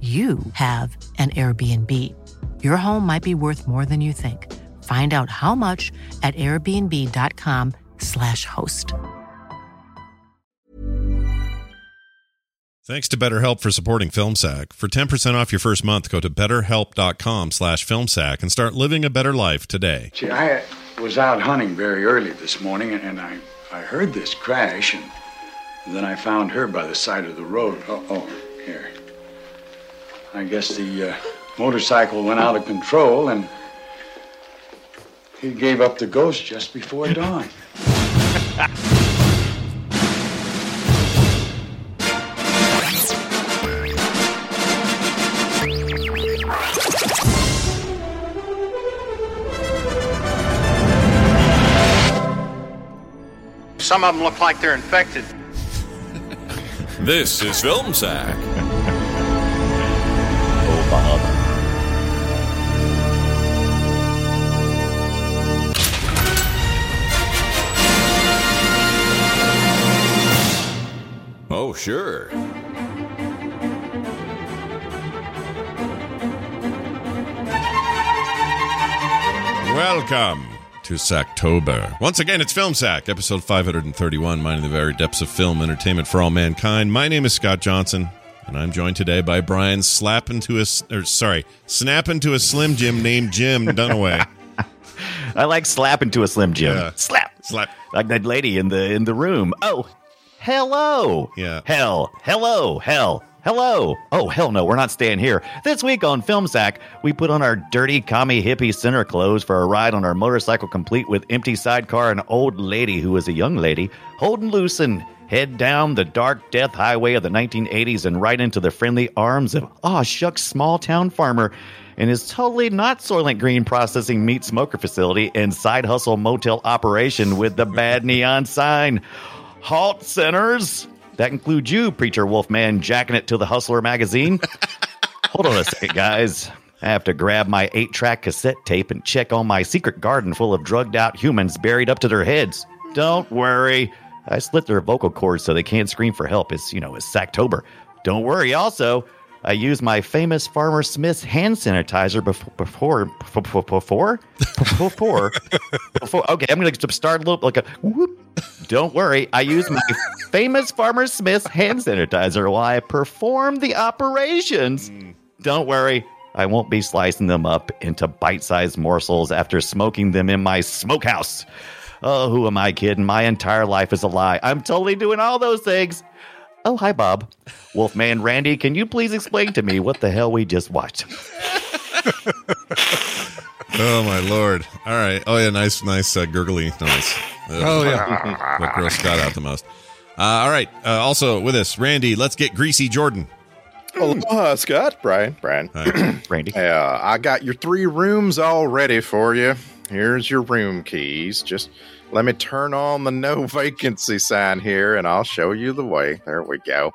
you have an Airbnb. Your home might be worth more than you think. Find out how much at airbnb.com/slash host. Thanks to BetterHelp for supporting FilmSack. For 10% off your first month, go to betterhelp.com slash filmsack and start living a better life today. See, I was out hunting very early this morning, and, and I, I heard this crash, and, and then I found her by the side of the road. Oh, oh here. I guess the uh, motorcycle went out of control, and he gave up the ghost just before dawn. Some of them look like they're infected. This is Film Sack. Oh, sure. Welcome to Sacktober. Once again, it's Film Sack, episode 531, mining the very depths of film entertainment for all mankind. My name is Scott Johnson, and I'm joined today by Brian Slap into a, s- or sorry, Snap into a Slim Jim named Jim Dunaway. I like slapping to a slim jim. Yeah. Slap, Slap. like that lady in the in the room. Oh, hello. Yeah. Hell. Hello. Hell. Hello. Oh hell no, we're not staying here. This week on Film Sack, we put on our dirty commie hippie center clothes for a ride on our motorcycle, complete with empty sidecar and old lady who is a young lady holding loose and head down the dark death highway of the 1980s and right into the friendly arms of aw shucks small town farmer and his totally not Soylent Green processing meat smoker facility and side hustle motel operation with the bad neon sign. Halt centers. That includes you, Preacher Wolfman, jacking it to the Hustler magazine. Hold on a second, guys. I have to grab my eight track cassette tape and check on my secret garden full of drugged out humans buried up to their heads. Don't worry. I slit their vocal cords so they can't scream for help. It's, you know, it's Sacktober. Don't worry, also. I use my famous Farmer Smith's hand sanitizer before before before before before, before. Okay, I'm gonna start a little like a whoop. Don't worry, I use my famous Farmer Smith's hand sanitizer while I perform the operations. Don't worry, I won't be slicing them up into bite sized morsels after smoking them in my smokehouse. Oh, who am I kidding? My entire life is a lie. I'm totally doing all those things. Oh, hi, Bob. Wolfman Randy, can you please explain to me what the hell we just watched? Oh my lord! All right. Oh yeah, nice, nice uh, gurgly noise. Oh yeah, what grossed Scott out the most. Uh, all right. Uh, also with us, Randy. Let's get greasy Jordan. Aloha, uh, Scott. Brian, Brian. Randy. Uh, I got your three rooms all ready for you. Here's your room keys. Just let me turn on the no vacancy sign here and I'll show you the way. There we go.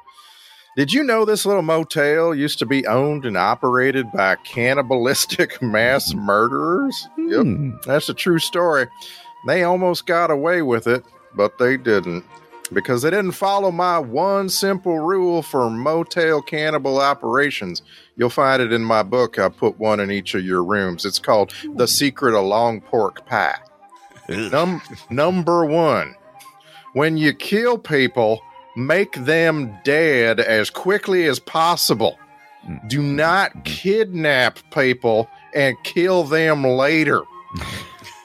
Did you know this little motel used to be owned and operated by cannibalistic mass murderers? Yep, that's a true story. They almost got away with it, but they didn't because they didn't follow my one simple rule for motel cannibal operations. You'll find it in my book. I put one in each of your rooms. It's called The Secret of Long Pork Pie. Num- number one, when you kill people, make them dead as quickly as possible. Do not kidnap people and kill them later.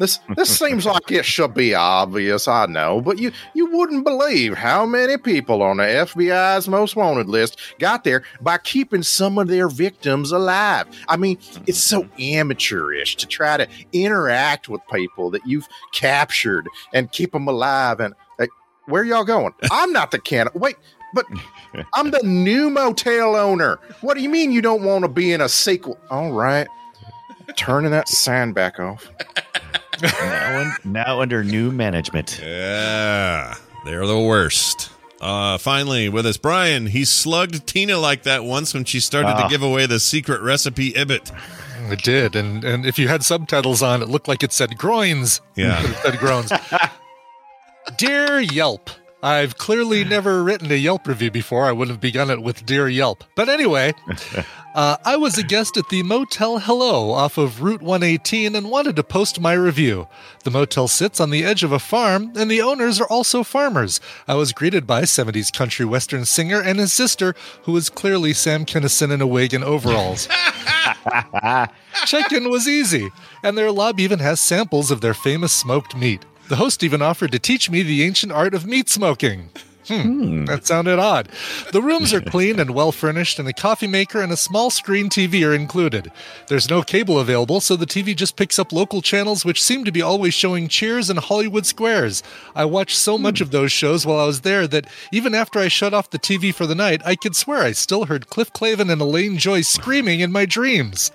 This this seems like it should be obvious, I know, but you you wouldn't believe how many people on the FBI's most wanted list got there by keeping some of their victims alive. I mean, it's so amateurish to try to interact with people that you've captured and keep them alive and like, where y'all going? I'm not the can. Wait, but I'm the new motel owner. What do you mean you don't want to be in a sequel? All right. Turning that sign back off. now, un- now under new management. Yeah, they're the worst. Uh, finally, with us, Brian. He slugged Tina like that once when she started to Ah. give away the secret recipe Ibbit. It did, and and if you had subtitles on, it looked like it said groins. Yeah. it said groans. Dear Yelp, I've clearly never written a Yelp review before. I wouldn't have begun it with Dear Yelp. But anyway, uh, I was a guest at the Motel Hello off of Route 118 and wanted to post my review. The motel sits on the edge of a farm, and the owners are also farmers. I was greeted by a 70s country western singer and his sister, who was clearly Sam Kinison in a wig and overalls. Check-in was easy, and their lobby even has samples of their famous smoked meat. The host even offered to teach me the ancient art of meat smoking. Hmm, that sounded odd. The rooms are clean and well furnished, and a coffee maker and a small screen TV are included. There's no cable available, so the TV just picks up local channels which seem to be always showing Cheers and Hollywood Squares. I watched so much of those shows while I was there that even after I shut off the TV for the night, I could swear I still heard Cliff Clavin and Elaine Joy screaming in my dreams.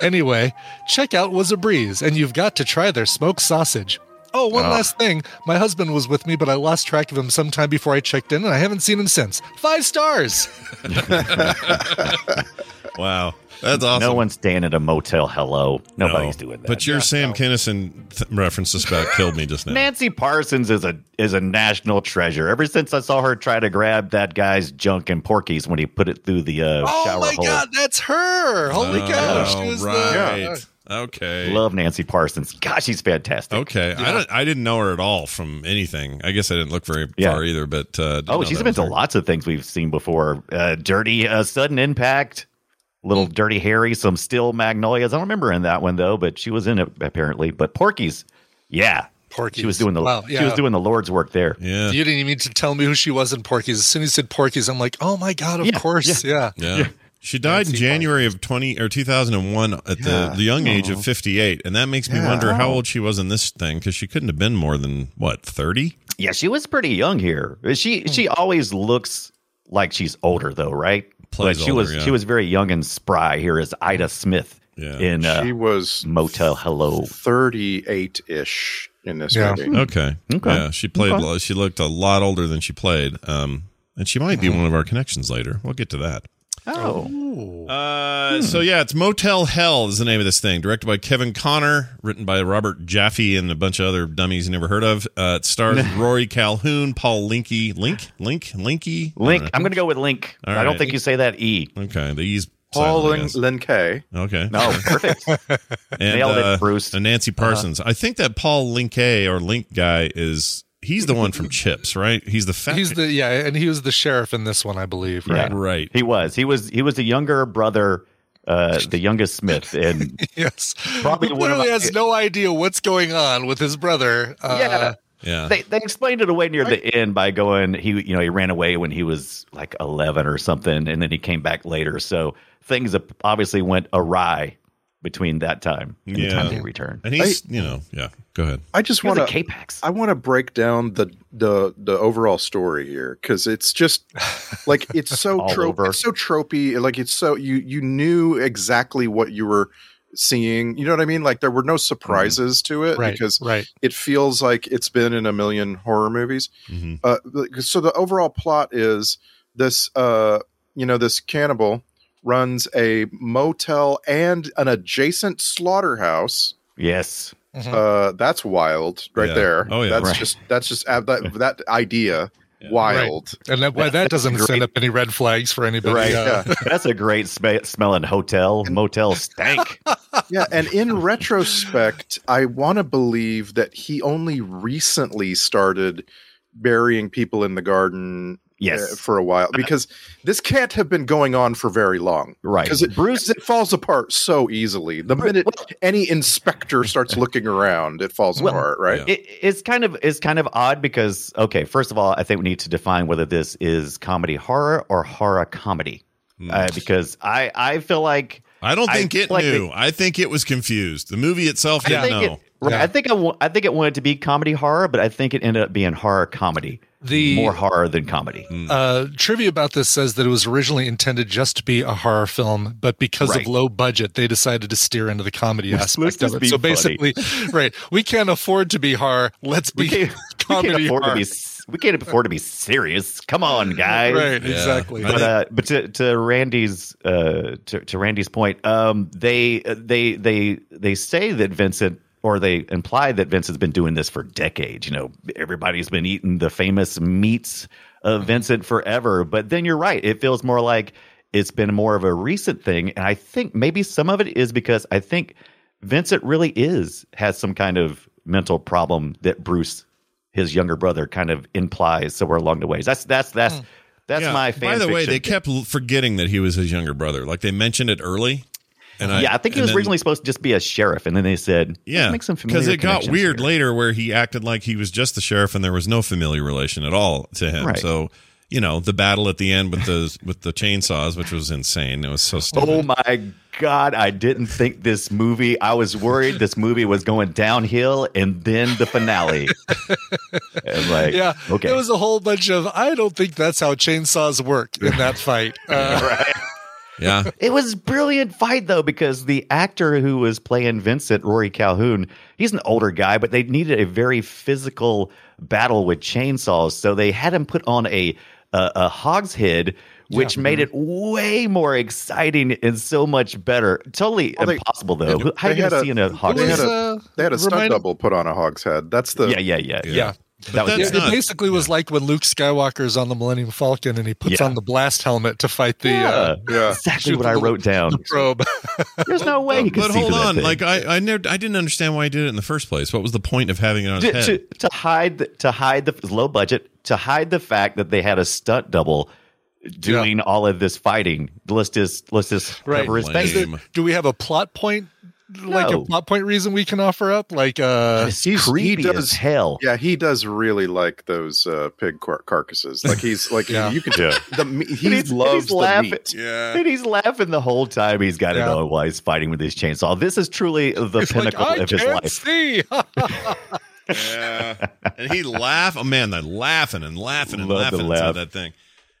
Anyway, checkout was a breeze, and you've got to try their smoked sausage. Oh, Ah. one last thing. My husband was with me, but I lost track of him sometime before I checked in, and I haven't seen him since. Five stars! Wow, that's awesome. No one's staying at a motel. Hello, No. nobody's doing that. But your Sam Kinison th- reference just about killed me just now. Nancy Parsons is a is a national treasure. Ever since I saw her try to grab that guy's junk and Porky's when he put it through the uh, Oh shower my hole. god, that's her! Holy Uh, cow! She was the. Oh, right. Okay. Love Nancy Parsons. God, she's fantastic. Okay, I don't. I didn't know her at all from anything. I guess I didn't look very Yeah. far either. But uh, didn't Oh, know she's that been was to her. lots of things we've seen before. Uh, Dirty, uh, Sudden Impact, Little Mm. Dirty Harry, some Still Magnolias. I don't remember in that one though, but she was in it apparently. But Porky's, yeah, Porky's. she was doing the Wow, she was yeah. doing the Lord's work there. Yeah, You didn't even need to tell me who she was in Porky's. As soon as you said Porky's, I'm like, oh my god, of Yeah, course, yeah. yeah. She died in January of twenty or two thousand and one at the, the young age Oh. of fifty eight, and that makes me wonder how Oh. old she was in this thing because she couldn't have been more than what thirty. Yeah, she was pretty young here. Hmm. She she always looks like she's older though, right? Plays but she older, was yeah. she was very young and spry here as Ida Smith Yeah. in uh, She was Motel Hello. 38 ish in this Yeah. movie. Okay. Hmm. Okay. Yeah, she played. Okay. lo- She looked a lot older than she played. Um, and she might be Hmm. one of our connections later. We'll get to that. Oh, Uh, Hmm. so yeah, it's Motel Hell is the name of this thing. Directed by Kevin Connor, written by Robert Jaffe and a bunch of other dummies you never heard of. Uh, it stars Rory Calhoun, Paul Linky, Link, Link, Linky, I don't Link. know. I'm gonna go with Link. All I don't right. think you say that e. Okay, these Paul silent, I Lin- guess. Linkay. Okay, No, perfect. and, uh, nailed it, Bruce. Uh-huh. And Nancy Parsons. I think that Paul Linkay or Link guy is he's the one from Chips, right? He's the fat. He's the yeah, and he was the sheriff in this one, I believe. Right? Yeah. right. He was. He was. He was the younger brother, uh, the youngest Smith, and Yes, Probably Who one of literally my- has no idea what's going on with his brother. Uh, Yeah. Yeah. they, they explained it away near the end by going he you know he ran away when he was like 11 or something and then he came back later so things ab- obviously went awry between that time and the time Yeah. they returned and he's you know yeah. Go ahead. I just he was want a to. K-Pax. I want to break down the the the overall story here because it's just like it's so All trope, over. it's so tropey. Like it's so you you knew exactly what you were seeing. You know what I mean? Like there were no surprises Mm-hmm. to it right, because right. it feels like it's been in a million horror movies. Mhm. Uh, like, so the overall plot is this: uh, you know, this cannibal runs a motel and an adjacent slaughterhouse. yes Uh, that's wild, right Yeah. there. Oh, yeah. that's Right. just that's just uh, that that idea wild, And that, why that doesn't set up any red flags for anybody. right? uh, Yeah. that's a great sm- smelling hotel motel stank yeah, and in retrospect, I want to believe that he only recently started burying people in the garden Yes. Uh, for a while because this can't have been going on for very long. Right. Because it, Bruce- 'cause it falls apart so easily. The minute any inspector starts looking around, it falls Well, apart, right? It, it's kind of it's kind of odd because okay, first of all, I think we need to define whether this is comedy horror or horror comedy, uh, because I I feel like Mm-hmm. I don't I think it feel like knew. I think it was confused. The movie itself I didn't think know. it right, Yeah. I think I, wa- I think it wanted to be comedy horror, but I think it ended up being horror comedy, The more horror than comedy. Uh, trivia about this says that it was originally intended just to be a horror film, but because Right. of low budget, they decided to steer into the comedy let's aspect just of it. be So funny. basically, right, we can't afford to be horror. Let's be We can't, we comedy can't afford to horror. be s- we can't afford to be serious. Come on, guys. right, Yeah. exactly. I but think- uh, but to, to Randy's uh, to, to Randy's point, um, they they they they say that Vincent or they imply that Vincent's been doing this for decades. You know, everybody's been eating the famous meats of Vincent forever. But then you're right; it feels more like it's been more of a recent thing, and I think maybe some of it is because I think Vincent really is has some kind of mental problem that Bruce. His younger brother kind of implies somewhere along the ways. That's that's that's that's Yeah. my fan By the way, fiction. they kept l- forgetting that he was his younger brother. Like they mentioned it early. And I, yeah, I think he and was then- originally supposed to just be a sheriff, and then they said, Yeah, make some because familiar it got connections weird here." later, where he acted like he was just the sheriff, and there was no familiar relation at all to him. Right. So, you know, the battle at the end with the with the chainsaws, which was insane. It was so stupid. Oh my god, I didn't think this movie. I was worried this movie was going downhill, and then the finale. And like, yeah, okay, it was a whole bunch of. I don't think that's how chainsaws work in that fight. Uh, Yeah, It was brilliant fight though because the actor who was playing Vincent Rory Calhoun, he's an older guy, but they needed a very physical battle with chainsaws, so they had him put on a a, a hog's head, which made mm-hmm. it way more exciting and so much better. Totally Well, they- impossible though. How they you had gonna a- see in a hog's they was, head? had a, uh, they had a stunt reminded- double put on a hog's head. That's the yeah, yeah, yeah, yeah. That was that's it. It, it not- basically was like when Luke Skywalker is on the Millennium Falcon and he puts Yeah. on the blast helmet to fight the Yeah. uh, yeah. exactly what I wrote down. the probe. There's no way he could but see hold through that on, thing. like I I never I didn't understand why he did it in the first place. What was the point of having it on his to, head? to, to hide the, to hide the low budget to hide the fact that they had a stunt double doing all of this fighting. Let's just let's just Right. cover his Lame. face. Name. Do we have a plot point? Like No. a plot point reason we can offer up? Like uh It's creepy as hell. Yeah, he does really like those uh, pig car- carcasses. Like he's like Yeah. you can Yeah. the me- he And he's- and he's loves the laughing. meat. yeah, And he's laughing the whole time he's got it Yeah. on while he's fighting with his chainsaw. This is truly the it's like, pinnacle I of his can't life. see. yeah. and he laugh. Oh man, they're laughing and laughing and Love to laughing inside laugh. that thing.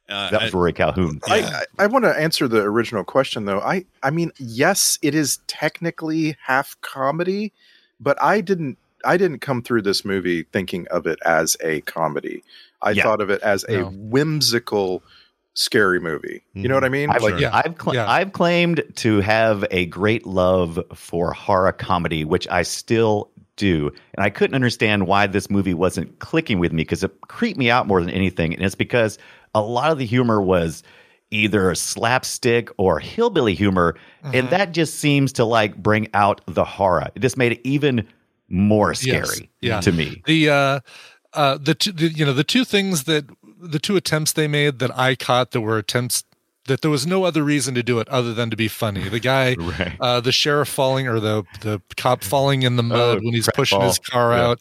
Uh, That was Rory Calhoun. I, I, I want to answer the original question though. I I mean, yes, it is technically half comedy, but I didn't I didn't come through this movie thinking of it as a comedy. I Yeah. thought of it as No. a whimsical scary movie. You know what I mean? I've, like Yeah. I've, cla- yeah. I've claimed to have a great love for horror comedy, which I still do. And I couldn't understand why this movie wasn't clicking with me because it creeped me out more than anything. And it's because a lot of the humor was either slapstick or hillbilly humor. Mm-hmm. And that just seems to like bring out the horror. It just made it even more scary Yes. Yeah. to me. the uh uh the, two, the you know the two things that the two attempts they made that I caught that were attempts that there was no other reason to do it other than to be funny. The guy, Right. uh, the sheriff falling or the the cop falling in the mud when he's Oh, crap pushing his ball. car Yeah. out,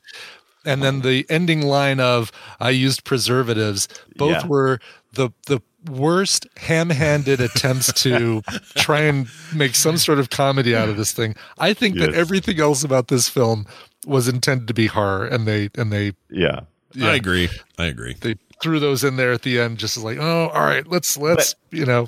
and then the ending line of "I used preservatives." Both Yeah. were the the worst ham-handed attempts to try and make some sort of comedy out of this thing. I think that Yes. everything else about this film was intended to be horror, and they and they Yeah. I agree. I agree. they threw those in there at the end just as like oh all right let's let's you know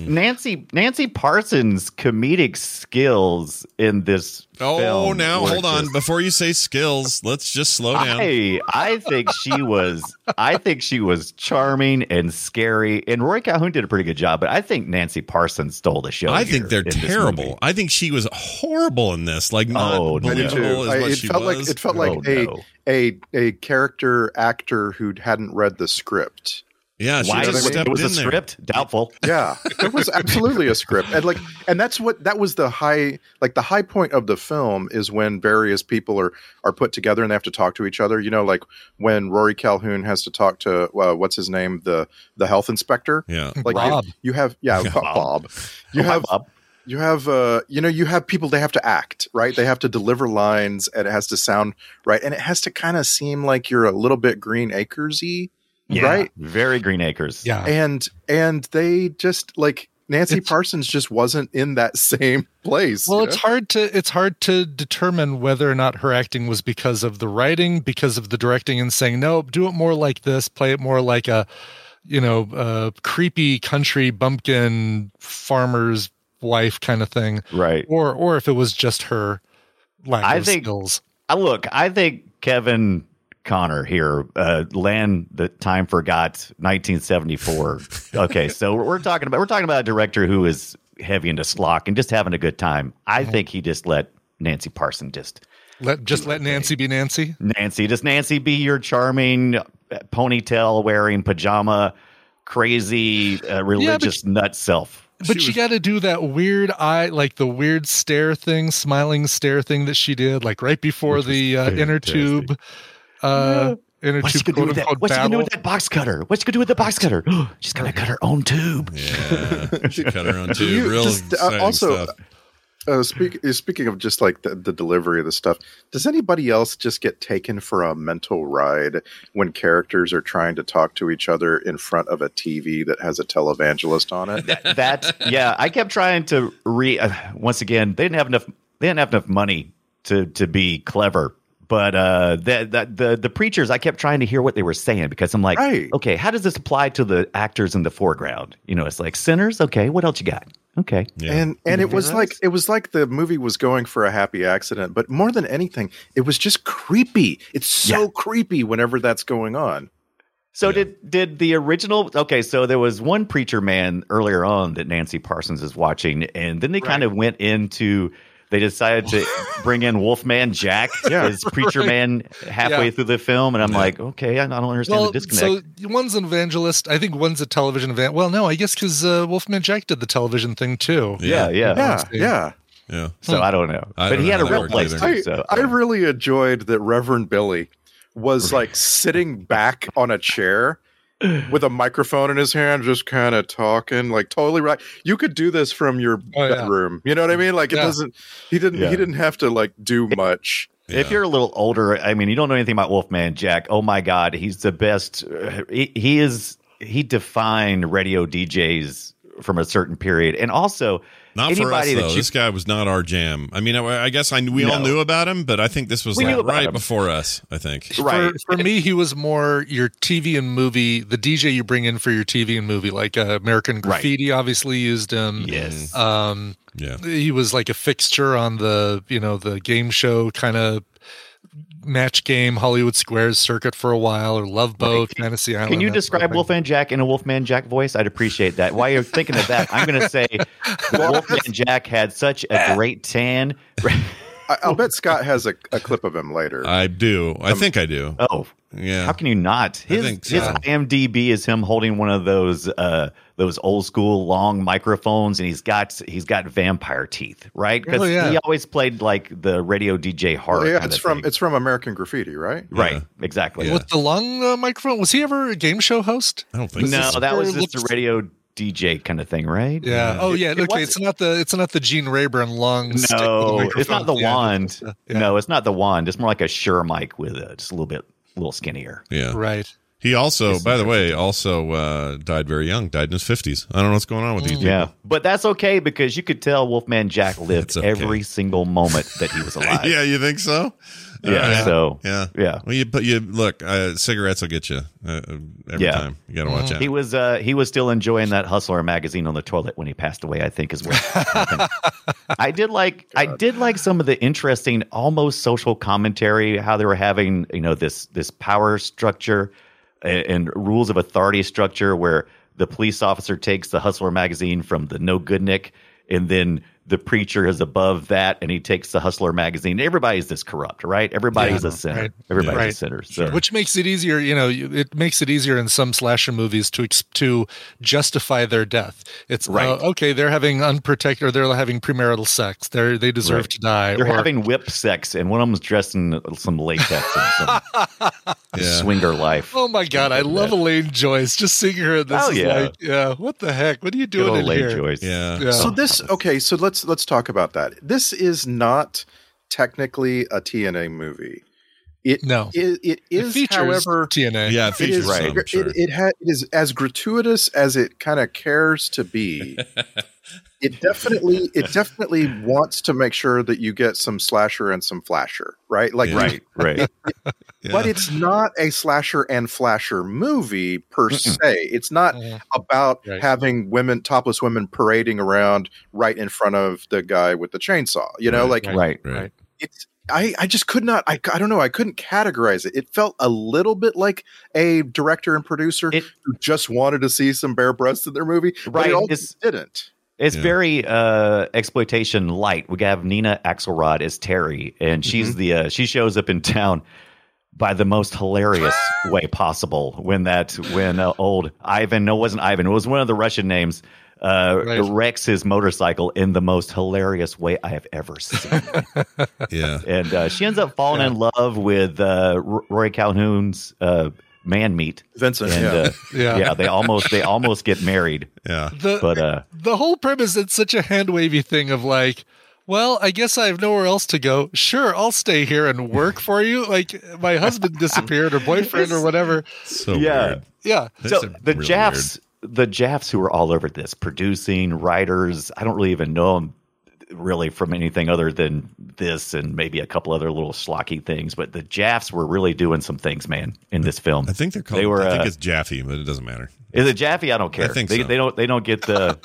Nancy Nancy Parsons' comedic skills in this. Oh, film now were hold on. just- Before you say skills, let's just slow down. I I think she was I think she was charming and scary, and Roy Calhoun did a pretty good job. But I think Nancy Parsons stole the show. I here think they're in this movie. terrible. I think she was horrible in this. Like not Oh, no. I do believable too. as I- what it she felt was. like it felt like Oh, a no. a a character actor who hadn't read the script. Yeah, she Why just is it, stepped it was in a there. script? Doubtful. Yeah, it was absolutely a script, and like, and that's what that was the high, like the high point of the film is when various people are are put together and they have to talk to each other. You know, like when Rory Calhoun has to talk to uh, what's his name, the the health inspector. Yeah. Like you- Rob. You, have, yeah, Bob. You Oh, hi, have Bob. you have uh you know you have people they have to act right they have to deliver lines and it has to sound right and it has to kind of seem like you're a little bit green acresy Yeah, right Very Green Acres. Yeah. and and they just like nancy It's- parsons just wasn't in that same place Well, you it's know? hard to it's hard to determine whether or not her acting was because of the writing, because of the directing, and saying no, do it more like this, play it more like a, you know, a creepy country bumpkin farmer's wife kind of thing, Right. or or if it was just her lack I of think- skills. I Uh, look, I think Kevin Connor here, uh, land that time forgot, 1974. okay, so we're, we're talking about we're talking about a director who is heavy into slock and just having a good time. I think he just let Nancy Parson just Let just let Nancy be Nancy. Nancy, does Nancy be your charming uh, ponytail wearing pajama crazy uh, religious nut self? But you got to do that weird eye, like the weird stare thing, smiling stare thing that she did, like right before the uh, inner tube, uh, inner What's she tube gonna do quote with unquote that? What's she gonna do battle. with that box cutter? What's she gonna do with the box cutter? She's gonna cut her own tube. Yeah, she cut her own too. You Real just, uh, exciting also- stuff. uh, speak, uh, speaking of just like the, the delivery of the stuff does anybody else just get taken for a mental ride when characters are trying to talk to each other in front of a tv that has a televangelist on it that yeah i kept trying to re uh, once again they didn't have enough they didn't have enough money to to be clever but uh the, the the the preachers i kept trying to hear what they were saying because i'm like Right. okay how does this apply to the actors in the foreground you know it's like sinners okay what else you got okay Yeah. and and it was like it was like the movie was going for a happy accident but more than anything it was just creepy it's so Yeah. creepy whenever that's going on so did did the original okay so there was one preacher man earlier on that nancy parsons is watching and then they kind of went into they decided to bring in Wolfman Jack Yeah. as Preacher Man halfway Yeah. through the film, and I'm like, okay, I I don't understand the disconnect. So one's an evangelist. I think one's a television evan. Well, no, I guess because uh, Wolfman Jack did the television thing too. yeah, yeah. yeah yeah yeah. So I don't know, I but don't he know had a how that real worked place either. too. I, So I really enjoyed that reverend billy was like sitting back on a chair with a microphone in his hand just kind of talking like totally right you could do this from your Oh, yeah. bedroom you know what i mean like it Yeah. doesn't he didn't Yeah. he didn't have to like do much if you're a little older, I mean, you don't know anything about Wolfman Jack. Oh my God, he's the best. Uh, He, he is. He defined radio DJs from a certain period, and also Not for us anybody though. that you this guy was not our jam. I mean, I, I guess I knew, we all No. knew about him, but I think this was We like knew about right him. before us. I think. right. For, for me, he was more your TV and movie, the DJ you bring in for your TV and movie, like uh, American Graffiti obviously used him. Yes. Um, Yeah. he was like a fixture on the you know the game show kind of match game Hollywood Squares circuit for a while, or Love Boat, Fantasy Island. Can you that sort of describe thing. Wolfman Jack in a Wolfman Jack voice? I'd appreciate that. While you're thinking of that, I'm going to say Wolfman Jack had such a great tan. I, i'll bet scott has a, a clip of him later I do. I think I do. Oh, Yeah. How can you not? His, think his so. IMDb is him holding one of those uh, those old school long microphones, and he's got he's got vampire teeth, right? Because Oh, yeah. he always played like the radio DJ horror. Oh, yeah kind it's of from thing. it's from american graffiti right right, Yeah. exactly. Yeah. with the long uh, microphone? Was he ever a game show host? I don't think No, so. that was where it just a looks- radio DJ kind of thing, right? Yeah. Oh yeah. It- it okay, was- it's not the it's not the Gene Rayburn long. stick with a No, it's microphone not the at end. wand. Yeah. No, it's not the wand. It's more like a Shure mic with a, just a little bit, a little skinnier. Yeah. Right. He also, by the way, also uh, died very young. Died in his fifties. I don't know what's going on with these. Yeah, but that's okay because you could tell Wolfman Jack lived That's okay. every single moment that he was alive. people. Yeah. You think so? Yeah. All right. So Yeah. yeah. Well, you but you look. Uh, cigarettes will get you uh, every Yeah. time. You got to watch out. He was uh, he was still enjoying that Hustler magazine on the toilet when he passed away. I think is what happened. I did like I did like some of the interesting, almost social commentary how they were having you know this this power structure and, and rules of authority structure where the police officer takes the Hustler magazine from the no good Nick and then The preacher is above that, and he takes the Hustler magazine. Everybody's this corrupt, right? Everybody's Yeah, a sinner. right. Everybody's Yeah. a Right. sinner. So Which makes it easier, you know, you- it makes it easier in some slasher movies to ex- to justify their death. It's Right. uh, okay, they're having unprotected or they're having premarital sex. They they deserve Right. to die. they're or, having whip sex, and one of them's dressed in some latex and some swinger life. Oh my god, I love Elaine Joyce. Just seeing her in this Oh, is yeah. like, yeah, what the heck? What are you Good doing old in Lady here? Joyce. Yeah. Yeah. So this okay, so let's let's talk about that. This is not technically a TNA movie. It No. it, it It is features however TNA. Yeah, it it features is some, Right. it, sure. it, ha- it is as gratuitous as it kind of cares to be. it definitely it definitely wants to make sure that you get some slasher and some flasher, right? Like Yeah. Right, right. Yeah. But it's not a slasher and flasher movie per se. It's not Mhm. about Right. having women, topless women, parading around right in front of the guy with the chainsaw. You know, like right. Right. it's. I, I just could not I, I don't know I couldn't categorize it. It felt a little bit like a director and producer It- who just wanted to see some bare breasts in their movie, but Right, it all it's- just didn't. It's Yeah. very uh, exploitation light. We have Nina Axelrod as Terry, and she's Mm-hmm. the uh, she shows up in town by the most hilarious way possible. When that when uh, old Ivan no, it wasn't Ivan. It was one of the Russian names. Uh, Right. Wrecks his motorcycle in the most hilarious way I have ever seen, Yeah. and uh, she ends up falling in love with uh, R- Roy Calhoun's uh, man meat. Vincent, And yeah. uh, Yeah. yeah. they almost they almost get married, Yeah. The, but uh, the whole premise it's such a hand wavy thing of like well i guess i have nowhere else to go sure i'll stay here and work for you like my husband disappeared or boyfriend or whatever So Yeah. weird. yeah That's so a the really Jaffs, the Jaffs who are all over this, producing writers. I don't really even know them really from anything other than this and maybe a couple other little schlocky things. But the Jaffs were really doing some things, man, in this film. I think they're called. They were. I think uh, it's Jaffe, but it doesn't matter. is it Jaffe? I don't care. think they, so. they don't. They don't get the.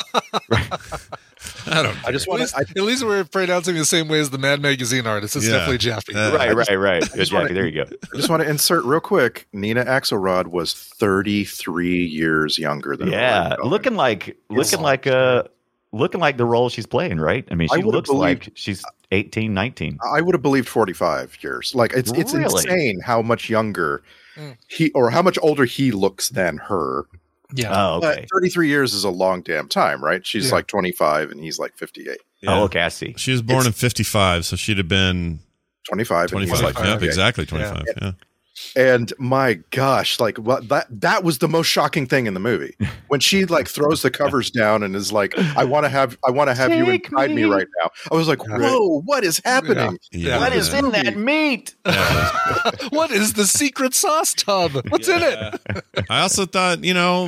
I don't. I just at want least, to I at least we're pronouncing the same way as the mad magazine artist it's Yeah. definitely jaffe Uh, right, right, right. Yeah, just wanna- Jaffe. There you go. I just want to insert real quick. Nina Axelrod was 33 years younger than Yeah, Elaine Cohen. looking like looking Yes. like uh looking like the role she's playing. Right. I mean, I she would've looks like she's 18, 19. I would have believed 45 years. Like it's it's Really? insane how much younger he or how much older he looks than her. yeah Oh, But okay. 33 years is a long damn time, right? She's Yeah. like 25 and he's like 58. Oh, Yeah. okay. I see. She was born in '55, so she'd have been 25 and he's 25. like yep, 58. exactly 25. Yeah. And my gosh, like what that that was the most shocking thing in the movie. When she like throws the covers down and is like, I wanna have I wanna have you Take inside me. me. right now. I was like, whoa, what is happening? Yeah. What is Yeah. in that meat? what is the secret sauce tub what's in it I also thought, you know,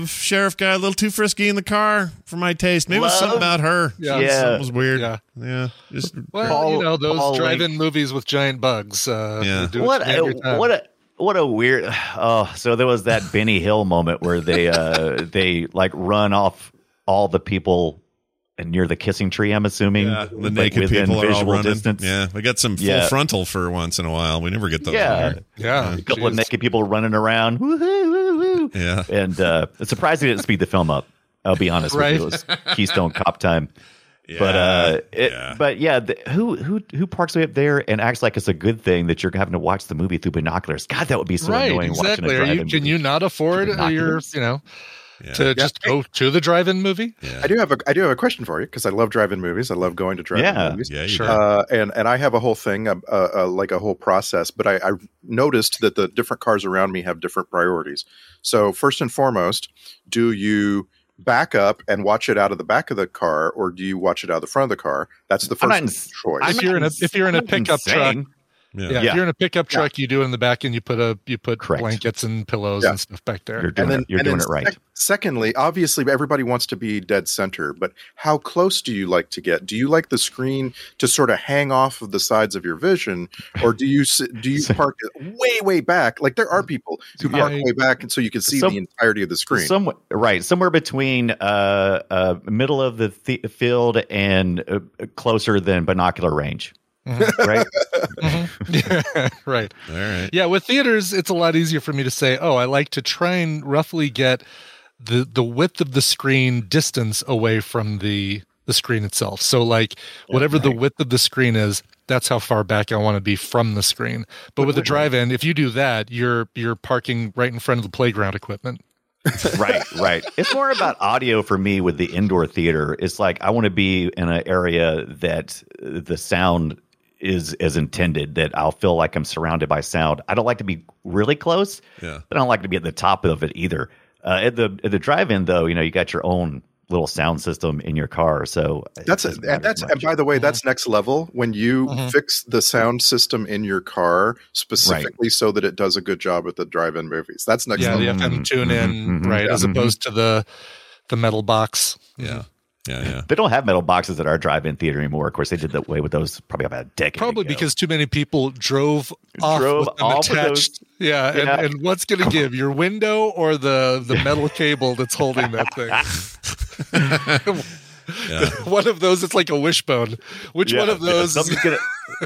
uh, sheriff got a little too frisky in the car for my taste. Maybe it was Love? something about her. Yeah. Yeah. something was weird. Yeah. Yeah, just well you Paul- know those Paul drive-in Link. movies with giant bugs uh Yeah. do what command a, your time. what a what a weird oh so there was that benny hill moment where they uh they like run off all the people near the kissing tree i'm assuming yeah, the like, naked within people are all visual running. distance Yeah, we got some full Yeah. frontal for once in a while. We never get those. Yeah. here. yeah a couple of jeez. naked people running around woo woo woo yeah. and uh it's surprising it didn't speed the film up i'll be honest Right. with you it was keystone cop time but uh, it, yeah. but yeah, the, who who who parks way up there and acts like it's a good thing that you're having to watch the movie through binoculars? God, that would be so right annoying exactly watching a Are drive-in you, can movie. you not afford uh, your Binoculars? you know Yeah. to just go to the drive-in movie yeah. I do have a I do have a question for you because I love drive-in movies. I love going to drive-in Yeah. movies. Yeah, you Sure. do. Uh, and and I have a whole thing, uh, uh, uh, like a whole process. But I, I noticed that the different cars around me have different priorities. So first and foremost, do you back up and watch it out of the back of the car, or do you watch it out of the front of the car? That's the I'm first not ins- choice. I'm If you're not in a- if you're in a I'm not pickup truck, insane. yeah. Yeah, Yeah. if you're in a pickup truck, you do it in the back, and you put a you put Correct. blankets and pillows Yeah. and stuff back there. You're doing, it, you're and doing then it right. sec- secondly, obviously, everybody wants to be dead center, but how close do you like to get? Do you like the screen to sort of hang off of the sides of your vision, or do you s- do you park it way way back? Like there are people who park Yeah. way back, and so you can see Some- the entirety of the screen. Somewhere, right, somewhere between uh, uh, middle of the th- field and uh, closer than binocular range. Mm-hmm. right? Mhm. right. All right. Yeah, with theaters, it's a lot easier for me to say, "Oh, I like to try and roughly get the the width of the screen distance away from the the screen itself. So, like, whatever the width of the screen is, that's how far back I want to be from the screen. But with a drive-in, if you do that, you're you're parking right in front of the playground equipment. right, right. It's more about audio for me with the indoor theater. It's like I want to be in an area that uh, the sound is as intended, that I'll feel like I'm surrounded by sound. I don't like to be really close. Yeah. But I don't like to be at the top of it either. Uh, at the at the drive-in, though, you know, you got your own little sound system in your car, so it That's it. doesn't matter And that's much. Mm-hmm. and by the way, that's next level when you fix the sound system in your car specifically so that it does a good job at the drive-in movies. That's next Yeah, the level. FM tune in, mhm, right, yeah. as opposed to the the metal box. Yeah. Yeah. Yeah. They don't have metal boxes at our drive-in theater anymore. Of course, they did that way with those probably about a decade. Probably ago. because too many people drove off Drove with them off with attached. those- yeah, and, Yeah. and what's going to give your window or the the metal cable that's holding that thing? Yeah. one of those, it's like a wishbone. Which Yeah, one of yeah, those? is- something's, gonna,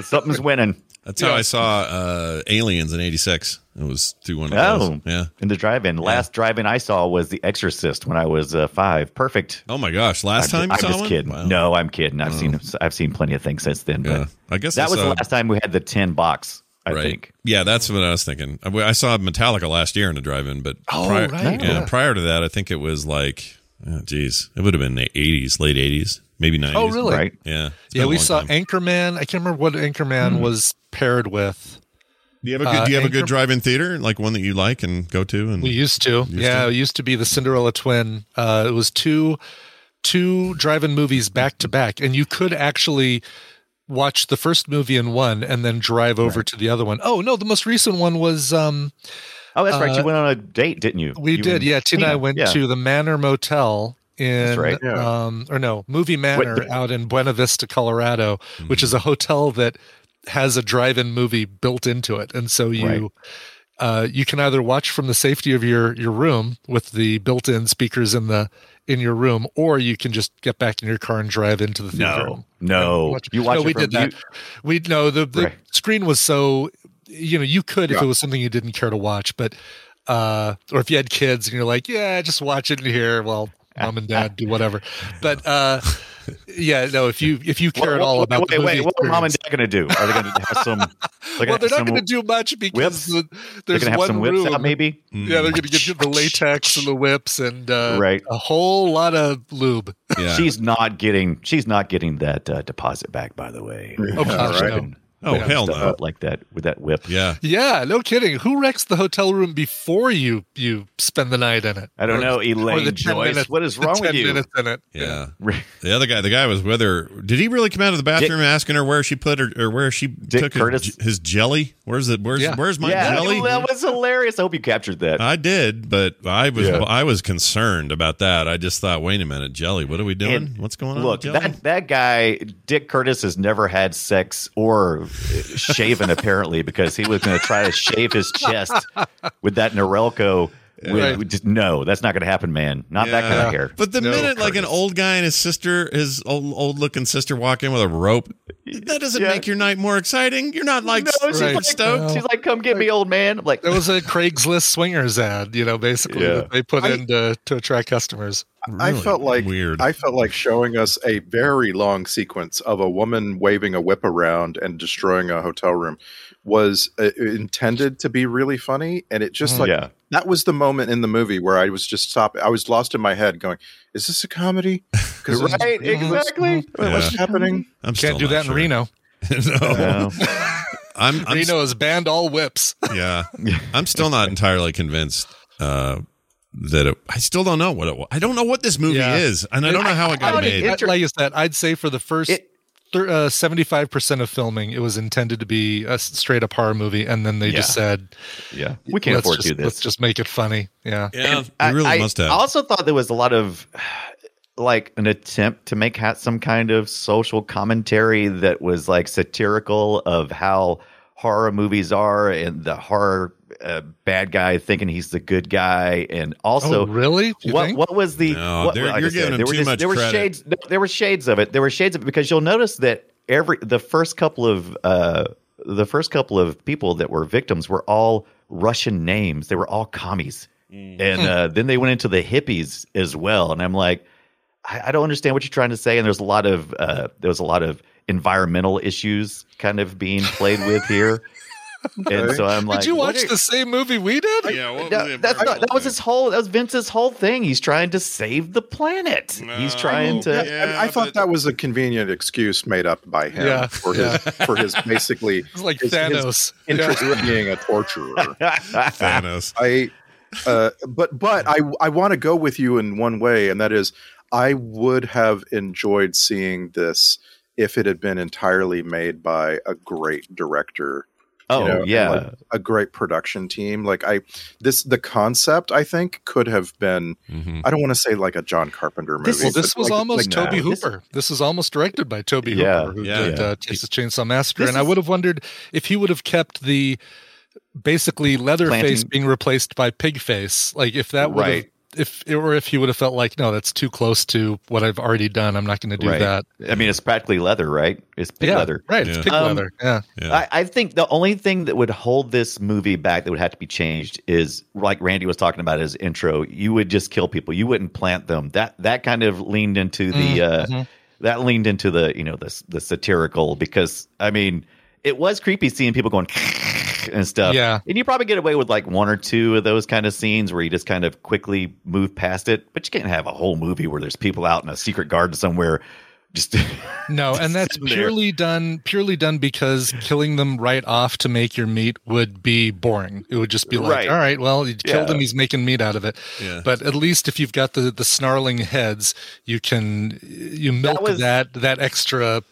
something's winning. That's how I saw uh, Aliens in '86. It was through one of Oh, those. Yeah. In the drive-in, last drive-in I saw was The Exorcist when I was uh, five. Perfect. Oh my gosh! Last time you I'm saw just one? kidding. Wow. Oh. No, I'm kidding. I've seen I've seen plenty of things since then. Yeah. But I guess I that was saw- the last time we had the tin box. I right. think. Yeah, that's what I was thinking. I, I saw Metallica last year in a drive-in, but Oh, prior, right. yeah, Yeah. prior to that, I think it was like, oh, geez, it would have been the '80s, late '80s, maybe '90s. oh, really? Right. Yeah. It's Yeah, been a we long saw time. Hmm. Anchorman. I can't remember what Anchorman was paired with. Do you have a good, uh, do you have a Anchor- good drive-in theater, like one that you like and go to? And We used to. yeah, it used to be the Cinderella twin. Uh, it was two two drive-in movies back to back, and you could actually watch the first movie in one and then drive over to the other one. Oh no, the most recent one was um, Oh, that's right. You went on a date, didn't you? Uh, we You did. and yeah, Tina and I Tina, went yeah. to the Manor Motel in right. Yeah. um, or no Movie Manor out in Buena Vista, Colorado, which Mm-hmm. is a hotel that has a drive-in movie built into it, and so you. Right. uh, you can either watch from the safety of your your room with the built-in speakers in the in your room, or you can just get back in your car and drive into the theater. No, no. Oh, You watch no, it we from- did that. you- we no the, the Right. screen was so you know you could if Yeah. it was something you didn't care to watch, but uh, or if you had kids and you're like, yeah, just watch it in here. Well, mom and dad do whatever, but uh, yeah, no, if you if you care at all Wait, about the wait, movie wait, what are mom and experience- dad going to do? Are they going to have some? They're well, gonna they're have not some- going to do much because whips? the, They're there's going to have one some whips room. out, maybe. Hmm. Yeah, they're going to give you the latex and the whips and uh, Right. a whole lot of lube. yeah. She's not getting. She's not getting that uh, deposit back. By the way. Oh, gosh, right. no. oh hell stuff no. up like that with that whip. Yeah. Yeah, no kidding. Who wrecks the hotel room before you you spend the night in it? I don't know, Or Elaine the 10 Joyce. minutes- what is the wrong 10 with you? minutes in it. Yeah. Rick- The other guy, the guy was with her. Did he really come out of the bathroom asking her where she put her or where she took Curtis? His, his jelly? Where's it? Where's Yeah. where's my Yeah, jelly? that was hilarious. I hope you captured that. I did, but I was Yeah. I was concerned about that. I just thought, wait a minute, jelly, what are we doing? And What's going on? Look, with jelly? that that guy, Dick Curtis, has never had sex or shaven apparently because he was going to try to shave his chest with that Norelco. With, Right. with just- no, that's not going to happen, man. Not that kind Yeah. of hair. But the No, minute like an Curtis. old guy and his sister, his old old looking sister, walk in with a rope, that doesn't Yeah. make your night more exciting. You're not like no, she's Right. like, stoked. she's like, "Come get me, old man." I'm like, There was a Craigslist swingers ad, you know, basically Yeah. that they put in to, to attract customers. uh, Really I felt like weird. I felt like showing us a very long sequence of a woman waving a whip around and destroying a hotel room was uh, intended to be really funny, and it just like Mm, yeah, that was the moment in the movie where I was just stop. I was lost in my head, going, "Is this a comedy? Because right, exactly. what's happening? I'm still Mm-hmm. Can't do not that sure. in Reno. No. no, I'm, I'm Reno has banned all whips. yeah i'm still not entirely convinced uh that it, i still don't know what it was i don't know what this movie Yeah. is and i don't know how it got I- made it- like you said, I'd say for the first It- thir- uh, 75% of filming, it was intended to be a straight up horror movie. And then they just Yeah. said, yeah, we can't let's afford just, to do this. Let's just make it funny. Yeah. yeah I- we really I, must have also thought there was a lot of like an attempt to make ha- some kind of social commentary that was like satirical of how horror movies are and the horror uh, bad guy thinking he's the good guy and also oh, really? You what think? what was the No, what, they're- like I you're said, giving them there were too just- much there were credit. shades there were shades of it there were shades of it because you'll notice that every the first couple of uh the first couple of people that were victims were all Russian names Mm. they were all commies and uh, then they went into the hippies as well and I'm like I, I don't understand what you're trying to say. And there's a lot of uh, there was a lot of environmental issues kind of being played with here. And so I'm like, did you what watch are- the same movie we did? yeah, what No, was the that's not, environmental that was thing? his whole. That was Vince's whole thing. He's trying to save the planet. He's No. trying Yeah, to. Yeah, I, I thought but- that was a convenient excuse made up by him Yeah. for his for his basically It's like his- his Thanos. interest in being a torturer. Thanos. I, uh, but but I I want to go with you in one way, and that is I would have enjoyed seeing this if it had been entirely made by a great director. you Oh know, and, yeah, like, a great production team. Like I, this the concept I think could have been. Mhm. I don't want to say like a John Carpenter movie. This Well, is- this but was like- almost like- Toby no, this- Hooper. This was almost directed by Toby Yeah, Hooper, who yeah. did uh, Texas Chainsaw Massacre. This and I is- would have wondered if he would have kept the basically Leatherface Planting- being replaced by Pigface, like if that would have Right. if or if he would have felt like, no, that's too close to what I've already done. I'm not going to do right. that. I mean, it's practically leather, right? It's pig yeah, leather. right? Yeah. It's pig Um, leather. Yeah, Yeah. I, I think the only thing that would hold this movie back that would have to be changed is like Randy was talking about in his intro. You would just kill people. You wouldn't plant them. That that kind of leaned into the uh, that leaned into the you know the the satirical because I mean it was creepy seeing people going and stuff. Yeah. and you probably get away with like one or two of those kind of scenes where you just kind of quickly move past it. But you can't have a whole movie where there's people out in a secret garden somewhere. Just no, and that's Sitting there. purely done purely done because killing them right off to make your meat would be boring. It would just be like, Right. all right, well, you killed Yeah. him, he's making meat out of it. Yeah. But at least if you've got the the snarling heads, you can you milk that was- that, extra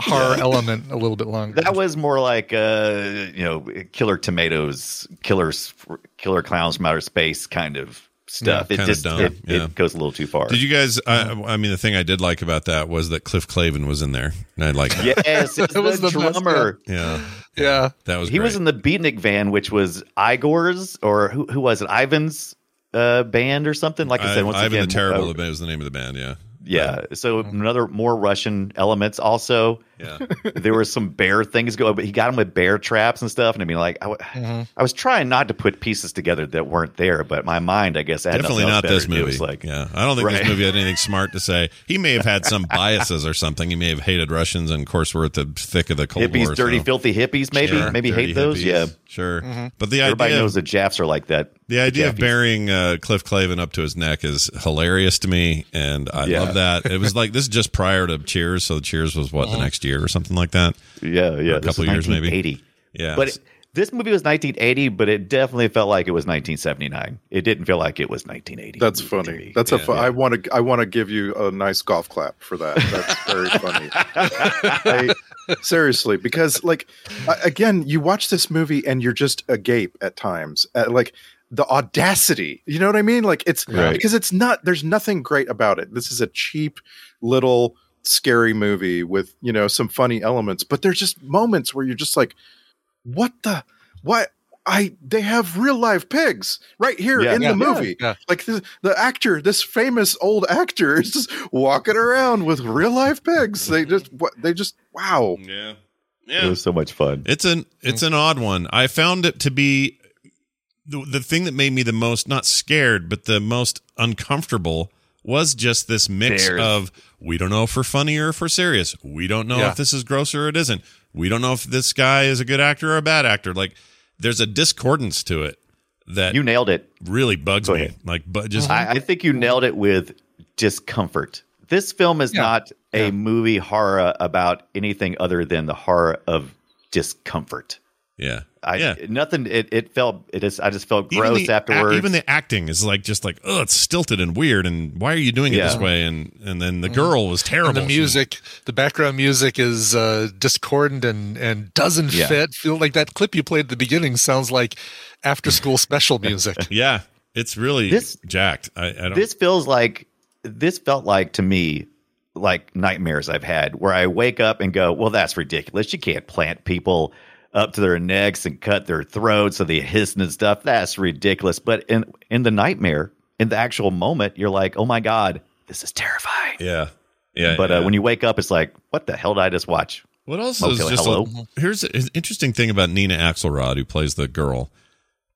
horror element a little bit longer. That was more like uh, you know, killer tomatoes, killers, killer clowns from outer space kind of stuff. it kinda just dumb, It, yeah. it goes a little too far. Did you guys? I, I mean, the thing I did like about that was that Cliff Clavin was in there, and I like that. Yeah, yes, it's That was the, the best, drummer. yeah, yeah. that was. he was in the Beatnik van, which was Igor's or who, who was it? Ivan's uh, band or something. Like I, said, once Ivan again, the Terrible uh, the band was the name of the band. Yeah, yeah. So Mm-hmm. another more Russian elements. Also, yeah. there were some bear things going, but he got him with bear traps and stuff. And I mean, like, I, w- I was trying not to put pieces together that weren't there, but my mind, I guess, had Definitely nothing else not better this to do. It movie. was like, yeah, I don't think Right. this movie had anything smart to say. He may have had some biases or something. He may have hated Russians, and of course, we're at the thick of the Cold hippies, War. dirty, so- filthy hippies. Maybe, Sure, maybe dirty hate those. hippies, Yeah, sure. But the everybody idea knows the Japs are like that. The idea of Jaffies. burying uh, Cliff Clavin up to his neck is hilarious to me, and I Yeah. love that. It was like this is just prior to Cheers, so Cheers was what the Uh-huh. next year or something like that. Yeah, yeah, a couple years, maybe. eighty. Yeah, But it, this movie was 1980, but it definitely felt like it was 1979. It didn't feel like it was 1980. That's to funny. me. That's a fun. I want to. I want to give you a nice golf clap for that. That's very funny. I, seriously, because like a- again, you watch this movie and you're just agape at times. At, like the audacity. You know what I mean? Like it's Right. because it's not. There's nothing great about it. This is a cheap little scary movie with you know some funny elements, but there's just moments where you're just like, what the what. I they have real live pigs right here Yeah. in Yeah. the movie Yeah. like the, the actor this famous old actor is just walking around with real life pigs they Mm-hmm. just what they just wow yeah, It was so much fun. It's an it's an odd one. I found it to be the, the thing that made me the most not scared, but the most uncomfortable was just this mix Bears. of we don't know if we're funny or if we're serious. We don't know Yeah. if this is gross or it isn't. We don't know if this guy is a good actor or a bad actor. Like there's a discordance to it that You nailed it. really bugs Go me. ahead. Like, but just I, I think you nailed it with discomfort. This film is Yeah. not a movie horror about anything other than the horror of discomfort. yeah, I yeah. nothing. It, it felt it is. I just felt Even gross the, afterwards. Even the acting is like just like oh, it's stilted and weird, and why are you doing it Yeah. this way? And and then the girl was And terrible. the She- music, the background music is uh, discordant and and doesn't Yeah. fit. Feel like that clip you played at the beginning sounds like after school special music. Yeah, it's really This- jacked. I, I don't. this feels like this felt like to me like nightmares I've had where I wake up and go, well, that's ridiculous. You can't plant people up to their necks and cut their throats so they hiss and stuff. That's ridiculous. But in in the nightmare, in the actual moment, you're like, oh my god, this is terrifying. yeah, yeah. but yeah. uh, when you wake up, it's like, what the hell did I just watch? what else Okay, is just hello? a- here's an interesting thing about Nina Axelrod who plays the girl.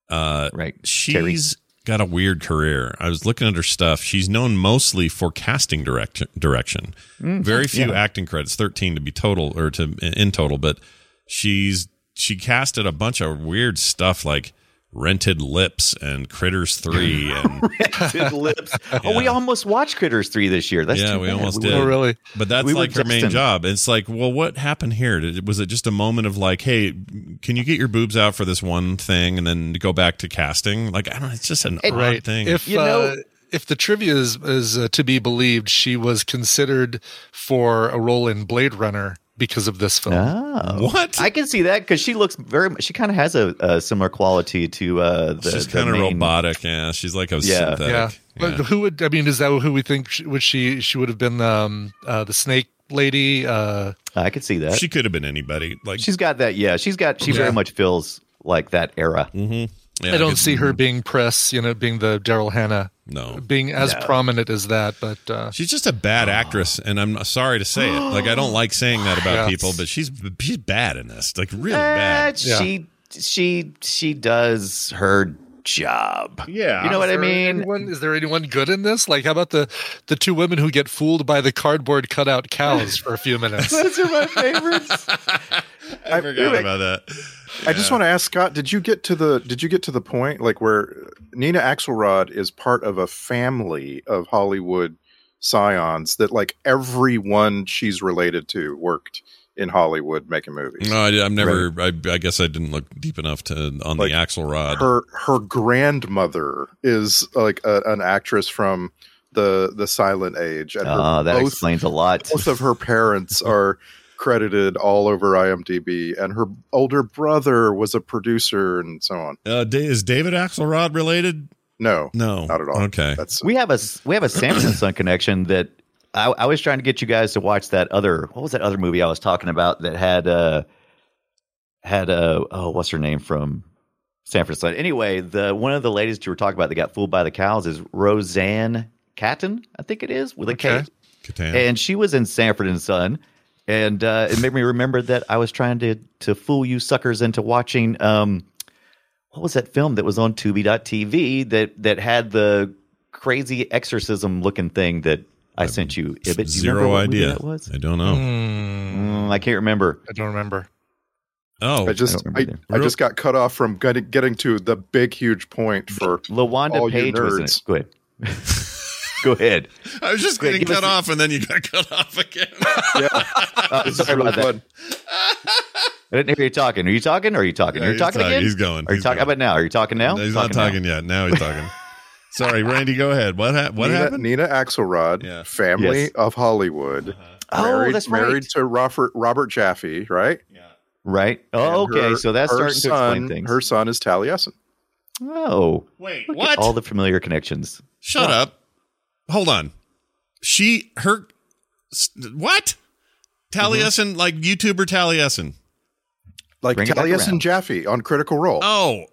Uh, Right, Terry. she's got a weird career. I was looking at her stuff. She's known mostly for casting direct- direction. Mm-hmm. Very few acting credits, 13 to be total or to in total, but she's she casted a bunch of weird stuff like Rented Lips and Critters 3 and Rented lips. Oh, we almost watched Critters three this year. That's Yeah, too we bad. almost We did. Oh, really? But that's We were like her main destined. job. It's like, well, what happened here? Did, was it just a moment of like, hey, can you get your boobs out for this one thing and then go back to casting? Like, I don't know. It's just an odd right thing. if You know- uh, if the trivia is, is uh, to be believed she was considered for a role in blade runner because of this film Oh. what? I can see that because she looks very. She kind of has a, a similar quality to uh, the. She's the kind of main- robotic. Yeah, she's like a Yeah. synthetic. yeah. Yeah. but who would i mean is that who we think she, would she she would have been um uh the snake lady uh I could see that. she could have been anybody. Like, She's got that. Yeah, she's got. She Yeah. very much feels like that era. Mm, yeah, i don't could- see her being press you know being the daryl hannah No. being as prominent as that but uh She's just a bad actress, and I'm sorry to say it. Like, I don't like saying that about Yes. people, but she's she's bad in this. Like, really Eh, bad. Yeah. She she she does her job. you know what I Is there mean. anyone- is there anyone good in this? Like, how about the the two women who get fooled by the cardboard cutout cows for a few minutes? Those are my favorites. I forgot about that. I just want to ask Scott, did you get to the did you get to the point like where Nina Axelrod is part of a family of Hollywood scions that like everyone she's related to worked in Hollywood making movies? No, I, I've never. I, I guess I didn't look deep enough to on Like, the Axelrod. Her her grandmother is like a, an actress from the the silent age and her- Ah, that both, explains a lot. both of her parents are credited all over IMDb and her older brother was a producer and so on. uh, Da- is David Axelrod related? No. No, Not at all. Okay, That's We have a we have a Samson Son connection that I, I was trying to get you guys to watch that other what was that other movie I was talking about that had uh had uh oh what's her name from San Francisco anyway the one of the ladies you were talking about that got fooled by the cows is Roseanne Catton I think it is with a K Okay. Catan. and she was in Sanford and Son and uh, it made me remember that I was trying to to fool you suckers into watching um what was that film that was on Tubi.tv that that had the crazy exorcism looking thing that I sent you? Ibit, do you remember Zero what movie idea. that was. I don't know. Mm, I can't remember. I don't remember. Oh, I just remember I, either. I, just got cut off from getting, getting to the big huge point for Lawanda All you Page was in it. nerds. Go ahead. Go ahead. I was just Wait, getting give us cut a- off, and then you got cut off again. Uh, sorry about that. I didn't hear you talking. Are you talking? Or are you talking? Yeah, Are you he's talking, talking. again? He's going. Are you He's talking? going. How about now? Are you talking now? No, he's not now. talking yet. Now he's talking. Sorry, Randy. Go ahead. What hap What Nina, happened? Nina Axelrod, Yeah. Uh-huh. family Yes. of Hollywood, Oh, married, that's right. married to Robert Robert Jaffe, right? Right. Oh, And okay. her- so that's her starting to explain son- things. Her son is Taliesin. oh, Wait, look at all the familiar connections. Shut up. Hold on. She her s- what? Taliesin, Mm-hmm. like YouTuber Taliesin. Like Bring it back Taliesin around. Jaffe on Critical Role. Oh.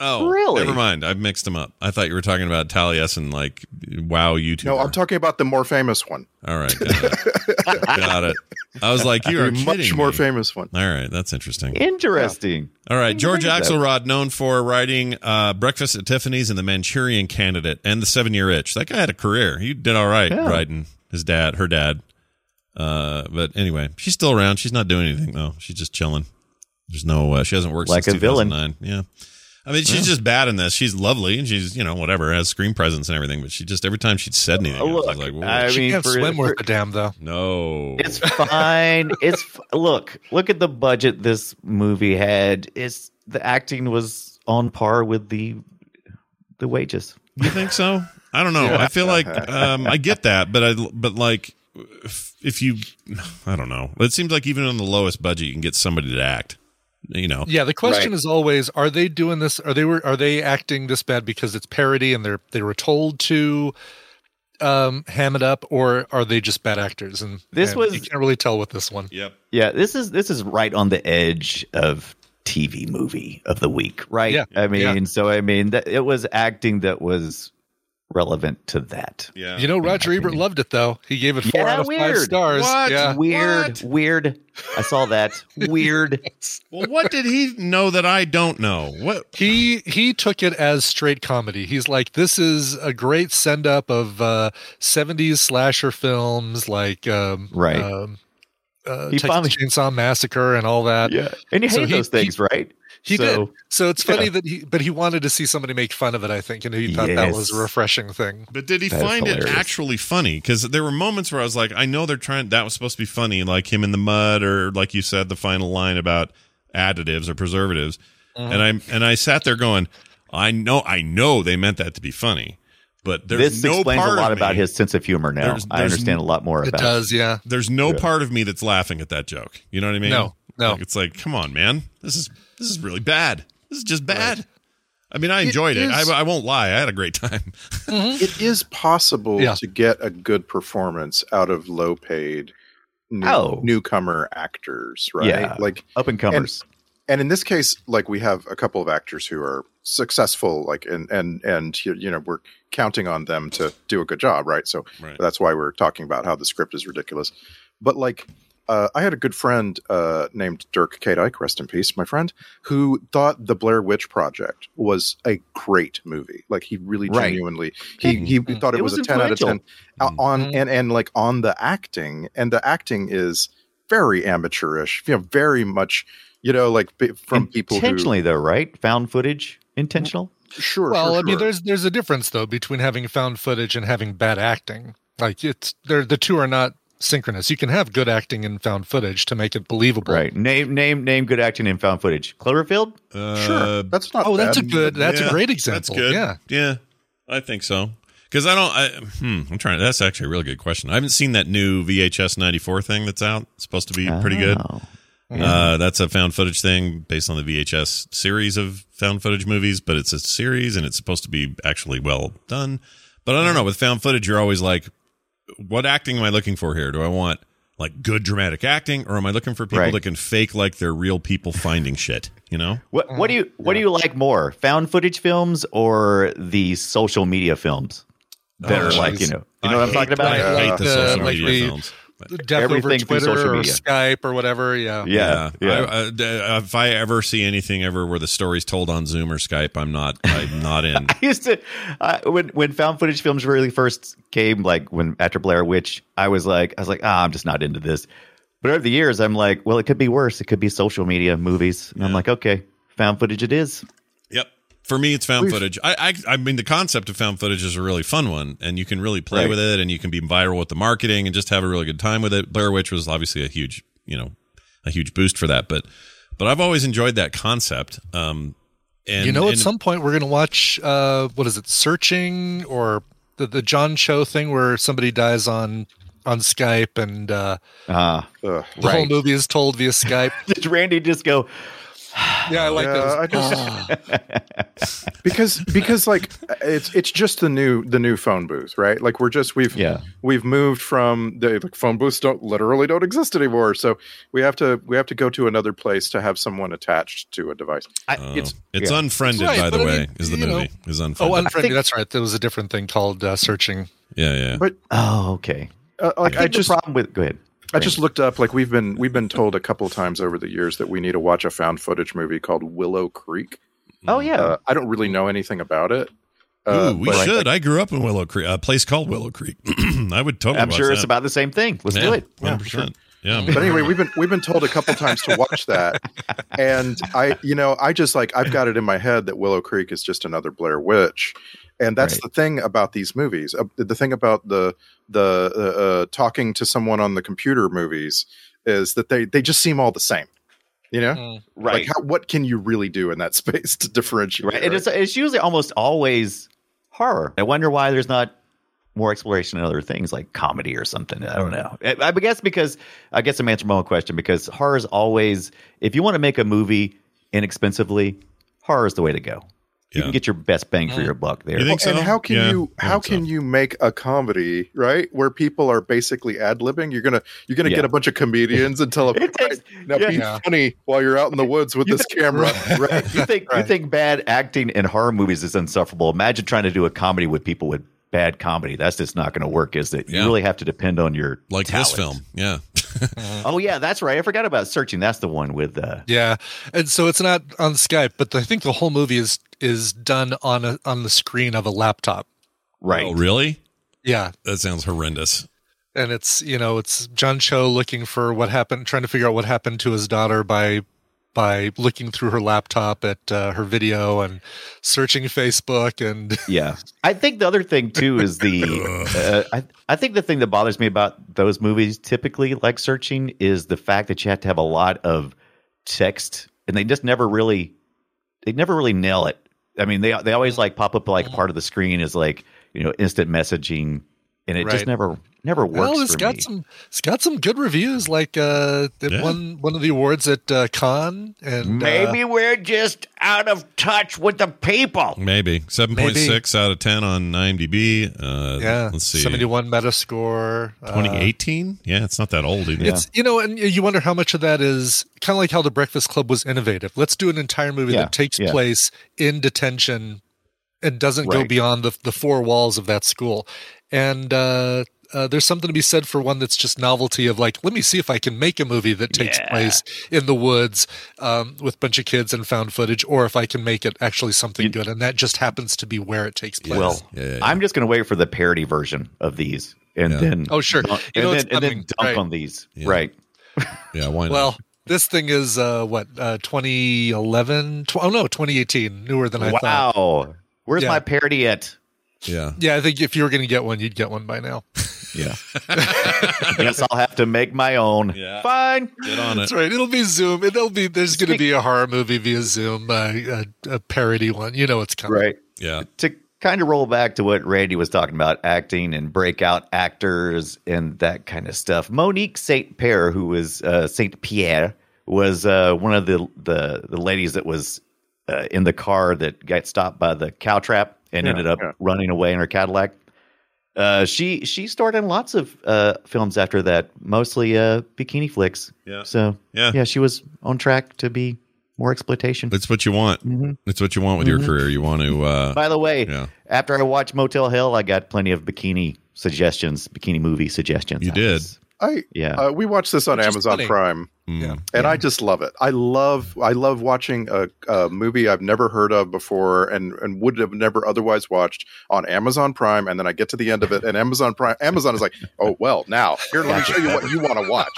Oh. Really? Never mind. I've mixed them up. I thought you were talking about Taliesin, like wow YouTuber. no, I'm talking about the more famous one. All right. Got it. got it. I was like, you are The kidding much more me. famous one. All right. That's interesting. Interesting. All right, George Bring it up. Axelrod, known for writing uh, "Breakfast at Tiffany's" and "The Manchurian Candidate" and "The Seven Year Itch." That guy had a career. He did all right Yeah. writing his dad, her dad. Uh, but anyway, she's still around. She's not doing anything though. She's just chilling. There's no. Uh, she hasn't worked Like since a villain. 2009. Yeah. I mean, she's just bad in this. She's lovely and she's, you know, whatever, has screen presence and everything, but she just, every time she'd said anything, I was Look, like, whoa, I she mean, can't for- swim for- worth a damn though. no. It's fine. it's f- look, look at the budget this movie had. It's the acting was on par with the the wages. You think so? I don't know. I feel like um, I get that, but I but like if, if you, I don't know. It seems like even on the lowest budget, you can get somebody to act. You know, Yeah, the question is always: Are they doing this? Are they were? Are they acting this bad because it's parody and they're they were told to um ham it up, or are they just bad actors? And This and was- you can't really tell with this one. Yep. Yeah, this is this is right on the edge of TV movie of the week, right? Yeah. I mean, Yeah. so I mean, that, it was acting that was relevant to that. Yeah. You know, In my Roger Ebert opinion. loved it though. He gave it four Yeah, out of five weird. stars. What? Yeah. Weird, What? weird. I saw that. Weird. well, what did he know that I don't know? What? He he took it as straight comedy. He's like, this is a great send up of uh, '70s slasher films like um, Right. um, uh, He Texas finally- Chainsaw Massacre and all that. yeah. And you hate So he- those things, right? He So- did. So it's yeah. funny that he, but he wanted to see somebody make fun of it. I think, and he thought that was a Yes. refreshing thing. But did he That is find it hilarious. actually funny? Because there were moments where I was like, I know they're trying. That was supposed to be funny, like him in the mud, or like you said, the final line about additives or preservatives. Mm-hmm. And I and I sat there going, I know, I know they meant that to be funny, but there's This no explains a part lot of me- about his sense of humor now. There's- I there's- understand a lot more It about does, yeah. There's no Yeah. part of me that's laughing at that joke. You know what I mean? No, no. Like, it's like, come on, man, this is this is really bad. This is just bad. I mean, I enjoyed it. is- I, I won't lie. I had a great time. It is possible Yeah. to get a good performance out of low paid new, Oh. newcomer actors, right? Yeah. Like up and comers. and in this case like we have a couple of actors who are successful like and and and you you know we're counting on them to do a good job right so Right. that's why we're talking about how the script is ridiculous but like uh, I had a good friend uh, named Dirk K. Dyke, rest in peace, my friend, who thought the Blair Witch Project was a great movie. Like he really Right. genuinely, he he thought it, It was, was a ten out of ten influential. uh, on and and like on the acting, and the acting is very amateurish. You know, very much, you know, like b- from people who intentionally, though, right? Found footage, intentional. sure. well, for I mean, sure. there's there's a difference though between having found footage and having bad acting. Like it's they're the two are not synchronous. You can have good acting in found footage to make it believable. Right. Name, name, name. Good acting in found footage. Cloverfield. Uh, sure. That's not. Oh, that's a bad. good. That's Yeah, a great That's example. good. Yeah. yeah, I think so. Because I don't. I, hmm, I'm trying. That's actually a really good question. I haven't seen that new VHS '94 thing that's out. It's supposed to be pretty good. Oh. Uh, that's a found footage thing based on the VHS series of found footage movies, but it's a series and it's supposed to be actually well done. But I don't know. With found footage, you're always like, what acting am I looking for here? Do I want like good dramatic acting, or am I looking for people Right. that can fake like they're real people finding shit? You know? What What do you What do you like more? Found footage films or the social media films that Oh, are like you geez. know you know what I'm talking I about? hate the Uh, social like media the- films. Death over Everything through Twitter social or media. Skype or whatever. Yeah. yeah. Yeah. I, uh, d- uh, if I ever see anything ever where the story's told on Zoom or Skype, I'm not. I'm not in. I used to I, when when found footage films really first came, like when after Blair Witch, I was like, I was like, ah, I'm just not into this. But over the years, I'm like, well, it could be worse. It could be social media, movies. And I'm like, okay, found footage. It is. Yep. For me, it's found footage. I, I I mean, the concept of found footage is a really fun one, and you can really play Right. with it, and you can be viral with the marketing, and just have a really good time with it. Blair Witch was obviously a huge, you know, a huge boost for that. But but I've always enjoyed that concept. Um, and you know, at and- some point we're going to watch uh, what is it, Searching or the, the John Cho thing where somebody dies on on Skype and uh, Uh, Ugh. the whole movie is told via Skype. did Randy just go? yeah, I like Yeah, I those. just because because like it's it's just the new the new phone booth, right? Like we're just we've Yeah. we've moved from the like, phone booths don't literally don't exist anymore. So we have to we have to go to another place to have someone attached to a device. Uh, I, Oh. it's it's unfriended, Right, by the but I way, mean, is the you know- movie is Oh, unfriended. unfriendly. think- that's right. There was a different thing called uh, Searching. yeah, yeah. But oh okay. uh, like I, think just the problem with go ahead. I just looked up like we've been we've been told a couple times over the years that we need to watch a found footage movie called Willow Creek. Oh yeah. Uh, I don't really know anything about it. Uh, Ooh, we but- should. I grew up in Willow Creek, a place called Willow Creek. I would totally. I'm watch sure that. it's about the same thing. Let's yeah, do it. 100%. Yeah, but anyway, we've been we've been told a couple times to watch that, and I, you know, I just like I've got it in my head that Willow Creek is just another Blair Witch, and that's Right. the thing about these movies. Uh, the thing about the the uh, uh, talking to someone on the computer movies is that they they just seem all the same, you know. Right. Like, how, what can you really do in that space to differentiate? right. And it's it's usually almost always horror. I wonder why there's not more exploration in other things like comedy or something. I don't know. I, I guess because I guess I'm answering my own question because horror is always if you want to make a movie inexpensively, horror is the way to go. You Yeah. can get your best bang for your buck there. You think so? and how can Yeah, you I how think so. can you make a comedy right where people are basically ad libbing? You're gonna you're gonna Yeah. get a bunch of comedians and tell them It takes- "Right, now yeah. be Yeah. funny while you're out in the woods with this camera. Right? you think you Right. think bad acting in horror movies is insufferable. Imagine trying to do a comedy with people with bad comedy. That's just not going to work, is it? Yeah. You really have to depend on your Like talent. this film. Yeah. Oh yeah, that's right. I forgot about searching. That's the one with uh, Yeah, and so it's not on Skype, but I think the whole movie is is done on a, on the screen of a laptop. right. Oh, really? Yeah, That sounds horrendous. and it's you know it's John Cho looking for what happened, trying to figure out what happened to his daughter by by looking through her laptop at uh, her video and searching Facebook and Yeah, I think the other thing too is the uh, I, I think the thing that bothers me about those movies typically, like searching, is the fact that you have to have a lot of text, and they just never really they never really nail it. I mean, they they always like pop up like part of the screen is like you know instant messaging, and it just Right. never never works. well, oh, it's for got me. some it's got some good reviews. Like uh, it Yeah. won one of the awards at uh, Cannes and uh, Maybe we're just out of touch with the people. Maybe. 7.6 out of 10 on IMDb. Uh, yeah, Let's see. seventy one Metascore uh, 2018? yeah, it's not that old either. It's you know, and you wonder how much of that is kind of like how the Breakfast Club was innovative. Let's do an entire movie Yeah, that takes yeah. place in detention and doesn't go Right. beyond the the four walls of that school. And uh, uh, there's something to be said for one that's just novelty of like, let me see if I can make a movie that takes Yeah. place in the woods um, with a bunch of kids and found footage, or if I can make it actually something good. And that just happens to be where it takes place. Well, Yeah, yeah, yeah. I'm just going to wait for the parody version of these, and Yeah. then Oh, sure. You and, know it's then, and then coming, dump right. on these, Yeah. right? yeah, why not? Well, this thing is uh, what uh, 2011? Tw- oh no, 2018. Newer than I thought. Wow, where's Yeah. my parody at? yeah. Yeah, I think if you were going to get one, you'd get one by now. Yeah, guess I'll have to make my own. Yeah. Fine. Get on it. That's right. It'll be Zoom. It'll be there's going to be a horror movie via Zoom, uh, a, a parody one. You know it's coming. Right. Yeah. To kind of roll back to what Randy was talking about, acting and breakout actors and that kind of stuff. Monique Saint Pierre, who was uh, Saint Pierre, was uh, one of the, the the ladies that was uh, in the car that got stopped by the cow trap and ended up running away in her Cadillac. Uh, she she starred in lots of uh, films after that, mostly uh, bikini flicks. Yeah. So Yeah. yeah, she was on track to be more exploitation. That's what you want. That's what you want with your career. You want to. Uh, By the way, Yeah. after I watched Motel Hell, I got plenty of bikini suggestions, bikini movie suggestions. You I did. was- I Yeah. Uh, we watched this on Which is Amazon funny. Prime, yeah. and I just love it. I love I love watching a, a movie I've never heard of before and and would have never otherwise watched on Amazon Prime, and then I get to the end of it, and Amazon Prime Amazon is like, oh well, now here let me show you what you want to watch.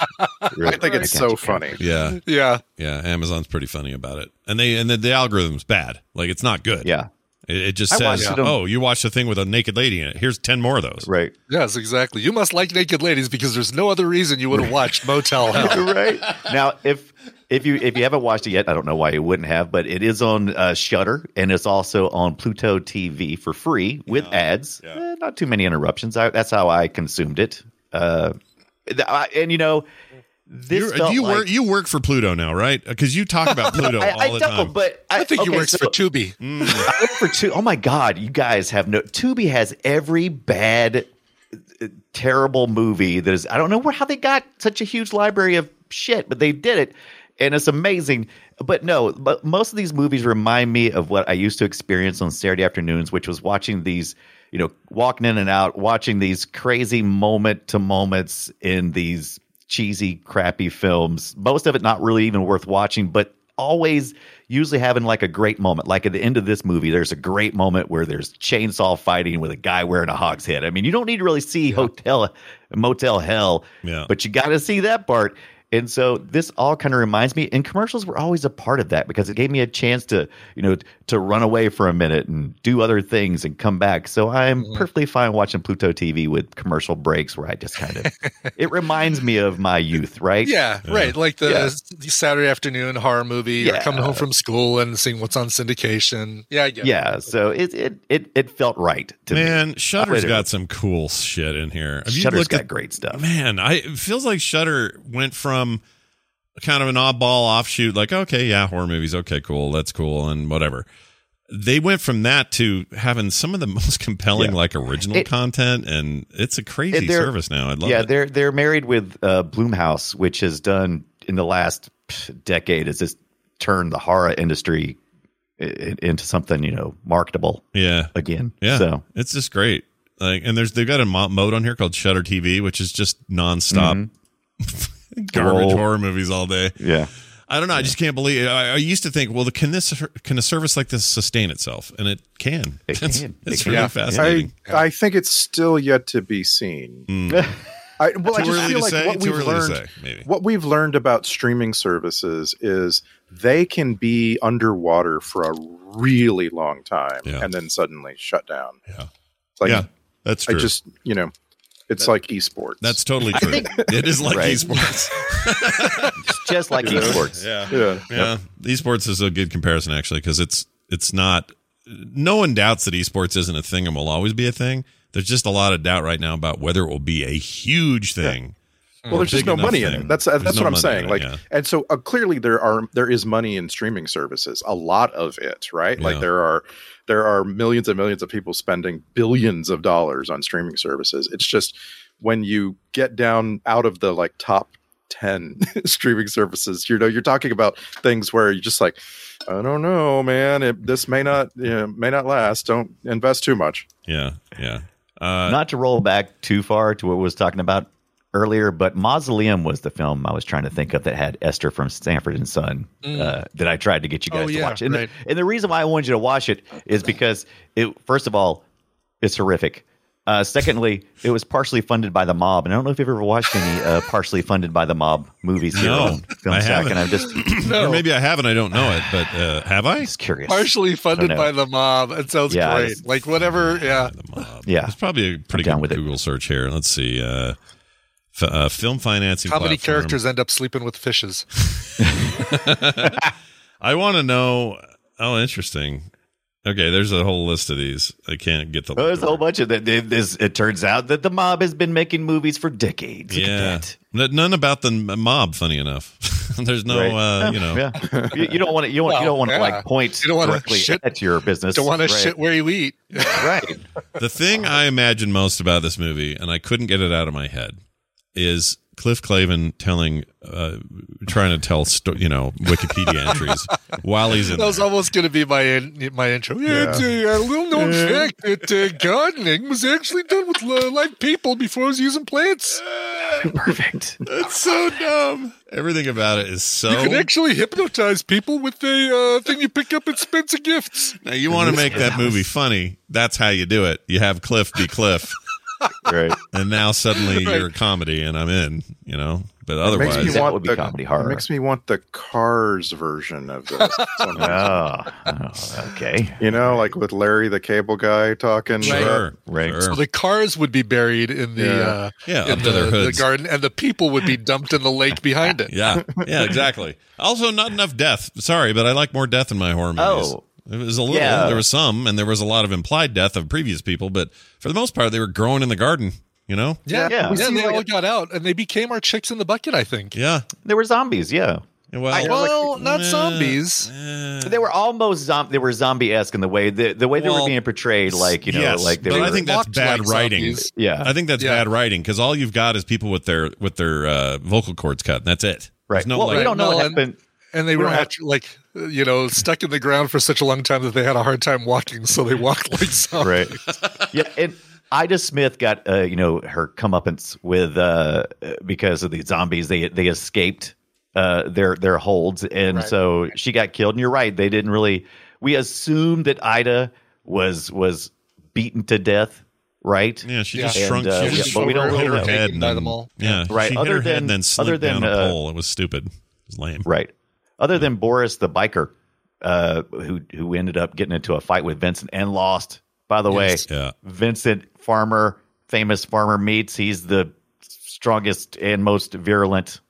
I think it's so funny. Yeah. Yeah. Yeah. Amazon's pretty funny about it. And they, and the, the algorithm's bad. Like, it's not good. Yeah. It, it just I says, watched it on- oh, you watched a thing with a naked lady in it. Here's 10 more of those. Right. Yes, exactly. You must like naked ladies because there's no other reason you would have watched Motel Hell. right. Now, if if you if you haven't watched it yet, I don't know why you wouldn't have, but it is on uh, Shutter and it's also on Pluto TV for free with ads. Eh, not too many interruptions. I, that's how I consumed it. Uh, th- I, and you know, this You're- felt you like, work you work for Pluto now, right? Because you talk about Pluto I, all I the don't, time. but I, I think he okay, works so- Mm. for Tubi. I work for Tu- Oh my God, you guys have no. Tubi has every bad, uh, terrible movie that is. I don't know where how they got such a huge library of shit, but they did it, and it's amazing. But no, but most of these movies remind me of what I used to experience on Saturday afternoons, which was watching these. You know, walking in and out, watching these crazy moment to moments in these cheesy, crappy films. Most of it not really even worth watching, but always usually having like a great moment. Like at the end of this movie, there's a great moment where there's chainsaw fighting with a guy wearing a hog's head. I mean, you don't need to really see hotel motel hell, Yeah. but you got to see that part. And so this all kind of reminds me, and commercials were always a part of that because it gave me a chance to, you know, to run away for a minute and do other things and come back. So I'm Mm-hmm. perfectly fine watching Pluto TV with commercial breaks where I just kind of, it reminds me of my youth, right? Yeah, right. Like the, Yeah. the Saturday afternoon horror movie or Yeah. coming home from school and seeing what's on syndication. Yeah, I get it. yeah so it it it, it felt right to me Man, Shutter's Later. got some cool shit in here. Have you Shutter's looked got at- great stuff. Man, I it feels like Shutter went from kind of an oddball offshoot, like okay, yeah, horror movies, okay, cool, that's cool, and whatever. They went from that to having some of the most compelling, Yeah. like original It- content, and it's a crazy It- they're- service now. I love yeah it. they're they're married with uh bloomhouse which has done in the last pff, decade has just turned the horror industry i- i- into something you know marketable Yeah, again yeah. so it's just great. Like, and there's they've got a mo- mode on here called Shutter TV, which is just nonstop garbage Roll. horror movies all day. Yeah. I don't know. I just can't believe. I, I used to think, well, the, can this can a service like this sustain itself? And it can. It it's, can. It's It really can. fascinating. I, I think it's still yet to be seen. I, well, I Hmm. Too just feel early to like say, what too we've early to learned, say, maybe. what we've learned about streaming services is they can be underwater for a really long time Yeah. and then suddenly shut down. Yeah. It's like yeah, that's I true. just you know, it's like esports. that's totally true. it is like Right. esports. It's just like esports. yeah. yeah. Yeah, esports is a good comparison actually because it's it's not. No one doubts that esports isn't a thing and will always be a thing. There's just a lot of doubt right now about whether it will be a huge thing. Well, there's just big no enough money in thing. it. That's There's that's no what I'm money saying. in it, Like, yeah. and so uh, clearly there are there is money in streaming services. A lot of it, right? Yeah. Like there are there are millions and millions of people spending billions of dollars on streaming services. It's just when you get down out of the like top ten streaming services, you know, you're talking about things where you're just like, I don't know, man. It, this may not you know, may not last. Don't invest too much. Yeah, yeah. Uh, Not to roll back too far to what we was talking about earlier, but Mausoleum was the film I was trying to think of that had Esther from Sanford and Son Mm. uh, that I tried to get you Oh, guys to yeah, watch. And, right. the, and the reason why I wanted you to watch it is because it, first of all, it's horrific. Uh, secondly, it was partially funded by the mob, and I don't know if you've ever watched any uh, partially funded by the mob movies here No, on Film I Sack, haven't. and I'm just Or maybe I haven't. I don't know it, but uh, have I? Oh. just curious. Partially funded know. by the mob. It sounds Yeah, I great. just- like whatever. Yeah. The mob. Yeah. There's probably a pretty down good with it. Google search here. Let's see. Uh, f- uh, film financing. How many platform. characters end up sleeping with fishes? I want to know. Oh, interesting. Okay, there's a whole list of these. I can't get the. Well, Oh, there's a whole bunch of that. It, this, it turns out that the mob has been making movies for decades. Look at Yeah, that. N- none about the m- mob. Funny enough, there's no, uh, you know, yeah. you, you don't want to. You, want. you Well, don't want to yeah. like point You don't wanna directly shit- at your business. Don't want right. to shit where you eat. Right. the thing I imagine most about this movie, and I couldn't get it out of my head, is Cliff Clavin telling, uh, trying to tell, sto- you know, Wikipedia entries while he's in That was there. almost going to be my in, my intro. Yeah, it's a, uh, little known fact that uh, gardening was actually done with uh, live people before it was using plants. Perfect. That's so dumb. Everything about it is so. You can actually hypnotize people with a uh, thing you pick up at Spencer Gifts. now you want to make that house. movie funny? That's how you do it. You have Cliff be Cliff, Right. and now suddenly Right. you're a comedy, and I'm in. You know, but Makes otherwise, me That want would be the, comedy horror. It makes me want the Cars version of this. somehow. Oh, oh, okay. You know, like with Larry the Cable Guy talking. uh, sure, Right. sure. The cars would be buried in the Yeah. uh, Yeah, in up to the, their the hoods. garden, and the people would be dumped in the lake behind it. Yeah, yeah, exactly. Also, not enough death. Sorry, but I like more death in my horror movies. Oh. It was a little. Yeah. There was some, and there was a lot of implied death of previous people, but for the most part, they were growing in the garden. You know? Yeah, Yeah. yeah. We they all got out, and they became our chicks in the bucket. I think. Yeah. There were zombies. Yeah. Well, Well, not eh, zombies. eh. They were almost zombie. They were zombie esque in the way the the way they Well, were being portrayed. Like you know, yes, like they but were. I think that's Looked bad like writing. zombies. yeah. I think that's Yeah. bad writing because all you've got is people with their with their uh, vocal cords cut, and that's it. right. There's no well, like, we don't know Well, what and- happened. and they were don't have- actually like uh, you know stuck in the ground for such a long time that they had a hard time walking, so they walked like zombies. right yeah and ida smith got uh, you know her comeuppance with uh because of the zombies they they escaped uh their their holds and so she got killed and you're right they didn't really we assumed that ida was was beaten to death right yeah, she Yeah. just And, shrunk. uh, she yeah, just but we don't hit really her know. head Taken and by then- them all. Yeah, Right, She hit other her head than- and then slid other than, down a uh, pole. It was stupid. It was lame. right other than boris the biker uh who who ended up getting into a fight with vincent and lost by the way Yeah. Vincent Farmer, famous farmer meets. He's the strongest and most virulent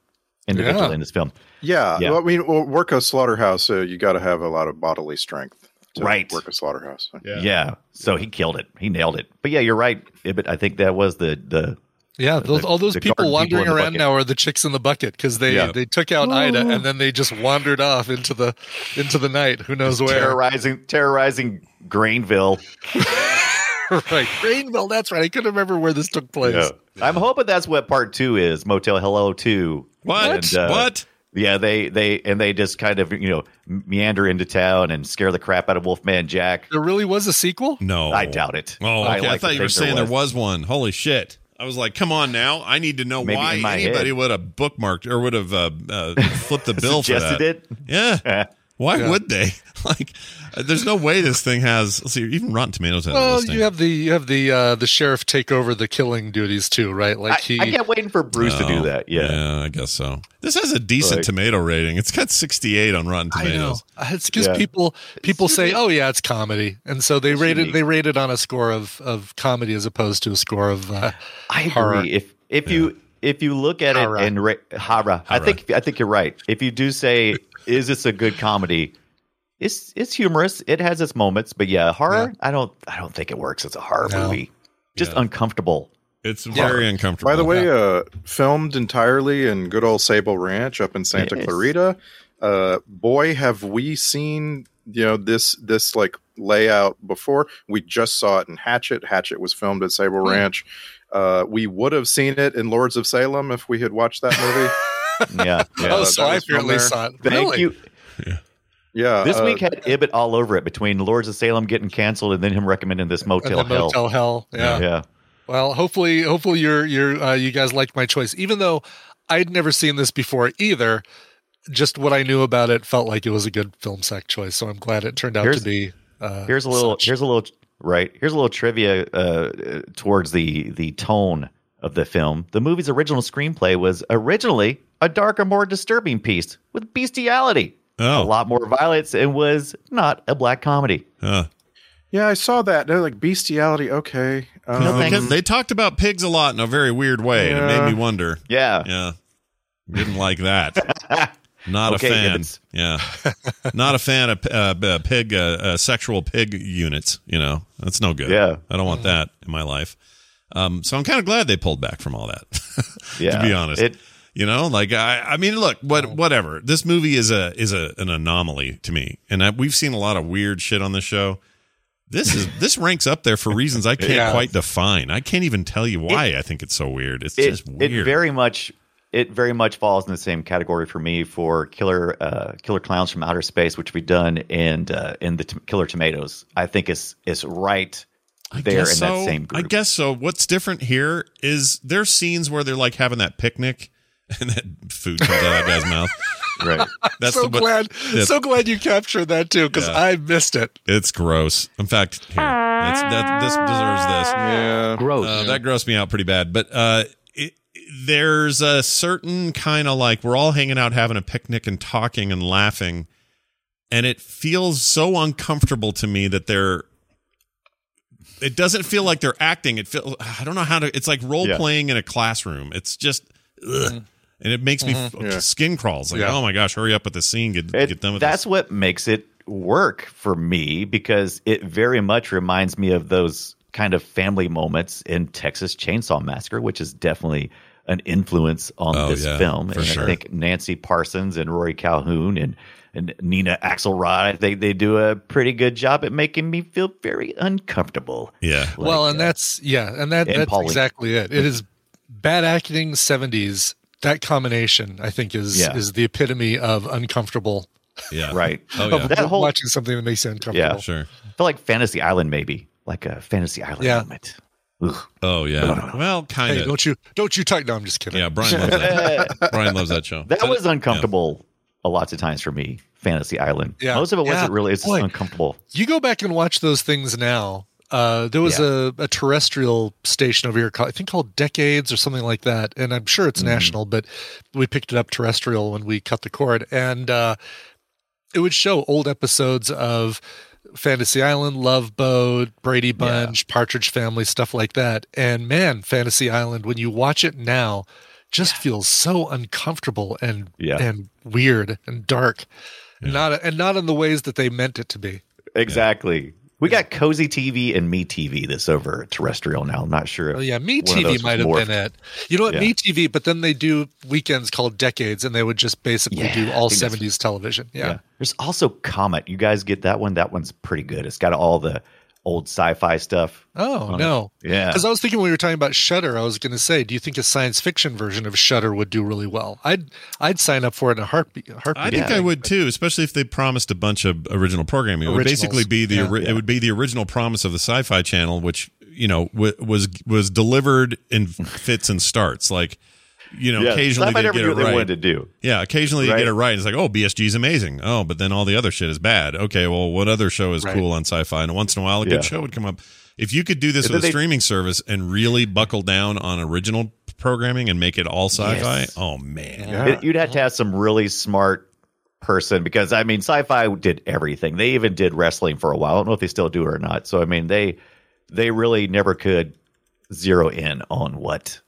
individual Yeah. in this film. Yeah. Yeah. Well, I mean, well, work a slaughterhouse, uh, you got to have a lot of bodily strength to Right. work a slaughterhouse. Yeah. So he killed it. He nailed it. But yeah, you're right. Yeah, But I think that was the the Yeah, those, all those the people garden people in wandering the around bucket. now are the chicks in the bucket because they Yeah. they took out Ida Oh. and then they just wandered off into the into the night. Who knows where? terrorizing terrorizing Grainville. right, Greenville. That's right. I couldn't remember where this took place. I'm hoping that's what part two is. Motel Hello Two. What? And, uh, what? Yeah, they they and they just kind of you know meander into town and scare the crap out of Wolfman Jack. There really was a sequel? No, I doubt it. Oh, I okay. I, like to thought you were think there saying there was. was. one. Holy shit! I was like, come on now. I need to know Maybe why in my anybody head. would have bookmarked or would have uh, uh, flipped the bill for Suggested that. it. Yeah. Why Yeah. would they? Like, uh, there's no way this thing has. Let's see, even Rotten Tomatoes has a Well, listing. you have the you have the uh, the sheriff take over the killing duties too, right? Like I, he I kept waiting for Bruce to do Oh, that. Yeah. I guess so. This has a decent Like- tomato rating. It's got 68 on Rotten I know. Tomatoes. Uh, It's because Yeah. people people say, "Oh yeah, it's comedy," and so they rated unique. they rated on a score of of comedy as opposed to a score of. Uh, I agree. Horror. If if you if you look at Horror. it and ra- horror, I Horror. think I think you're right. If you do say, "Is this a good comedy?" It's it's humorous. It has its moments, but yeah, horror. I don't I don't think it works as a horror No. movie. Just Yeah. uncomfortable. It's very uncomfortable. By the way, uh, filmed entirely in good old Sable Ranch up in Santa Yes. Clarita. Uh, boy, have we seen you know this this like layout before? We just saw it in Hatchet. Hatchet was filmed at Sable Ranch. Uh, we would have seen it in Lords of Salem if we had watched that movie. Yeah. yeah. oh, that so I was from apparently there. saw it. Thank really? you. yeah, This uh, week had Ibit all over it between Lords of Salem getting canceled and then him recommending this And Motel the Hell. Motel Hell. Yeah. Yeah. Well, hopefully, hopefully you're you're uh, you guys liked my choice, even though I'd never seen this before either. Just what I knew about it felt like it was a good film sack choice, so I'm glad it turned out Here's- to be. Uh, Here's a little. such. Here's a little. Right. Here's a little trivia uh, uh, towards the the tone of the film. The movie's original screenplay was originally a darker, more disturbing piece with bestiality, a oh, lot more violence, and was not a black comedy. huh. yeah, I saw that. They're like bestiality. Okay, um, No, thanks. Because they talked about pigs a lot in a very weird way, and it Yeah. made me wonder. Yeah. Yeah. Didn't like that. Not Okay, a fan. Gibbons. Yeah. Not a fan of uh, uh, pig, uh, uh, sexual pig units. You know, that's no good. Yeah. I don't want that in my life. Um, so I'm kind of glad they pulled back from all that. Yeah. To be honest. It, You know, like I, I mean, look, what, whatever. This movie is a is a an anomaly to me, and I, we've seen a lot of weird shit on this show. This is this ranks up there for reasons I can't Yeah. quite define. I can't even tell you why I think it's so weird. It's it, just weird. it very much it very much falls in the same category for me for killer uh, killer clowns from outer space, which we've done and uh, in the t- Killer Tomatoes. I think is is right there in guess that so. same group. I guess so. What's different here is there's scenes where they're like having that picnic, and that food comes out of that guy's mouth. right. That's so the, what- glad, yeah. so glad you captured that too, because Yeah. I missed it. It's gross. In fact, here, that's, that this deserves this. yeah. Oh, Gross. Uh, that grossed me out pretty bad. But uh, it, there's a certain kind of like we're all hanging out, having a picnic, and talking and laughing, and it feels so uncomfortable to me that they're. It doesn't feel like they're acting. It feels I don't know how to. It's like role Yeah. playing in a classroom. It's just. Ugh. And it makes me f- Yeah. skin crawls. Like, Yeah. oh my gosh, hurry up with the scene. Get, It- get done with that's this. what makes it work for me because it very much reminds me of those kind of family moments in Texas Chainsaw Massacre, which is definitely an influence on Oh, this yeah, film. for And sure. I think Nancy Parsons and Rory Calhoun and and Nina Axelrod, they they do a pretty good job at making me feel very uncomfortable. Yeah. Like, well, and uh, that's yeah, and that and that's Polly. exactly it. It is bad acting seventies. That combination, I think, is Yeah. is the epitome of uncomfortable. Yeah. right. Oh Of yeah. That whole- watching something that makes you uncomfortable. Sure. I feel like Fantasy Island, maybe like a Fantasy Island Yeah. moment. Ugh. Oh yeah. Well, kind Hey, of. don't you don't you talk? No, I'm just kidding. Yeah, Brian loves that. Brian loves that show. That But- was uncomfortable a lot of times for me. Fantasy Island. Yeah. Most of it wasn't Yeah. really. It's just Boy. uncomfortable. You go back and watch those things now. Uh, there was a, a terrestrial station over here, called, I think called Decades or something like that. And I'm sure it's national, but we picked it up terrestrial when we cut the cord. And uh, it would show old episodes of Fantasy Island, Love Boat, Brady Bunch, Partridge Family, stuff like that. And man, Fantasy Island, when you watch it now, just feels so uncomfortable and Yeah. and weird and dark. Not and not in the ways that they meant it to be. Exactly. We got Cozy TV and Me TV that's over terrestrial now. I'm not sure. If Oh yeah, Me one of those TV might have morphed. been it. You know what, Yeah. Me TV, but then they do weekends called Decades, and they would just basically Yeah, do I all think that's- seventies television. Yeah. There's also Comet. You guys get that one? That one's pretty good. It's got all the old sci-fi stuff. Oh, no. Yeah. Because I was thinking when we were talking about Shutter, I was going to say, do you think a science fiction version of Shutter would do really well? I'd I'd sign up for it in a heartbeat. a heartbeat. I think I would too, especially if they promised a bunch of original programming. It would Originals. basically be the Yeah. ori- it would be the original promise of the Sci-Fi Channel, which you know w- was was delivered in fits and starts. Like you know, Yeah, occasionally sci-fi they never knew get it what they right. wanted to do. Yeah, occasionally you Right. get it right. It's like, oh, BSG is amazing. Oh, but then all the other shit is bad. Okay, well, what other show is Right. cool on sci-fi? And once in a while, a Yeah. good show would come up. If you could do this And with a then they- streaming service and really buckle down on original programming and make it all sci-fi, Yes. oh man, It- you'd have to have some really smart person because I mean, sci-fi did everything. They even did wrestling for a while. I don't know if they still do or not. So I mean, they they really never could zero in on what.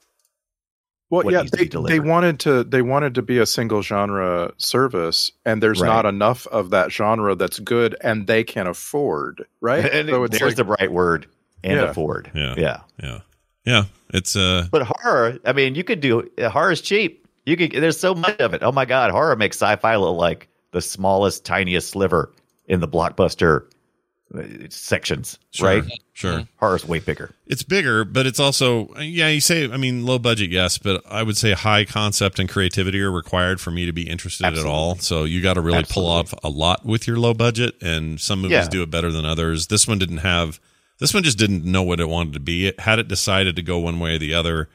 Well, what yeah, needs to they, be they delivered. wanted to they wanted to be a single genre service, and there's Right. not enough of that genre that's good, and they can afford right. And So it's there's like- the right word and Yeah. afford. Yeah. yeah. yeah, yeah. It's uh, But horror, I mean, you could do horror is cheap. You could there's so much of it. Oh my god, horror makes sci-fi look like the smallest, tiniest sliver in the blockbuster uh, sections, sure, right? Sure, Horror's way bigger. Mm-hmm. it's bigger, but it's also yeah. You say, I mean, low budget, yes, but I would say high concept and creativity are required for me to be interested at all. So you got to really pull off Absolutely. a lot with your low budget, and some movies Yeah. do it better than others. This one didn't have. This one just didn't know what it wanted to be. It had it decided to go one way or the other.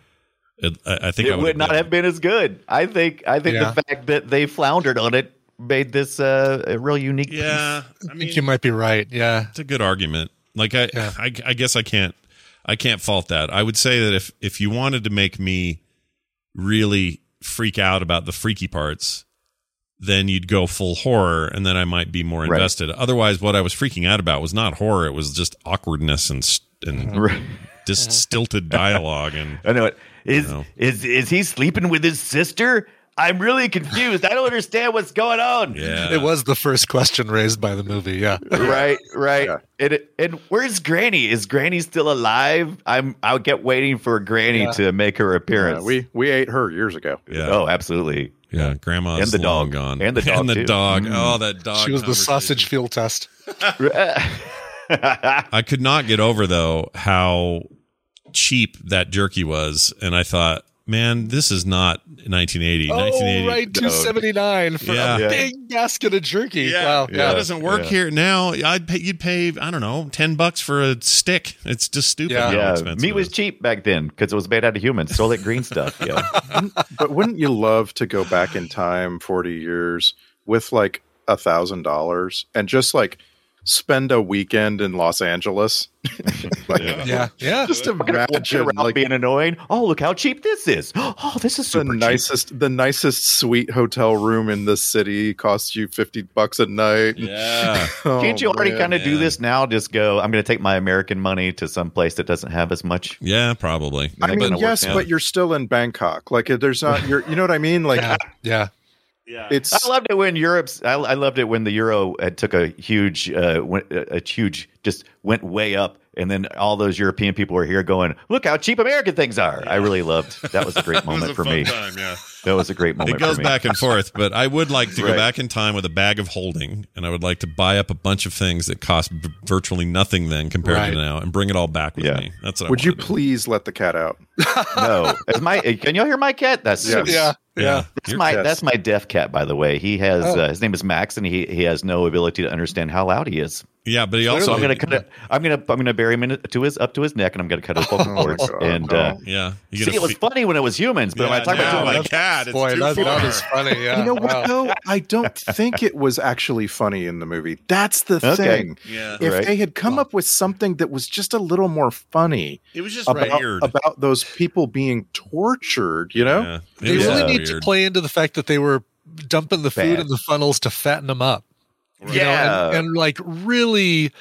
It, I, I think I it would not have been as good. I think I think Yeah. the fact that they floundered on it made this uh, a real unique piece. Yeah, I I mean, think you might be right. Yeah. It's a good argument. Like I, Yeah. I, I guess I can't, I can't fault that. I would say that if if you wanted to make me really freak out about the freaky parts, then you'd go full horror, and then I might be more Right. invested. Otherwise, what I was freaking out about was not horror; it was just awkwardness and s- and Right. just stilted dialogue. And I know it. Is know. is is he sleeping with his sister? I'm really confused. I don't understand what's going on. yeah, It was the first question raised by the movie. Yeah. right right Yeah. and and where's granny is granny still alive i'm i'll get waiting for granny to make her appearance yeah, we we ate her years ago. yeah, oh absolutely yeah. Grandma's And the dog. long gone, And the dog, and the too. Mm. dog. Oh, that dog. She was the conversation. sausage field test. Uh, I could not get over though how cheap that jerky was, and I thought, man, this is not 1980. Oh, 1980. right, two seventy nine for Yeah. a big basket of jerky. Yeah, wow, that yeah, doesn't work here now. I'd pay, you'd pay, I don't know, ten bucks for a stick. It's just stupid. Yeah. how yeah expensive meat it was is. cheap back then because it was made out of humans so all that green stuff yeah But wouldn't you love to go back in time 40 years with like a thousand dollars and just like spend a weekend in Los Angeles? like, yeah, yeah. Just Walking imagine around like being annoying oh look how cheap this is oh this is the super nice nicest the nicest sweet hotel room in this city costs you 50 bucks a night. Yeah, Oh, can't you already man. kind of do man. this now just go i'm going to take my american money to some place that doesn't have as much yeah, probably. I Ain't mean, gonna work yes, now. but you're still in Bangkok. Like, if there's not, you're, you know what I mean? Like, yeah, yeah. it's I loved it when Europe's. I, I loved it when the euro had took a huge, uh, went, a a huge, just went way up, and then all those European people were here going, "Look how cheap American things are." I really loved that. Was a great It was moment a for fun me. time, yeah. That was a great moment. It goes for me. back and forth, but I would like to go Right. back in time with a bag of holding, and I would like to buy up a bunch of things that cost v- virtually nothing then compared Right. to now, and bring it all back with Yeah. me. That's what I would you wanna do. please let the cat out? No, Is my uh, can y'all hear my cat? That's Yes. Yeah, yeah. That's my Yes. that's my deaf cat, by the way. He has uh, his name is Max, and he he has no ability to understand how loud he is. Yeah, but he Oh, So also I'm gonna cut it. I'm gonna I'm gonna bury him in, to his up to his neck, and I'm gonna cut his vocal Oh, my cords. God, and no. uh, Yeah, you see, it was funny when it was humans, but when I talk now, about it, I'm my like, cat, it's Boy, too that, that far. is funny. Yeah, You know wow. what though? I don't think it was actually funny in the movie. That's the Okay. thing. Yeah, If Right. they had come up with something that was just a little more funny it was just about, weird. about those people being tortured, you know? Yeah, it They was really just need to weird. play into the fact that they were dumping the food Bad. in the funnels to fatten them up. you know, yeah, and, and, like really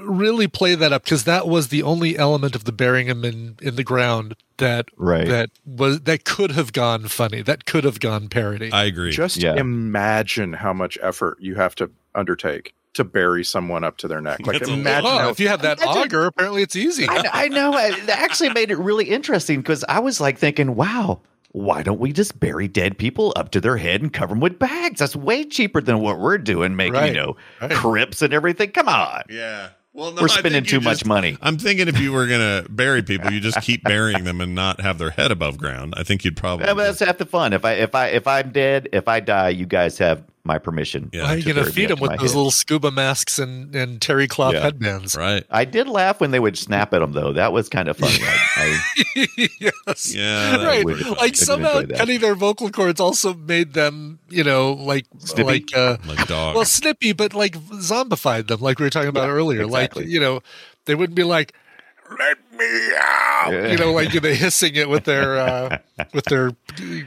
really play that up because that was the only element of the burying him in in the ground that Right. that was that could have gone funny that could have gone parody I agree. Just Yeah. imagine how much effort you have to undertake to bury someone up to their neck. Like That's a imagine Well, how if you have that Imagine- auger apparently it's easy I, I know. I- It actually made it really interesting because I was like thinking, wow, why don't we just bury dead people up to their head and cover them with bags? That's way cheaper than what we're doing, making, Right, you know, right. crypts and everything. Come on. yeah, Well, no, We're I think spending you too much just- money. I'm thinking if you were going to bury people, you just keep burying them and not have their head above ground. I think you'd probably. Yeah, but that's half the fun. If I if I if I'm dead, if I die, you guys have my permission. Yeah. How are you to going bury to me feed up them to with my those head? little scuba masks and, and terry cloth Yeah. headbands? right. I did laugh when they would snap at them, though. That was kind of funny. I, I, yes. Yeah. that right. would- would- I Like could somehow enjoy that. cutting their vocal cords also made them, you know, like Snippy? like uh Like dog. well snippy, but like zombified them, like we were talking about Yeah, earlier. exactly. Like you know, they wouldn't be like let me out Yeah. you know like they hissing it with their uh with their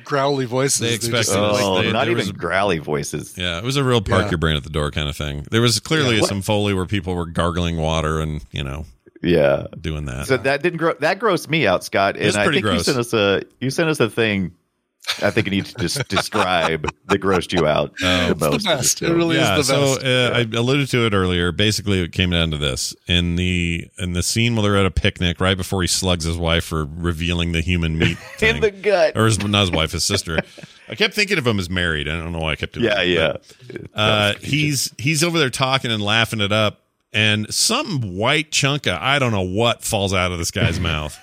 growly voices They They're just expected, like, oh, like, they- not there was even a- growly voices. yeah, it was a real park Yeah. your brain at the door kind of thing. There was clearly Yeah. some foley where people were gargling water and you know Yeah. doing that. So that didn't grow. That grossed me out, Scott. And It's I Uh-huh. pretty think you gross. sent us a you sent us a thing. I think you need to just describe that grossed you out Oh, the the most. best. It really yeah, is the best. So uh, I alluded to it earlier. Basically, it came down to this in the in the scene where they're at a picnic right before he slugs his wife for revealing the human meat thing, in the gut. or his, not his wife, his sister. I kept thinking of him as married. I don't know why I kept doing Yeah, that, yeah. but- uh, he's he's over there talking and laughing it up, and some white chunk of I don't know what falls out of this guy's mouth,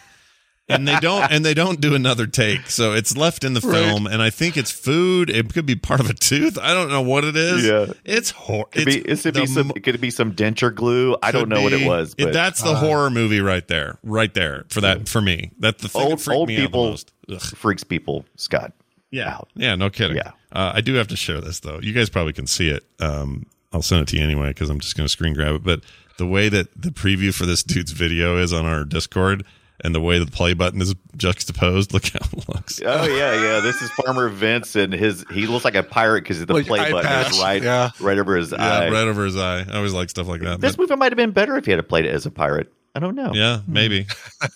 and they don't and they don't do another take, so it's left in the Right. film, and I think it's food. It could be part of a tooth. I don't know what it is. Yeah. it's horrible. Could be, it could be some. It could be some denture glue. I don't know what it was, but Uh. that's the horror movie right there, right there for that for me. That's the thing that old freaked old me people out the most. Ugh. freaks people. Scott. Yeah. out. Yeah, no kidding. Yeah. Uh, I do have to share this though. You guys probably can see it. Um, I'll send it to you anyway because I'm just going to screen grab it. But the way that the preview for this dude's video is on our Discord and the way the play button is juxtaposed, look how it looks. Oh yeah, yeah. This is Farmer Vince, and his he looks like a pirate because the Like play eye button patch, is right, yeah. right over his Yeah, eye. right over his eye. I always like stuff like that. This but- movie might have been better if he had played it as a pirate. I don't know. yeah, Hmm. maybe.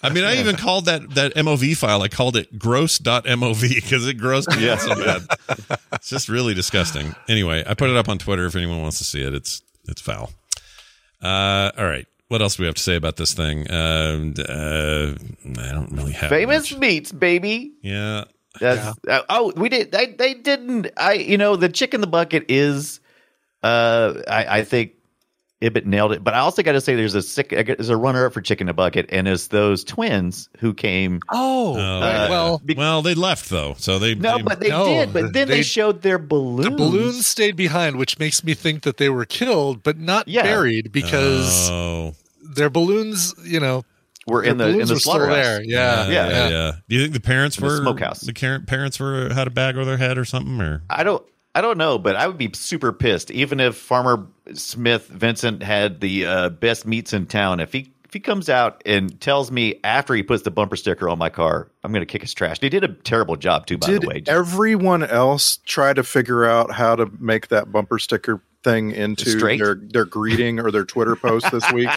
I mean, I even called that that MOV file. I called it gross.mov because it grossed me out so bad. It's just really disgusting. Anyway, I put it up on Twitter if anyone wants to see it. It's it's foul. Uh, all right. What else do we have to say about this thing? Um, uh, I don't really have Famous much. meats, baby. Yeah. That's uh, oh, we did. They, they didn't. I you know the chick in the bucket is. Uh, I, I think Ibbot nailed it, but I also got to say there's a sick there's a runner up for chicken in the bucket, and it's those twins who came. oh, Oh, right, yeah. well well, they left though, so they No, they- but they No, did. But then they, they- showed their balloons. the balloons stayed behind, which makes me think that they were killed, but not Yeah. buried because oh their balloons, you know, were in their the in balloons the were still slaughterhouse. there. Yeah, yeah, uh, Yeah. yeah, Do you think the parents In the were smokehouse. The car- parents were had a bag over their head or something, or I don't I don't know, but I would be super pissed even if Farmer Smith Vincent had the uh, best meats in town. If he if he comes out and tells me after he puts the bumper sticker on my car, I'm going to kick his trash. He did a terrible job too, by Did the way. everyone else try to figure out how to make that bumper sticker thing into Straight? their their greeting or their Twitter post this week?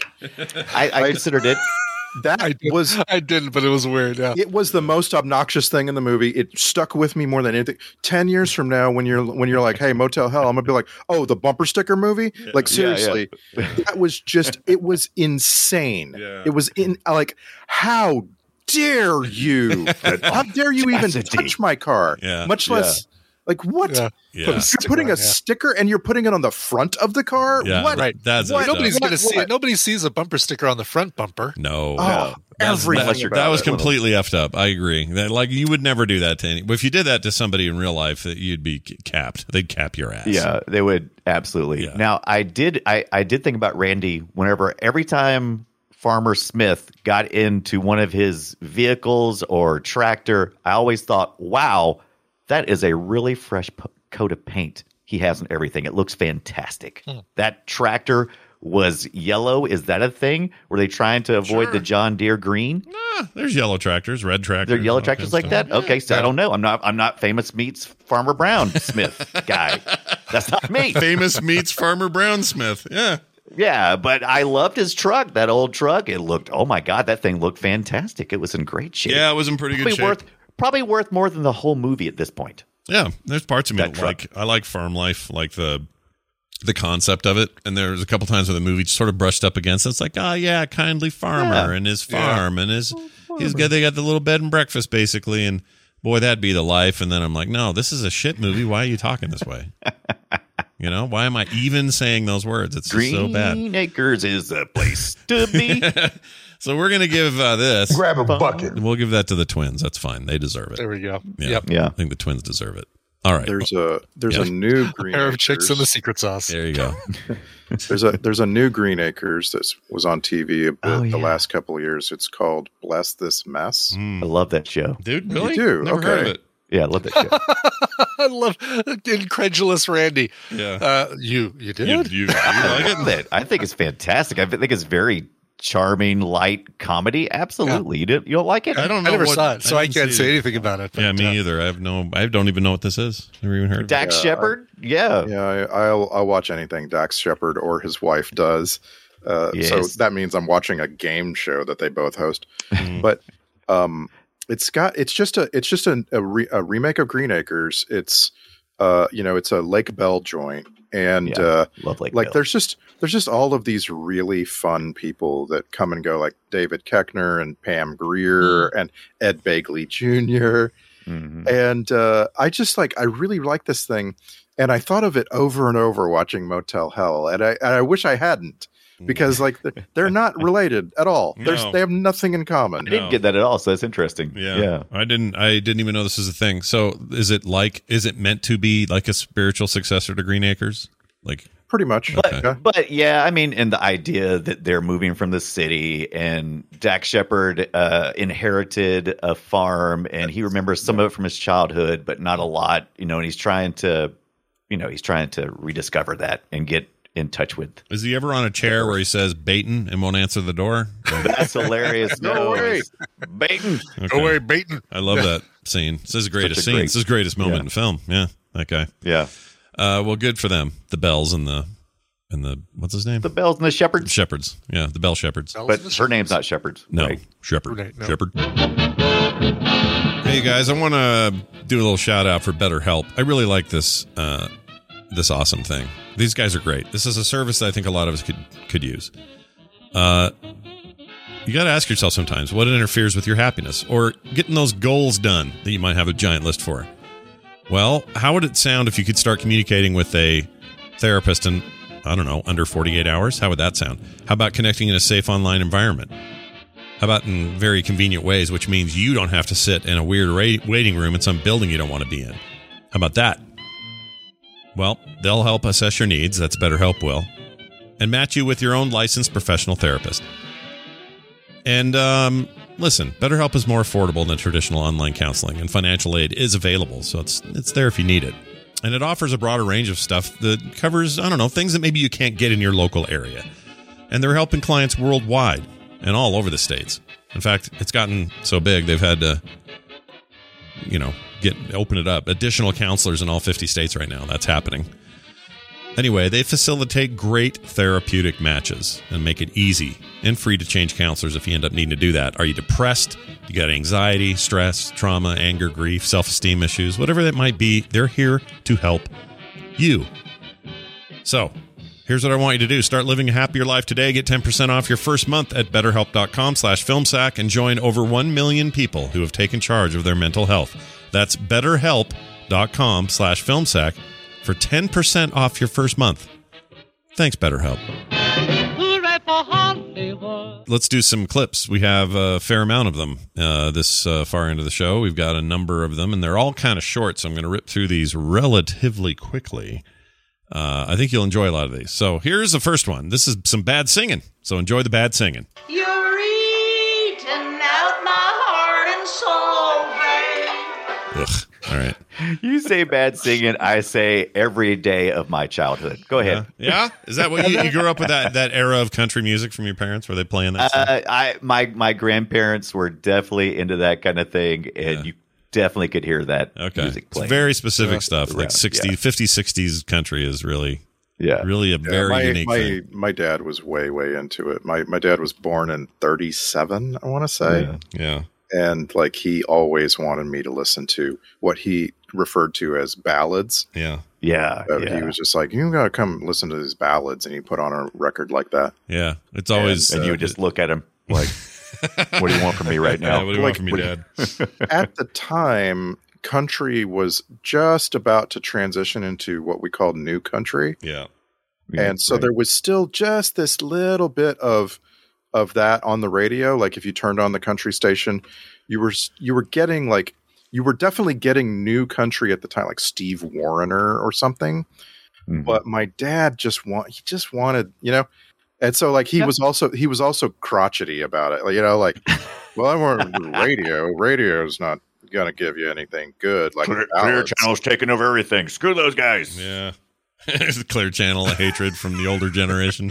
I, I considered it. I That did, was I didn't, but it was weird. Yeah. it was the most obnoxious thing in the movie. It stuck with me more than anything. Ten years from now, when you're when you're like, "Hey, Motel Hell," I'm gonna be like, "Oh, the bumper sticker movie." Like Yeah, yeah. seriously, that was just it was insane. Yeah. It was in like how dare you? how dare you even Audacity. touch my car? Yeah. much less like what? Yeah. yeah, Put a You're putting on, a yeah. sticker and you're putting it on the front of the car. yeah, What? Right. That's What? Nobody's Nobody's. What- going to see what? it. Nobody sees a bumper sticker on the front bumper. No. Oh, That's- everything That, about that was it. completely effed up. I agree. That like you would never do that to any. If you did that to somebody in real life, that you'd be c- capped. They'd cap your ass. Yeah, they would absolutely. Yeah. Now I did I, I did think about Randy whenever every time Farmer Smith got into one of his vehicles or tractor, I always thought, wow, that is a really fresh p- coat of paint he has on everything. It looks fantastic. Hmm. That tractor was yellow. Is that a thing? Were they trying to avoid the John Deere green? Ah, there's yellow tractors, red tractors. They're yellow all tractors kinds like of that. stuff. Okay, so I don't know. I'm not. I'm not famous meets Farmer Brown Smith guy. That's not me. Famous meets Farmer Brown Smith. Yeah. Yeah, but I loved his truck. That old truck. It looked. Oh my god, that thing looked fantastic. It was in great shape. Yeah, it was in pretty good probably shape. worth probably worth more than the whole movie at this point. yeah, there's parts of me That that, truck. like. I like farm life, like the the concept of it. And there was a couple times where the movie sort of brushed up against. It. It's like, oh yeah, kindly farmer Yeah. and his farm and his he's got they got the little bed and breakfast basically. And boy, that'd be the life. And then I'm like, no, this is a shit movie. Why are you talking this way? You know, why am I even saying those words? It's just Green so bad. Acres is the place to be. So we're gonna give uh, this. Grab a bucket. We'll give that to the twins. That's fine. They deserve it. There we go. Yeah. Yep. yeah. I think the twins deserve it. All right. There's a there's Yeah. a new Green Pair of Acres. chicks in the secret sauce. there you go. There's a there's a new Green Acres that was on TV a bit Oh, the yeah. Mm. last couple of years. It's called Bless This Mess. I love that show. Dude, You really? do? Never heard of Okay. it. Yeah, I love that show. I love incredulous Randy. Yeah. Uh, you you did? Uh-huh. you, you, you like Oh, I it? love it. I think it's fantastic. I think it's very charming, light comedy. Absolutely. You don't- You don't like it? I don't I know. never what- saw it, so I, didn't can't see say it. anything about it. but, Yeah, uh, me either. I have no. I don't even know what this is. Never even heard. Of it. Dax Shepard? Yeah. Yeah, I, I'll I'll watch anything Dax Shepard or his wife does. Uh, So Yes. that means I'm watching a game show that they both host. Mm. but um, it's got it's just a it's just a a, re, a remake of Green Acres. It's uh you know it's a Lake Bell joint and Yeah. uh, Love Lake like Bell. there's just there's just all of these really fun people that come and go like David Keckner and Pam Greer and Ed Bagley Jr Mhm. and uh, I just like I really like this thing, and I thought of it over and over watching Motel Hell, and I and I wish I hadn't because like they're, they're not related at all. There's No. they have nothing in I common. didn't No. get that at all, so that's interesting. Yeah. I didn't. I didn't even know this is a thing. So, is it like? Is it meant to be like a spiritual successor to Green Acres? Like, Pretty much. But Yeah. but yeah, I mean, and the idea that they're moving from the city, and Dax Shepard uh, inherited a farm, and he remembers some of it from his childhood, but not a lot, you know. And he's trying to, you know, he's trying to rediscover that and get in touch with. is he ever on a chair where he says "Baton" and won't answer the door? That's hilarious. No way. it's Baton. Okay. No way, Baton. I love that scene. This is the greatest a scene. great- this is the greatest moment in film. Yeah, that guy. Yeah, Uh, well, good for them. The bells and the and the what's his name? the bells and the shepherds, shepherds. Yeah, the bell shepherds. Bells but in the her name's not shepherds. No, right? Shepherd. Right, no. Shepherd. Hey guys, I want to do a little shout out for BetterHelp. I really like this uh, this awesome thing. These guys are great. This is a service that I think a lot of us could could use. Uh, you got to ask yourself sometimes what interferes with your happiness or getting those goals done that you might have a giant list for. Well, how would it sound if you could start communicating with a therapist in I don't know under 48 hours? How would that sound? How about connecting in a safe online environment? How about in very convenient ways, which means you don't have to sit in a weird ra- waiting room in some building you don't want to be in? How about that? Well, they'll help assess your needs. That's BetterHelp will. And match you with your own licensed professional therapist. And um, listen, BetterHelp is more affordable than traditional online counseling, and financial aid is available, so it's it's there if you need it. And it offers a broader range of stuff that covers, I don't know, things that maybe you can't get in your local area. And they're helping clients worldwide and all over the states. In fact, it's gotten so big they've had to, you know, get open it up. Additional counselors in all 50 states right now. That's happening. Anyway, they facilitate great therapeutic matches and make it easy and free to change counselors if you end up needing to do that. Are you depressed? You got anxiety, stress, trauma, anger, grief, self esteem issues, whatever that might be, they're here to help you. So, here's what I want you to do. Start living a happier life today. Get 10% off your first month at betterhelp.com slash filmsack and join over 1 million people who have taken charge of their mental health. That's betterhelp.com slash filmsack for 10% off your first month. Thanks, BetterHelp. Let's do some clips. We have a fair amount of them uh, this uh, far into the show. We've got a number of them, and they're all kind of short, so I'm going to rip through these relatively quickly. Uh, I think you'll enjoy a lot of these. So here's the first one. This is some bad singing, so enjoy the bad singing. You're eating out my heart and soul, babe. Ugh. All right. You say bad singing, I say every day of my childhood. Go ahead. Yeah? Is that what you, you grew up with that, that era of country music from your parents? Were they playing that? stuff? Uh, I my my grandparents were definitely into that kind of thing, and you definitely could hear that Okay. music It's playing. very specific stuff. Yeah. Like 60, Yeah. 50, 60s country is really, yeah, really a Yeah, very my unique my, thing. my dad was way way into it. My my dad was born in 37, I want to say, Yeah. Yeah. and like he always wanted me to listen to what he referred to as ballads. Yeah. yeah, Uh, yeah. He was just like, "You gotta come listen to these ballads," and he put on a record like that. Yeah. It's always. uh, and you uh, would just look at him like, "What do you want from me right yeah, now?" what do you want like, from your what- dad? at the time country was just about to transition into what we call new country. Yeah. and so there was still just this little bit of of that on the radio like if you turned on the country station you were s- you were getting like you were definitely getting new country at the time like steve wariner or something Mhm. but my dad just want he just wanted you know and so like he was also he was also crotchety about it like, you know like well i want radio radio's not gonna give you anything good like Clear, Clear ballads. Channel's taking over everything. Screw those guys. Yeah. There's a clear channel of hatred from the older generation.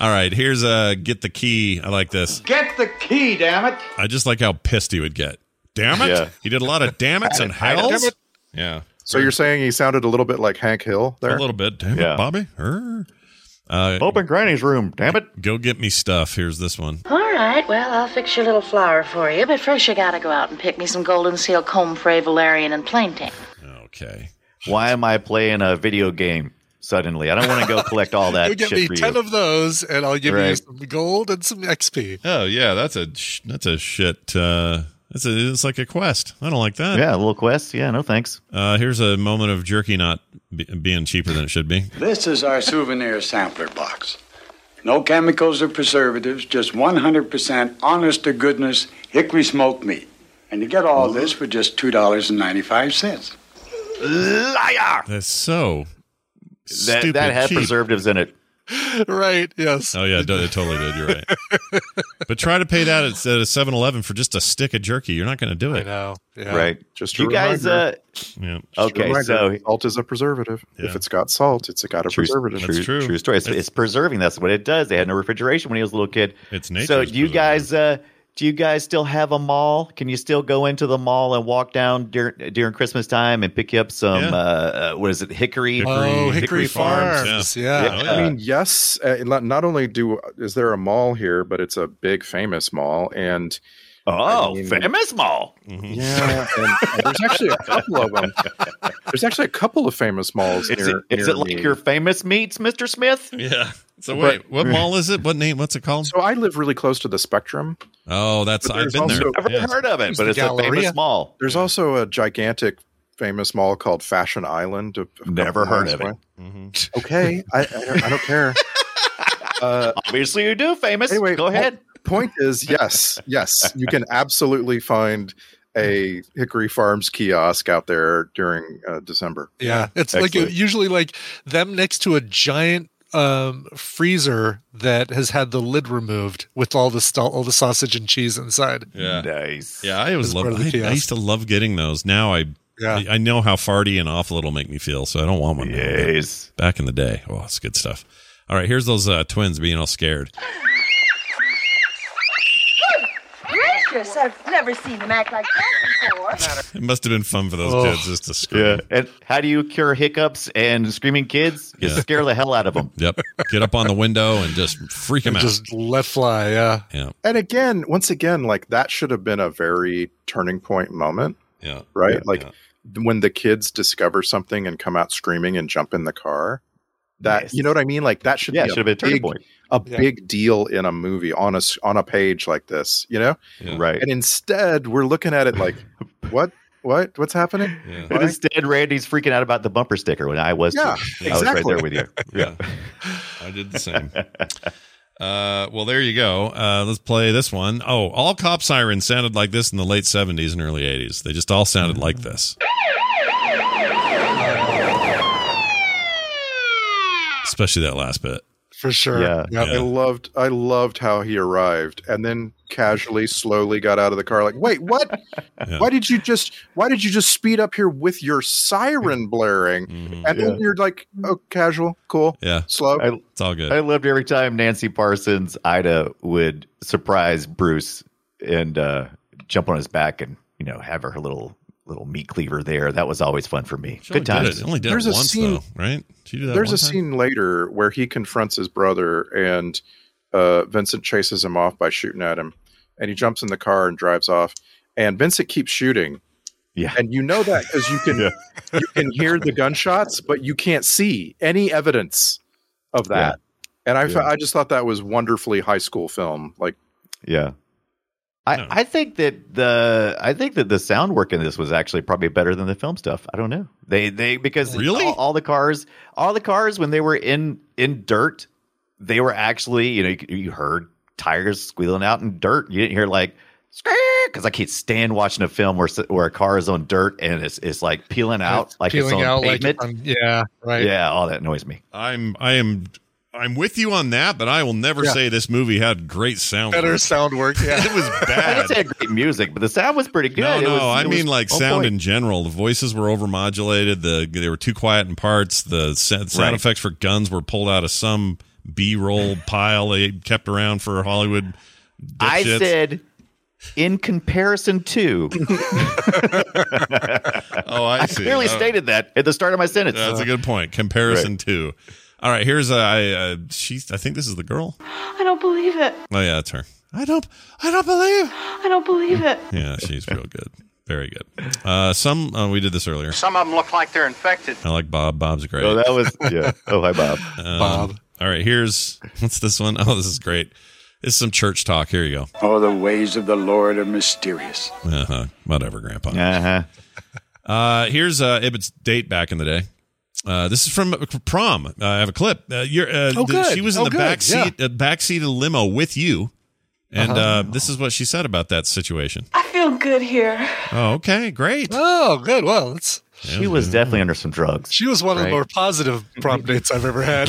All right, here's uh get the key. I like this. Get the key, damn it! I just like how pissed he would get. Damn it. Yeah. He did a lot of damn it's and hells. Damn it. Yeah. so you're saying he sounded a little bit like hank hill there A little bit. Damn Yeah. it, Bobby. Er. Uh, Open Granny's room. Damn it. Go get me stuff. Here's this one. All right, well, I'll fix your little flower for you, but first you gotta go out and pick me some golden seal comfrey, valerian, and plantain. Okay. Why am I playing a video game suddenly? I don't want to go collect all you that give shit me for ten you. of those, and I'll give you Right. some gold and some XP. Oh yeah, that's a sh- that's a shit. Uh, that's a it's like a quest. I don't like that. Yeah, a little quest. Yeah, no thanks. Uh, here's a moment of jerky not be- being cheaper than it should be. This is our souvenir sampler box. No chemicals or preservatives, just 100% honest to goodness hickory smoked meat. And you get all this for just $2.95. Liar. That's so That, stupid that had cheap. preservatives in it. Right? Yes. Oh yeah, it do- it totally did. You're right. but try to pay that at, at a 7-Eleven for just a stick of jerky. You're not going to do I it. know. Yeah. Right. just a You guys, reminder. uh, Yeah. Just a okay, so reminder, salt is a preservative. Yeah. If it's got salt, it's got a True- preservative. That's true. True story. It's, It's- it's, preserving. That's what it does. They had no refrigeration when he was a little kid. It's nature's So do you preservative. guys, uh, do you guys still have a mall? Can you still go into the mall and walk down during, during Christmas time and pick you up some? Yeah. Uh, uh, what is it? Hickory. Oh, Hickory, Hickory Farms. Farms. Yeah. Yeah. Oh, I mean, yes. Uh, not not only do is there a mall here, but it's a big famous mall, and Oh, I mean- famous mall. Mhm. yeah, and, and there's actually a couple of them. There's actually a couple of famous malls Is near. it, is near it like me. your famous meats, Mister Smith? Yeah. So But- wait, what mall is it? What name? What's it called? So I live really close to the Spectrum. Oh, that's But I've there's been also- there. I've never Yeah. heard of it, It's but the it's a Galleria. famous mall. There's also a gigantic famous mall called Fashion Island. a- a couple Never heard miles of it. away. Mhm. Okay, I, I, don't, I don't care. Uh, Obviously, you do famous. Anyway, go ahead. point is yes yes you can absolutely find a hickory farms kiosk out there during uh, december Yeah, it's like Excellent. usually like them next to a giant um, freezer that has had the lid removed with all the st- all the sausage and cheese inside. Yeah. Nice. Yeah, I always It's loved. part of the I, I kiosk. used to love getting those. Now I, Yeah. I, I know how farty and awful it'll make me feel, so I don't want one. now. Yes. Back in the day, oh, it's good stuff. All right, here's those uh, twins being all scared. Gracious, I've never seen them act like that before. It must have been fun for those Oh. kids just to scream. And how do you cure hiccups and screaming kids? You Yeah. scare the hell out of them. Yep. Get up on the window and just freak them And out. just let fly. Yeah, yeah. and again once again like that should have been a very turning point moment Yeah. right Yeah, like yeah. when the kids discover something and come out screaming and jump in the car that Yes. you know what i mean like that should Yeah, be should a, have been a turning big, point. a Yeah. big deal in a movie on a s- on a page like this you know Yeah. Right. and instead we're looking at it like what what what's happening Yeah. But instead, Randy's freaking out about the bumper sticker when I was. Yeah, too. I was right exactly. there with you. Yeah. I did the same. Uh, well, there you go. Uh, let's play this one. Oh, all cop sirens sounded like this in the late 70s and early 80s. They just all sounded like this. Especially that last bit. for sure. Yeah. Yep. I Yeah. loved I loved how he arrived and then casually slowly got out of the car like wait what Yeah. why did you just why did you just speed up here with your siren blaring Mhm. Mm, and Yeah. then you're like oh casual cool Yeah, slow I, it's all good. I loved every time Nancy Parsons Ida would surprise Bruce and uh, jump on his back and you know have her little little meat cleaver there. That was always fun for me. She Good only did times. it- Only did There's it a once scene- though, right? She did that there's one a time? scene later where he confronts his brother and uh, Vincent chases him off by shooting at him and he jumps in the car and drives off and Vincent keeps shooting Yeah. and you know that because you can Yeah. you can hear the gunshots but you can't see any evidence of that and I, fe- Yeah. I just thought that was wonderfully high school film like Yeah. I, I think that the I think that the sound work in this was actually probably better than the film stuff. I don't know. They they because Really? all, all the cars all the cars when they were in in dirt, they were actually you know you, you heard tires squealing out in dirt. You didn't hear like because I can't stand watching a film where s- where a car is on dirt and it's it's like peeling out like peeling it's on out like pavement. it's on- yeah, right. Yeah, all that annoys me. I'm I am I'm with you on that, but I will never Yeah. say this movie had great sound. Better work. sound work. Yeah. it was I bad. didn't say great music, but the sound was pretty good. No, It no, was- I it was mean like on sound point. in general. The voices were overmodulated. The they were too quiet in parts. The sa- sound Right. effects for guns were pulled out of some B-roll pile they kept around for Hollywood. I dipshits. said in comparison to. "Oh, I, I see." clearly Oh. stated that at the start of my sentence. That's a good point. Comparison to. All right, here's a. I, uh, she's. I think this is the girl. I don't believe it. Oh yeah, it's her. I don't. I don't believe. I don't believe it. Yeah, she's real good. Very good. Uh, some uh, we did this earlier. Some of them look like they're infected. I like Bob. Bob's great. Oh, that was yeah. Oh, hi Bob. Um, Bob. All right, here's what's this one? Oh, this is great. This is some church talk. Here you go. Oh, the ways of the Lord are mysterious. Uh huh. Whatever, Grandpa. Uh huh. Uh, here's uh, Ibbot's date back in the day. Uh, this is from prom. Uh, I have a clip. Uh, you're, uh, Oh, th- good. She was in Oh, the good. back Yeah. Uh-huh. seat, uh, back seat of the limo with you, and uh, this is what she said about that situation. I feel good here. Oh, okay, great. Oh, good. Well, that's, She was definitely under some drugs. she was one of Right. the more positive prom dates I've ever had.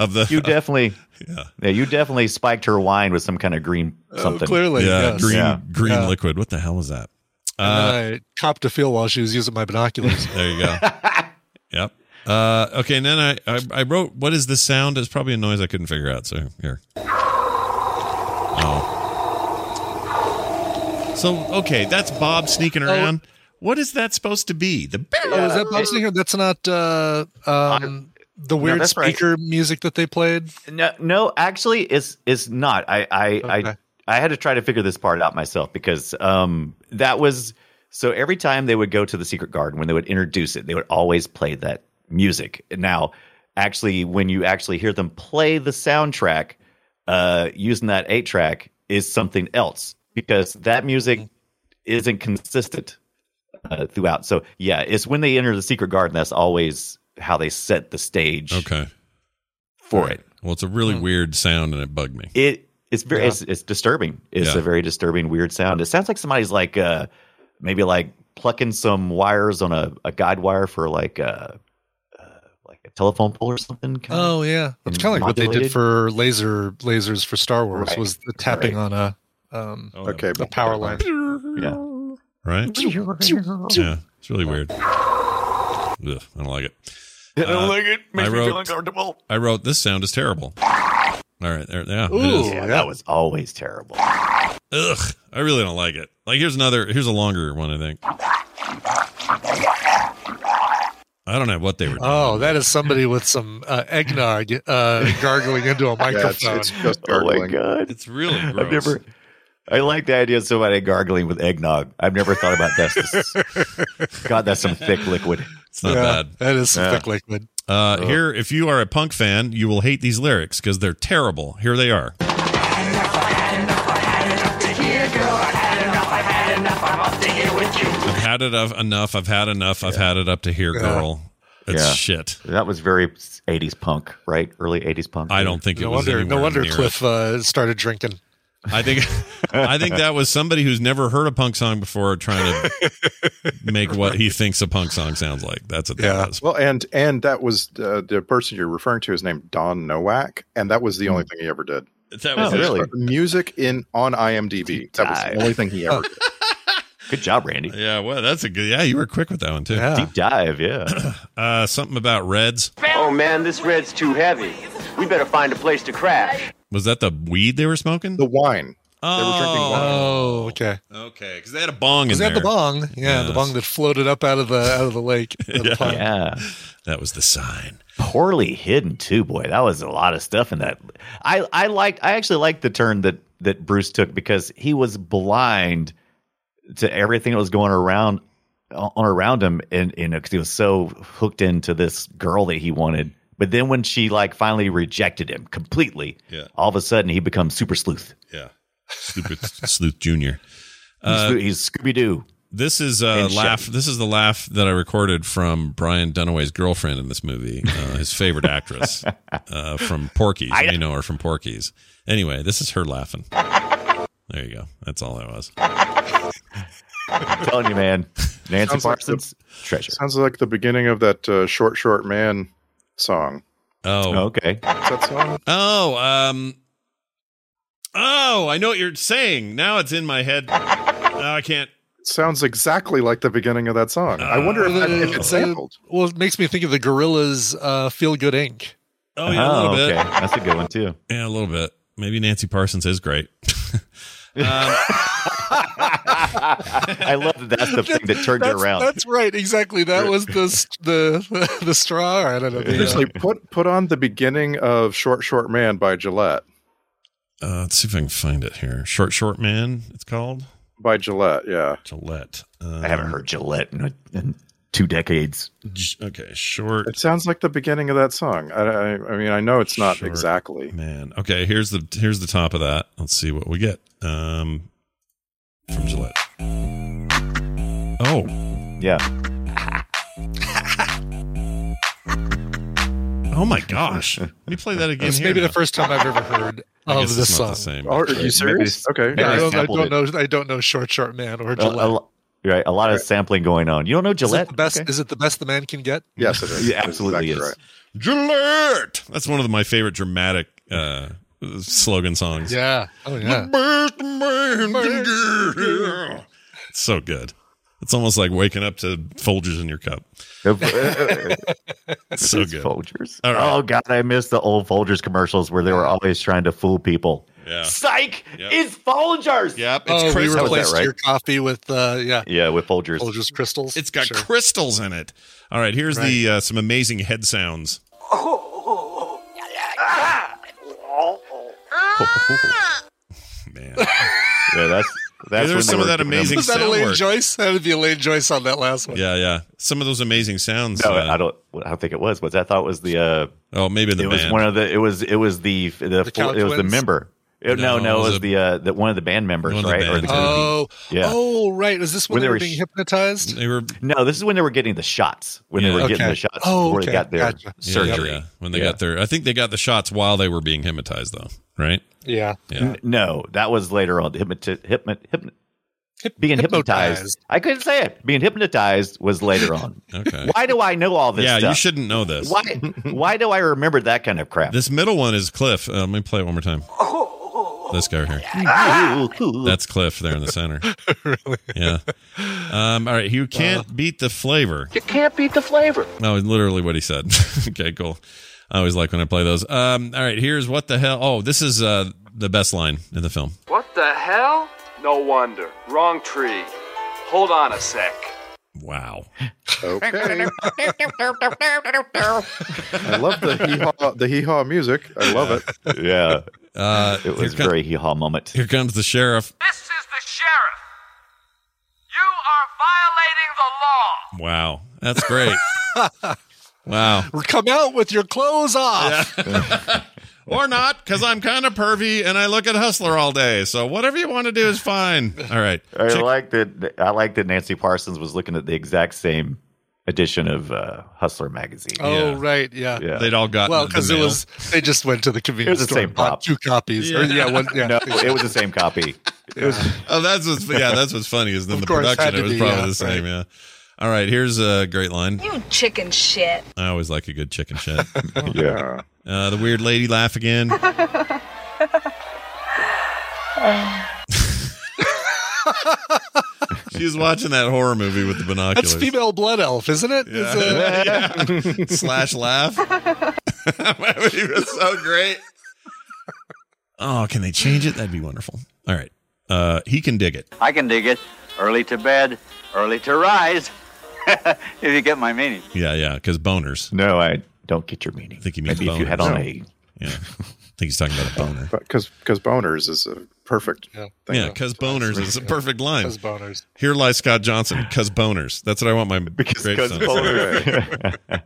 of the You definitely, Yeah. Oh, yeah. you definitely spiked her wine with some kind of green something. Clearly, yeah, yes. green uh, Yeah. green Yeah. liquid. What the hell was that? And then I copped a feel while she was using my binoculars. There you go. yep. Uh, okay, and then I, I I wrote what is this sound? It's probably a noise I couldn't figure out. So here. Oh. So okay, that's Bob sneaking around. What is that supposed to be? The oh, Uh, is that Bob Singer? That's not uh, um, the weird that's right. speaker music that they played. No, no, actually, it's it's not. I I Okay. I, I had to try to figure this part out myself because um that was so every time they would go to the secret garden when they would introduce it, they would always play that music. Now, actually, when you actually hear them play the soundtrack, uh, using that eight track is something else because that music isn't consistent uh, throughout. So yeah, it's when they enter the secret garden that's always how they set the stage Okay. Oh. for it Well, it's a really weird sound, and it bugged me. it it's very it's, it's disturbing. It's Yeah. a very disturbing, weird sound. It sounds like somebody's like uh maybe like plucking some wires on a, a guide wire for like a uh, like a telephone pole or something. kinda. Oh yeah, it's And kind of like what they did modulated. for laser lasers for Star Wars Right. was the tapping on a um, Oh, Okay, a power line. yeah. Right? yeah. It's really weird. Ugh, I don't like it. I don't like it. Makes me feel Uh, I wrote- uncomfortable. I wrote this sound is terrible. All right, there, yeah, it Ooh. is. Yeah, Yeah. that was always terrible. Oh Ugh, I really don't like it. Like here's another here's a longer one, I think. I don't know what they were doing. Oh, that is somebody with some uh, eggnog uh, gargling into a Yeah, it's, microphone. it's just Oh gurgling. my god. it's really gross. I've never I like the idea of somebody gargling with eggnog. I've never thought about that. God, that's some thick liquid. it's not Yeah, bad. That is some Yeah. thick liquid. Uh, here, if you are a punk fan, you will hate these lyrics because they're terrible. Here they are. I've had it up enough. I've had enough. I've had it up to here, girl. It's Yeah. shit. That was very 80s punk, right? Early 80s punk. I don't think it No was wonder, no anywhere wonder near it. Cliff uh, started drinking. I think I think that was somebody who's never heard a punk song before trying to make what he thinks a punk song sounds like. That's what Yeah. that was. Well, and and that was uh, the person you're referring to is named Don Nowak, and that was the only thing he ever did. That Oh, was it. really? Music in on IMDb. That was Dive. the only thing he ever did. Good job, Randy. Yeah, well, that's a good. Yeah, you were quick with that one too. Yeah. Deep dive, yeah. Uh, something about Reds. Oh man, this red's too heavy. We better find a place to crash. Was that the weed they were smoking? The wine. Oh, okay. okay, because they had a bong in Is that the there. bong? Yeah, the Yes. bong that floated up out of the out of the lake. or the pond. yeah. That was the sign. Poorly hidden too, boy. That was a lot of stuff in that. I, I liked I actually liked the turn that that Bruce took because he was blind to everything that was going around on around him and you know because he was so hooked into this girl that he wanted But then when she like finally rejected him completely, Yeah. all of a sudden he becomes super sleuth. Yeah. Stupid Sleuth Junior. Uh, he's Scooby Doo. This is uh, And laugh. This is the laugh that I recorded from Brian Dunaway's girlfriend in this movie, uh, his favorite actress uh, from Porky's. I- you may know her from Porky's. Anyway, this is her laughing. There you go. That's all that was. I'm telling you, man. Nancy Sounds like the- Parsons, treasure. Sounds like the beginning of that uh, short, short man song. Oh, okay. What's that song? Oh, um, oh, I know what you're saying. Now it's in my head. Oh, I can't. Sounds exactly like the beginning of that song. I wonder if, that, if it's Uh, sampled. well, it makes me think of the Gorillas' uh, "Feel Good Inc." Oh, yeah, a little bit. okay. That's a good one too. Yeah, a little bit. Maybe Nancy Parsons is great. I love that that's the thing that turned it That's, around. that's right, exactly. That was the s- the the straw. I don't know. the, uh, Seriously, put put on the beginning of Short Short Man by Gillette. Uh, let's see if I can find it here. Short, short man. It's called By Gillette, yeah. Gillette. Uh, I haven't heard Gillette in, in two decades. j- Okay, short It sounds like the beginning of that song. I, I, I mean, I know it's not Short exactly. man. Okay, here's the here's the top of that. Let's see what we get. Um, from Gillette. Oh, Yeah. oh my gosh! Let me play that again. It's here maybe the now. first time I've ever heard I of guess this it's not song. the same. Oh, are you serious? Okay. maybe Yeah, I they don't, I don't sampled know. I don't know. Short, short man or A, Gillette. a lo- right, a lot of sampling going on. You don't know Is it Gillette? the best? Okay. Is it the best the man can get? Yes, it is. It absolutely is. That's exactly Gillette. That's one of my favorite dramatic uh, slogan songs. Yeah. Oh yeah. The best man can get here. It's so good. It's almost like waking up to Folgers in your cup. It's so It's good. Folgers. All right. Oh God, I miss the old Folgers commercials where they were always trying to fool people. Yeah. Psych! Yep. It's Folgers. Yep. It's Oh, we crystals. that, replaced right? your coffee with uh, yeah, Yeah, with Folgers. Folgers crystals. It's got Sure. crystals in it. All right. Here's the uh, some amazing head sounds. Man. Yeah, that's that's there's when they some of were that giving amazing them- Was that sound Elaine work. Joyce? How did the Elaine Joyce on that last one? Yeah, yeah. Some of those amazing sounds. No, uh, I don't. I don't think it was. But I thought it was the. Uh, oh, maybe the it was band. one of the. It was. It was the. The. Cow it was the Twins? member. It- no, No, no, it was a- the. Uh, the one of the band members, One of the right? Or band. the Oh, Yeah. oh, right. Is this when, they, were being sh- hypnotized? They were No, this is when they were getting the shots. When Yeah. they were getting Okay. the shots Oh, before okay. they got their Gotcha. yeah, surgery. yeah, when they Yeah. got their. I think they got the shots while they were being hypnotized, though. Right? Yeah. Yeah. N- No, that was later on. The hypnoti- hypno- hypno- Hyp- being hypnotized. I couldn't say it. Being hypnotized was later on. Okay. Why do I know all this? yeah, stuff? you shouldn't know this. Why? Why do I remember that kind of crap? This middle one is Cliff. Uh, let me play it one more time. This guy right here. Ah! That's Cliff there in the center. Yeah. Um, all right. You can't beat the flavor. You can't beat the flavor. No, it's literally what he said. okay, cool. I always like when I play those. Um, all right. Here's what the hell. Oh, this is uh, the best line in the film. What the hell? No wonder. Wrong tree. Hold on a sec. Wow. right. Okay. I love the hee haw the hee haw music. I love it. yeah, Uh, it was here, com- very hee haw moment. here comes the sheriff. This is the sheriff. You are violating the law. Wow. That's great. wow. Come out with your clothes off. or not because i'm kind of pervy and i look at hustler all day so whatever you want to do is fine all right I Check- like that. I like that Nancy Parsons was looking at the exact same edition of uh, Hustler magazine. Oh, Yeah. right. Yeah. yeah. they'd all got Well, the because it mail. was they just went to the convenience the store, same and bought pop. two copies. Or, yeah, one, yeah. no, it was the same copy. oh that's what's yeah that's what's funny is then Of the course, had production to it was be, probably yeah, the same yeah all right here's a great line You chicken shit. i always like a good chicken shit Yeah. uh, the weird lady laugh again she was watching that horror movie with the That's binoculars female blood elf, isn't it? It's, uh, Yeah. slash laugh. it was so great. Oh, can they change it? That'd be wonderful. All right. Uh, he can dig it. I can dig it. Early to bed, early to rise. if you get my meaning. Yeah, yeah, because boners. No, I don't get your meaning. I think he means Maybe if you had boners. on No. a Yeah. I think he's talking about a boner. Because because boners is a perfect Yeah. thing. Yeah, because boners is a perfect line. those boners. Here lies Scott Johnson, because boners. That's what I want my because because boners.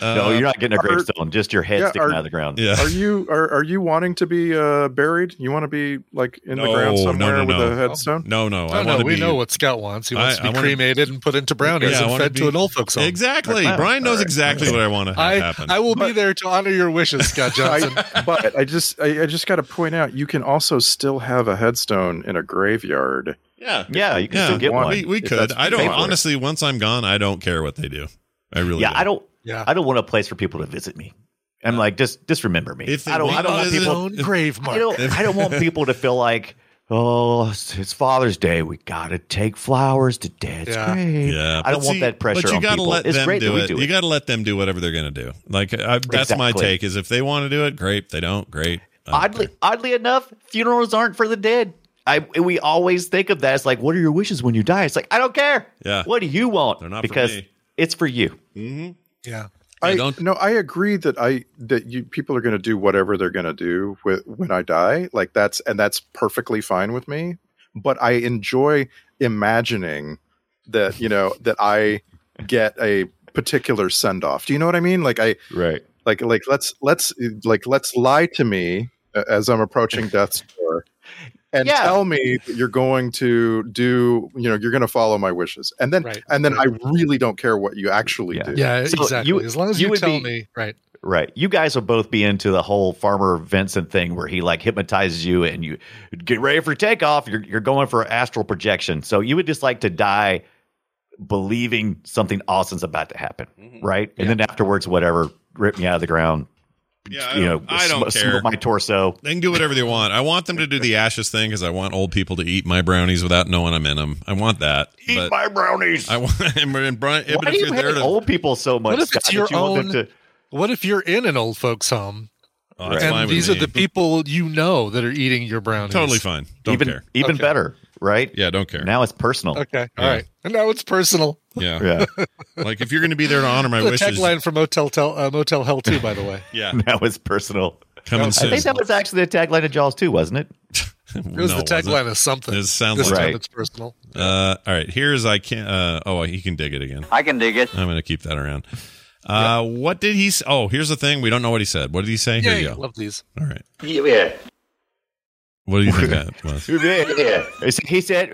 Uh, no, you're not getting a gravestone. just your head Yeah, sticking are- out of the ground. Are you are, are you wanting to be uh, buried? You want to be like in the ground somewhere with a headstone? No, no. I I don't know. wanna We be- know what Scott wants. He wants I- to be I wanna- cremated and put into brownies Yeah, I and wanna fed be- to an old folks home. Exactly. Brian knows exactly what I want to have I, happen. I will be there to honor your wishes, Scott Johnson. I, but I just I, I just got to point out you can also still have a headstone in a graveyard. yeah. Yeah, you can Yeah, still get one. We, we if could. that's I don't paid for. honestly. Once I'm gone, I don't care what they do. I really. yeah, don't. I don't. Yeah. I don't want a place for people to visit me. I'm like, just just remember me. If they I don't. I want don't to want visit- people. Own grave I mark. don't. I don't want people to feel like, oh, it's, it's Father's Day. We gotta take flowers to Dad's Yeah. grave. Yeah, I don't but want see- that pressure But you on gotta people. let it's them great do that we it. do it. You got to let them do whatever they're going to do. Like I, that's my Exactly. take. Is if they want to do it, great. They don't, great. I don't oddly, care. oddly enough, funerals aren't for the dead. I we always think of that as like, what are your wishes when you die? It's like I don't care. Yeah. What do you want? They're not for because me. it's for you. Mm-hmm. yeah. I don't- no, I agree that I that you people are going to do whatever they're going to do with, when I die. Like that's and that's perfectly fine with me. But I enjoy imagining that you know that I get a particular send off. Do you know what I mean? Like I Right. like like let's let's like let's lie to me uh, as I'm approaching death's door. And Yeah. tell me that you're going to do, you know, you're going to follow my wishes, and then, Right. and then I really don't care what you actually Yeah. do. Yeah, So exactly. you- as long as you you, would tell be- me, right? Right. You guys will both be into the whole farmer Vincent thing where he like hypnotizes you and you get ready for takeoff. You're you're going for astral projection. So you would just like to die believing something awesome's about to happen. Mm-hmm. Right. And then afterwards, whatever, rip me out of the ground. Yeah, I you know, don't- I don't sm- care. smoke my torso. They can do whatever they want. I want them to do the ashes thing because I want old people to eat my brownies without knowing I'm in them. I want that. Eat but my brownies. I want. And Brian, Why but do if you you're there hate to, old people so much? What if Scott, it's that your you want them own- What if you're in an old folks' home oh, that's Right. fine and with these me. are the people you know that are eating your brownies? Totally fine. to Don't even care. even Okay. better? Right. Yeah, don't care. Now it's personal. Okay. all right. Yeah. And now it's personal. yeah. Yeah. like if you're going to be there to honor my the wishes, tagline for Motel Tel, uh, Motel Hell Two, by the way. yeah, now it's personal. coming I soon. think that was actually the tagline of Jaws too, wasn't it? It was No, the wasn't. tagline of something. It sounds this like time it. it's personal. Uh, all right, here's I can't. Uh, oh, he can dig it again. I can dig it. I'm going to keep that around. Uh, What did he? s- Oh, here's the thing. We don't know what he said. What did he say? Here Yay, you go. love these. All right. Yeah, What do you think that was? yeah, He said,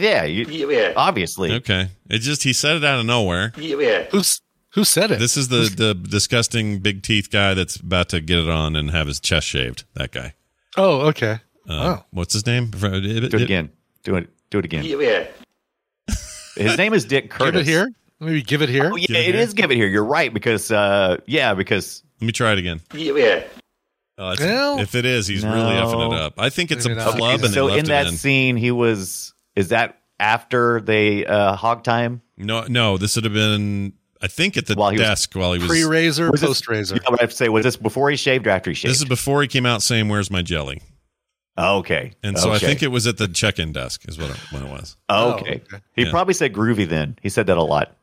"Yeah, you- yeah, obviously." Okay. It just he said it out of nowhere. yeah. Who's who said it? This is the the disgusting big teeth guy that's about to get it on and have his chest shaved. That guy. oh, okay. Uh, Wow. What's his name? Do it again. Do it. Do it again. Yeah. His name is Dick Curtis. Give it here. Maybe give it here. Oh, yeah, Give it it here. is. Give it here. You're right because, uh, yeah, because Let me try it again. Yeah. Oh, Well, that's, if it is, he's no. really effing it up. I think it's a Maybe not. flub, and they so left in that it in. scene he was. Is that after they uh, hog time? No, no, this would have been. I think at the While he was- desk while he was. Pre razor, Was this- post razor. Yeah, but I have to say, was this before he shaved or after he shaved? This is before he came out saying, "Where's my jelly?" okay. And so I Okay. think it was at the check-in desk is what it, what it was. Okay. Oh, okay. He Yeah. probably said groovy then. He said that a lot.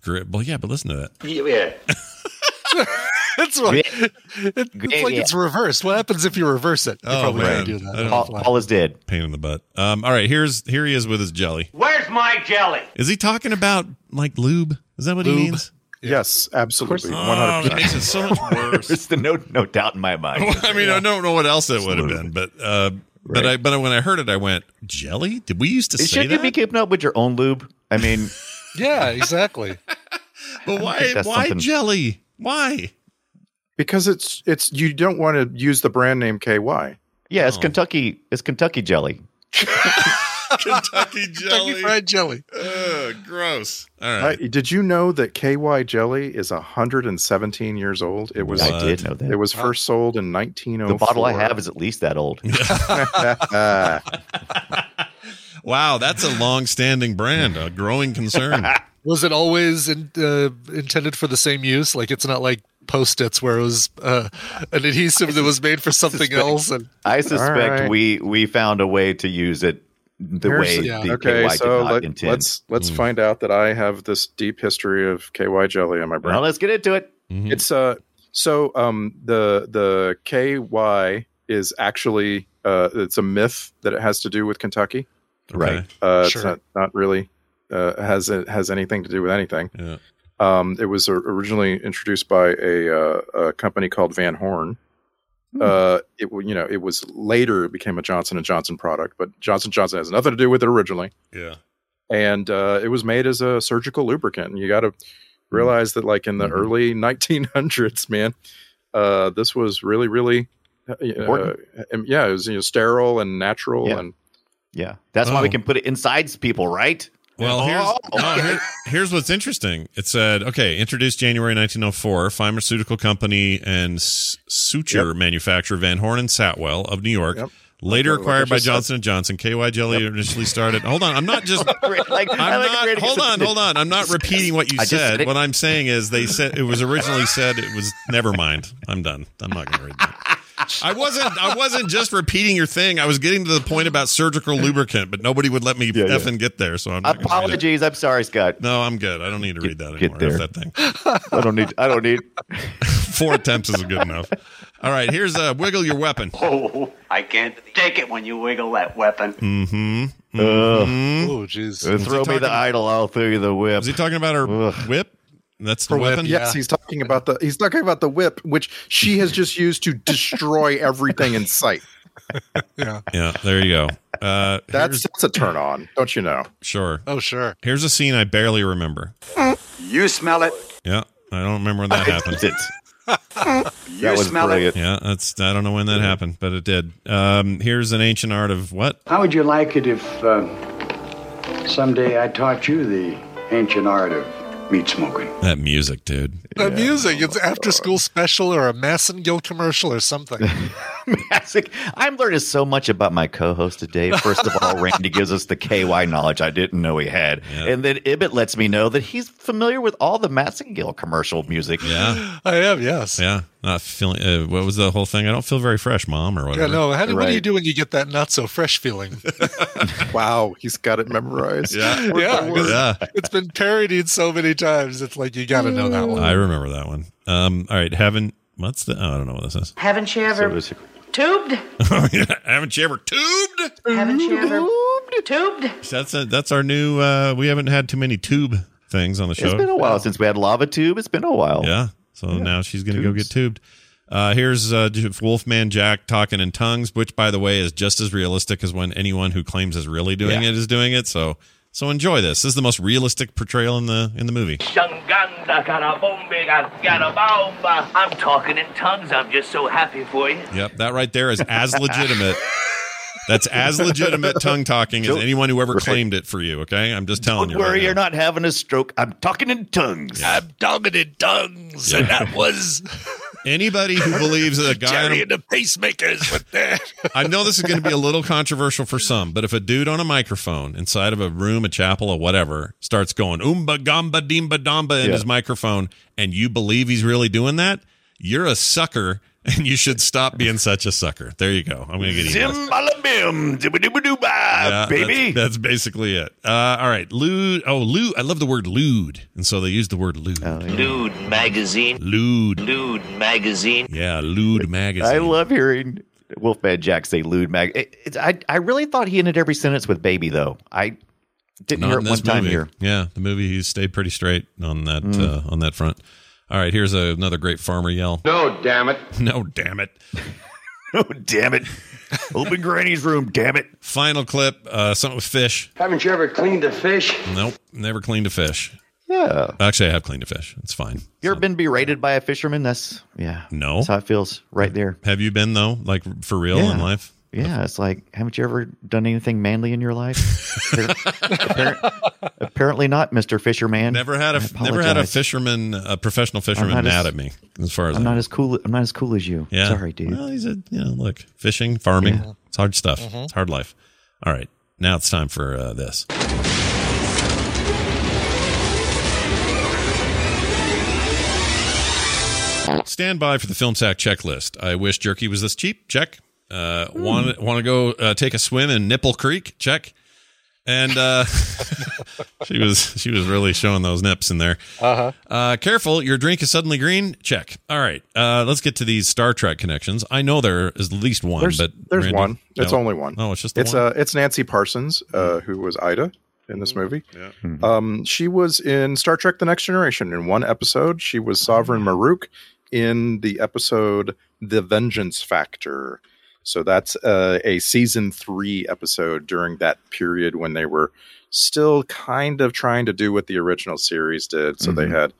Gri- Well, yeah, but listen to that. Yeah. It's like, Yeah. it- it's like Yeah. it's reversed. What happens if you reverse it? You Oh, probably man. can't do that. I don't- Paul, Offline. Paul is dead. Pain in the butt. Um, all right, here's here he is with his jelly. Where's my jelly? Is he talking about like lube? Is that what he Lube. means? Yes, absolutely, one Oh, hundred that percent. makes it so much worse. There's the no no doubt in my mind. I mean, I don't know what else it would have been, but uh, but Right. I but when I heard it, I went jelly. Did we used to say Shouldn't you that? be keeping up with your own lube? I mean, Yeah, exactly. but why think that's why something- jelly? Why? Because it's it's you don't want to use the brand name KY. yeah, it's Oh. Kentucky. It's Kentucky jelly. Kentucky jelly. Kentucky Fried Jelly. Ugh, gross. All I, right. did you know that KY jelly is 117 years old? It was I did know that. it was first sold in 1904. the bottle I have is at least that old. Ah, wow, that's a long-standing brand, a growing concern. Was it always in, uh, intended for the same use? Like it's not like post-its where it was uh, an adhesive that was made for something else. And I suspect right. we we found a way to use it the Here's- way yeah, the okay, KY so did not let, intend. Hmm. let's let's find out that I have this deep history of KY jelly in my brain. well, let's get into it. Mhm. It's uh so um the the KY is actually uh it's a myth that it has to do with Kentucky. Okay. Right. Uh it's Sure. not, not really uh has it has anything to do with anything. Yeah. Um, it was uh, originally introduced by a, uh, a company called Van Horn. Uh, it w- you know it was later it became a Johnson and Johnson product, but Johnson Johnson has nothing to do with it originally. Yeah. and uh, it was made as a surgical lubricant. And you got to realize that, like in the early 1900s, man, uh, this was really, really, uh, Important. um, yeah, it was you know, sterile and natural. Yeah. And Yeah. That's why we Oh. can put it inside people, right? Well, Oh, here's, no, here- here's what's interesting. It said, okay, introduced January 1904, pharmaceutical company and s- suture manufacturer Van Horn and Satwell of New York. Later Like I acquired by just said. Johnson & Johnson. KY Jelly initially started. Hold on, I'm not just... like, I'm not, hold on, hold on. I'm not repeating what you I just said said. it. What I'm saying is they said it was originally said it was... Never mind. I'm done. I'm not going to read that. I wasn't. I wasn't just repeating your thing. I was getting to the point about surgical lubricant, but nobody would let me yeah. effing get there. So I'm not gonna read it. Apologies. I'm sorry, Scott. No, I'm good. I don't need to read that get anymore. there. That's that thing. I don't need. I don't need. Four attempts is good enough. All right, here's uh, wiggle your weapon. Oh, I can't take it when you wiggle that weapon. Mm-hmm. Ugh. Oh, jeez. Uh, throw me the idol. I'll throw you the whip. Was he talking about her Ugh. whip? That's the Her whip, weapon. yes, he's talking about the he's talking about the whip, which she has just used to destroy everything in sight. Yeah. Yeah. There you go. Uh, That's here's- that's a turn on, don't you know? sure. Oh, sure. Here's a scene I barely remember. You smell it. Yeah, I don't remember when that happened. It. You That was smell it. brilliant. Yeah, that's I don't know when that happened, but it did. Um, here's an ancient art of what? How would you like it if uh, someday I taught you the ancient art of meat smoking? That music, dude. The music. It's after school special or a Massengill commercial or something. Classic. I'm learning so much about my co-host today. First of all, Randy gives us the KY knowledge I didn't know he had, Yeah. and then Ibbot lets me know that he's familiar with all the Massengill commercial music. Yeah, I am, yes. yeah. Not feeling. Uh, what was the whole thing? I don't feel very fresh, mom, or Yeah, whatever. no. How do, What do you Right. do when you get that not so fresh feeling? Wow, he's got it memorized. Yeah. yeah, 'cause Yeah. it's been parodied so many times. It's like you got to know that one. I remember that one. Um, all right, haven't what's the? Oh, I don't know what this is. Haven't you ever tubed? Oh, yeah. haven't you ever tubed? Haven't you ever tubed? That's a, that's our new. Uh, we haven't had too many tube things on the show. It's been a while since we had lava tube. It's been a while. yeah. So now she's gonna go get tubed. Uh, here's uh, J- Wolfman Jack talking in tongues, which, by the way, is just as realistic as when anyone who claims is really doing Yeah. it is doing it. So, so enjoy this. This is the most realistic portrayal in the in the movie. Shanganda karabombe gagarabaumba. I'm talking in tongues. I'm just so happy for you. Yep, that right there is as legitimate. That's as legitimate tongue talking as Don't- anyone who ever claimed it for you. Okay, I'm just telling Don't you. right worry, now. you're not having a stroke. I'm talking in tongues. I'm talking in tongues, and that was Anybody who believes that a guy, on Jerry a- and the pacemakers with that. I know this is going to be a little controversial for some, but if a dude on a microphone inside of a room, a chapel, or whatever starts going oomba gamba dimba damba in Yeah. his microphone, and you believe he's really doing that, you're a sucker, and you should stop being such a sucker. There you go. I'm going to get emails. Zimbalabim, Yeah, dibbidibbidoobah, baby. That's, that's basically it. Uh, all right, lewd. Oh, lewd. I love the word lewd, and so they use the word lewd. Oh, Dude magazine. Lewd. Dude magazine. Yeah, lewd magazine. I love hearing Wolfman Jack say lewd mag. It, it's I, I really thought he ended every sentence with baby, though. I didn't Not hear in it this one time movie. here. Mm. Yeah, the movie he stayed pretty straight on that uh, on that front. All right, here's a, another great farmer yell. No, damn it. No, damn it. Oh, damn it. Open Granny's room, damn it. Final clip. Uh, something with fish. Haven't you ever cleaned a fish? Nope, never cleaned a fish. Yeah. Actually, I have cleaned a fish. It's fine. You ever been berated by a fisherman? That's, yeah. No. That's how it feels right there. Have you been though? Like for real in Yeah. life? Yeah, it's like, haven't you ever done anything manly in your life? Appar- appar- apparently not, Mister Fisherman. Never had a a never had a fisherman, a professional fisherman, not as- mad at me. As far as I'm I not know. as cool. I'm not as cool as you. Yeah. Sorry, dude. Well, he's a you know, look, fishing, farming. It's hard stuff. Mm-hmm. It's hard life. All right. Now it's time for uh, this. Stand by for the film sack checklist. I wish jerky was this cheap. Check. Uh, Hmm. want want to go uh, take a swim in Nipple Creek? Check. And uh, she was she was really showing those nips in there. Uh-huh. Uh, careful, your drink is suddenly green. Check. All right, uh, let's get to these Star Trek connections. I know there is at least one, There's, but there's Randy- one. It's uh, No. only one. No, it's just the It's one. uh, it's Nancy Parsons, uh, who was Ida in Mm-hmm. this movie. Yeah. Hmm. Um, she was in Star Trek: The Next Generation in one episode. She was Sovereign Maruk in the episode "The Vengeance Factor." So that's uh, a season three episode during that period when they were still kind of trying to do what the original series did. So they Mhm. had,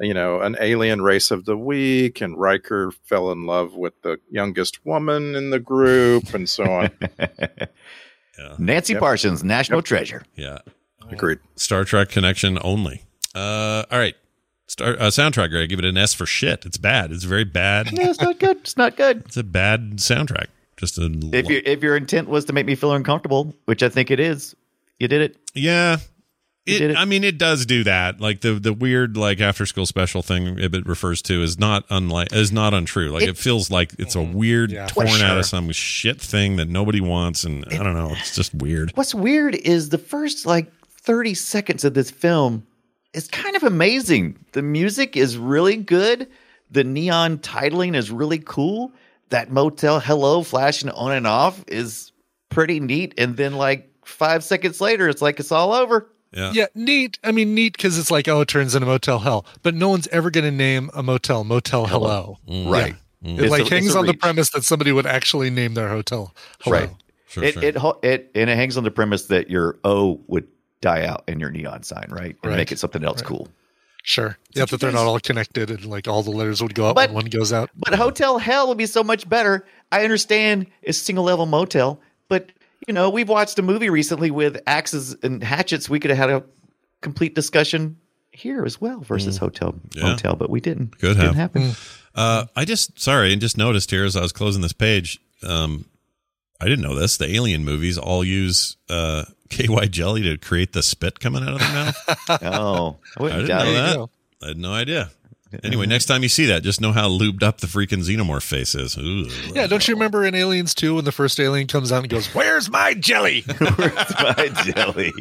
you know, an alien race of the week, and Riker fell in love with the youngest woman in the group, and so on. Nancy Yep. Parsons, national Yep. treasure. Yeah. Agreed. Star Trek connection only. Uh, all right. Star uh, soundtrack, Greg. Give it an S for shit. It's bad. It's very bad. Yeah, it's not good. It's not good. It's a bad soundtrack. Just a If your if your intent was to make me feel uncomfortable, which I think it is, you did it. Yeah. It, I mean, it does do that. Like the the weird like after school special thing it refers to is not unlike is not untrue. Like it, feels like it's a weird Mm-hmm. torn For out sure. of some shit thing that nobody wants, and I don't know. It's just weird. What's weird is the first like 30 seconds of this film is kind of amazing. The music is really good. The neon titling is really cool. That motel hello flashing on and off is pretty neat. And then like five seconds later, it's like it's all over. Yeah. Yeah, neat. I mean, neat because it's like, oh, it turns into Motel Hell, but no one's ever going to name a motel Motel Hello. Mm. Right. Yeah. Mm. It It's a- like it's hangs a on the reach. premise that somebody would actually name their hotel Hello. Right. it, it ho- it and it hangs on the premise that your O would die out in your neon sign, right? And Right. make it something else cool. Sure. Yeah, that they're not all connected and like all the letters would go out But- when one goes out. But Hotel Hell would be so much better. I understand it's single level motel, but you know, we've watched a movie recently with axes and hatchets. We could have had a complete discussion here as well versus hotel motel, but we didn't. Mm. Could It have. didn't happen. Uh, I just sorry, and just noticed here as I was closing this page. Um, I didn't know this. The Alien movies all use uh, KY jelly to create the spit coming out of their mouth. oh, I I didn't doubt know it. that. There you I had no idea. Anyway, next time you see that, just know how lubed up the freaking xenomorph face is. Ooh. Yeah, don't you remember in Aliens 2 when the first alien comes out and goes, Where's my jelly? Where's my jelly?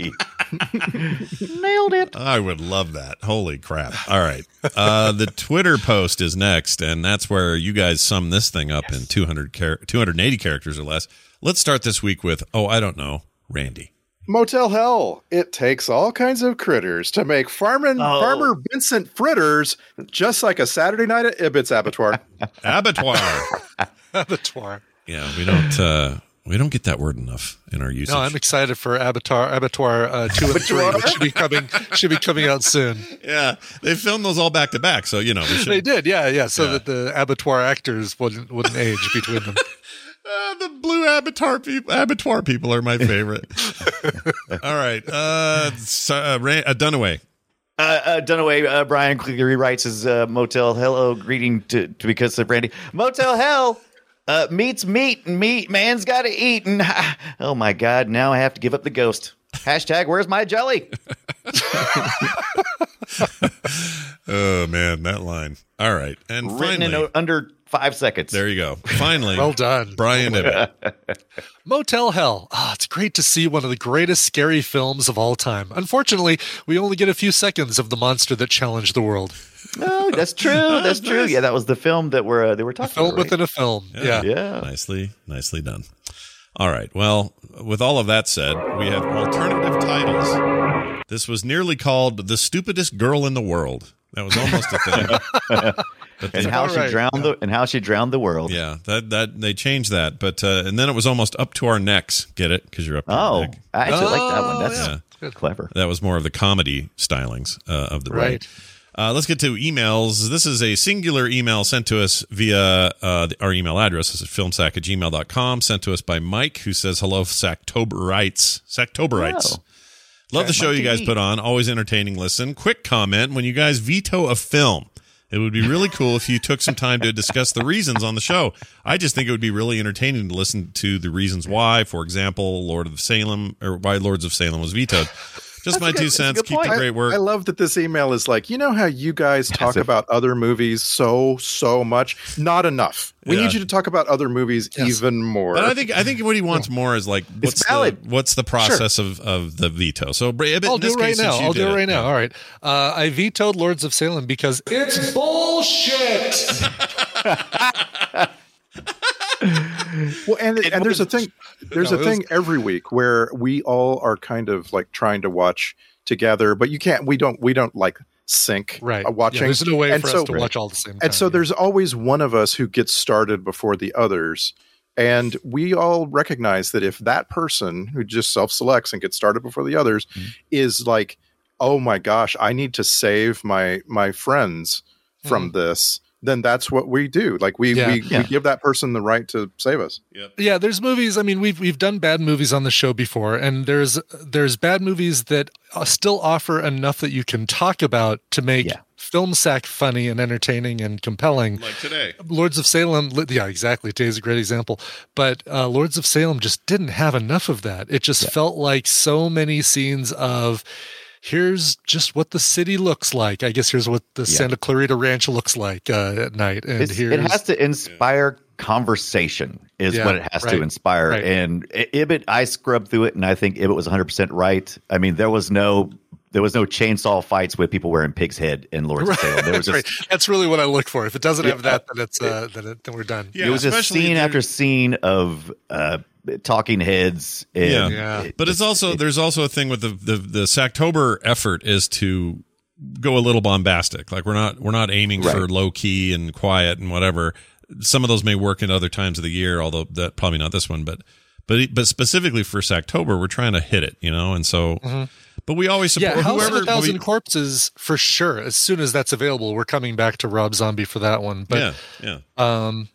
Nailed it. I would love that. Holy crap. All right. Uh, the Twitter post is next, and that's where you guys sum this thing up in 200 char- 280 characters or less. Let's start this week with, oh, I don't know, Randy. Motel Hell. It takes all kinds of critters to make Farman, Oh. Farmer Vincent fritters just like a Saturday night at Ibbot's Abattoir. Abattoir. Abattoir. Yeah, we don't uh, we don't get that word enough in our usage. No, I'm excited for Abattoir, Abattoir uh, 2 and 3, which should be, coming, should be coming out soon. yeah, they filmed those all back to back, so you know we should. They did, yeah, yeah, so that the Abattoir actors wouldn't, wouldn't age between them. Uh, the blue abattoir people, abattoir people are my favorite. All right, uh, so, uh, Ray, uh, Dunaway. Uh, uh, Dunaway, uh, Brian quickly rewrites his uh, Motel Hello greeting to, to because of Randy. Motel Hell uh, meets meat and meat man's got to eat and oh my god, now I have to give up the ghost. Hashtag where's my jelly? Oh man, that line. All right, and Written in finally, o- under five seconds. there you go. Finally, Well done. Brian Ibbett. Motel Hell. Ah, it's great to see one of the greatest scary films of all time. Unfortunately, we only get a few seconds of the monster that challenged the world. No, that's true. That's true. Yeah, that was the film that we're uh, they were talking Film about. right? within a film. Yeah. Yeah. Nicely, nicely done. All right. Well, with all of that said, we have alternative titles. This was nearly called "The Stupidest Girl in the World." That was almost a thing. But and they- how she drowned the and how she drowned the world. Yeah, that that they changed that, but uh, and then it was almost up to our necks. Get it? Because you're up. To Oh, your neck. I actually like that Oh, one. That's clever. That was more of the comedy stylings uh, of the day. Right. Uh, let's get to emails. This is a singular email sent to us via uh, the- our email address. This is filmsack at gmail.com, sent to us by Mike, who says, Hello, Sacktoberites. Sacktoberites. Oh. Love the Yeah, show Mike you guys TV. put on. Always entertaining listen. Quick comment when you guys veto a film. It would be really cool if you took some time to discuss the reasons on the show. I just think it would be really entertaining to listen to the reasons why, for example, Lord of Salem or why Lords of Salem was vetoed. Just my two cents. Keep the great work. I, I love that this email is like, you know how you guys talk about other movies so, so much? Not enough. We Yeah. need you to talk about other movies even more. But I think I think what he wants more is like what's the, valid. what's the process of, of the veto. So Bra- Ibbett, I'll in do this it right case, now. since you I'll did do it right now. All right. Uh, I vetoed Lords of Salem because it's bullshit. Well, and and there's a thing, there's No, a it was- thing every week where we all are kind of like trying to watch together, but you can't. We don't. We don't like sync Right. uh, watching. Yeah, there's no way And for us so- to watch all at the same time. And so there's always one of us who gets started before the others. And we all recognize that if that person who just self selects and gets started before the others is like, oh my gosh, I need to save my my friends from this, then that's what we do. Like we Yeah. we, Yeah. we give that person the right to save us. Yeah, there's movies. I mean, we've we've done bad movies on the show before, and there's there's bad movies that uh, still offer enough that you can talk about to make film sack funny and entertaining and compelling. Like today. Lords of Salem, li- yeah, exactly. Today's a great example, but uh, Lords of Salem just didn't have enough of that. It just felt like so many scenes of. Here's just what the city looks like. I guess here's what the Santa Clarita Ranch looks like uh, at night, and It's- here's it has to inspire conversation is Yeah, what it has right, to inspire right. and I- ibbot i scrubbed through it and i think ibbot was 100% right i mean there was no there was no chainsaw fights with people wearing pig's head in lords of salem there was That's just right. That's really what I look for. If it doesn't Yeah. have that, then it's uh, then, it, then we're done. it was just scene after scene of uh talking heads and yeah. But it's also there's also a thing with the the the Sacktober effort is to go a little bombastic. Like we're not we're not aiming for Right. low key and quiet and whatever. Some of those may work at other times of the year, although that probably not this one. But but but specifically for Sacktober, we're trying to hit it, you know. And so, Mhm. but we always support yeah, House whoever. of a Thousand we- Corpses for sure. As soon as that's available, we're coming back to Rob Zombie for that one. But yeah, yeah. um,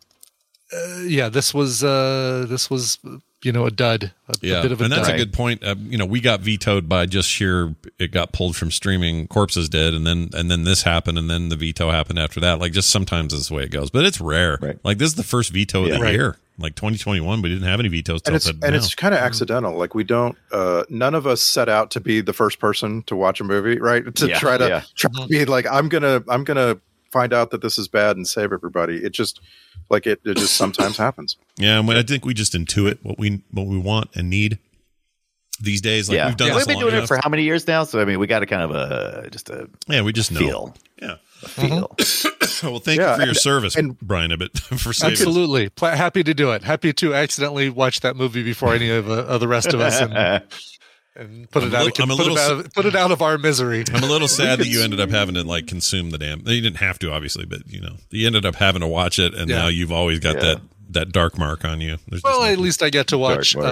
uh, yeah, this was uh, this was you know a dud, a, a Yeah, bit of a and that's dud. a good point. Uh, you know, we got vetoed by just sheer it got pulled from streaming. Corpses did, and then and then this happened, and then the veto happened after that. Like just sometimes it's the way it goes, but it's rare. Like this is the first veto Yeah. of the Right. year. Like 2021, we didn't have any vetoes. till and it's to and now. it's kind of accidental. Like we don't, uh, none of us set out to be the first person to watch a movie, right? To Yeah, try to yeah. try Mm-hmm. Mm-hmm. to be like, I'm gonna, I'm gonna find out that this is bad and save everybody. It just, like it, it just sometimes happens. Yeah, and when I think we just intuit what we what we want and need these days. Like yeah. we've done Yeah, this we've been long doing enough. it for how many years now so i mean we got a kind of a just a yeah, we just know. feel Yeah. A feel well, thank you Yeah, for your and- service, and- Brian Abbott, for saving. us. Absolutely, Pla- happy to do it. Happy to accidentally watch that movie before any of, uh, of the rest of us and, and put I'm it a out. little- of con- I'm a put, it little out of, put it out of our misery. I'm a little sad that you ended up having to like consume the damn. You didn't have to, obviously, but you know, you ended up having to watch it, and Yeah. now you've always got Yeah. that that dark mark on you. There's Well, at least I get to watch Dark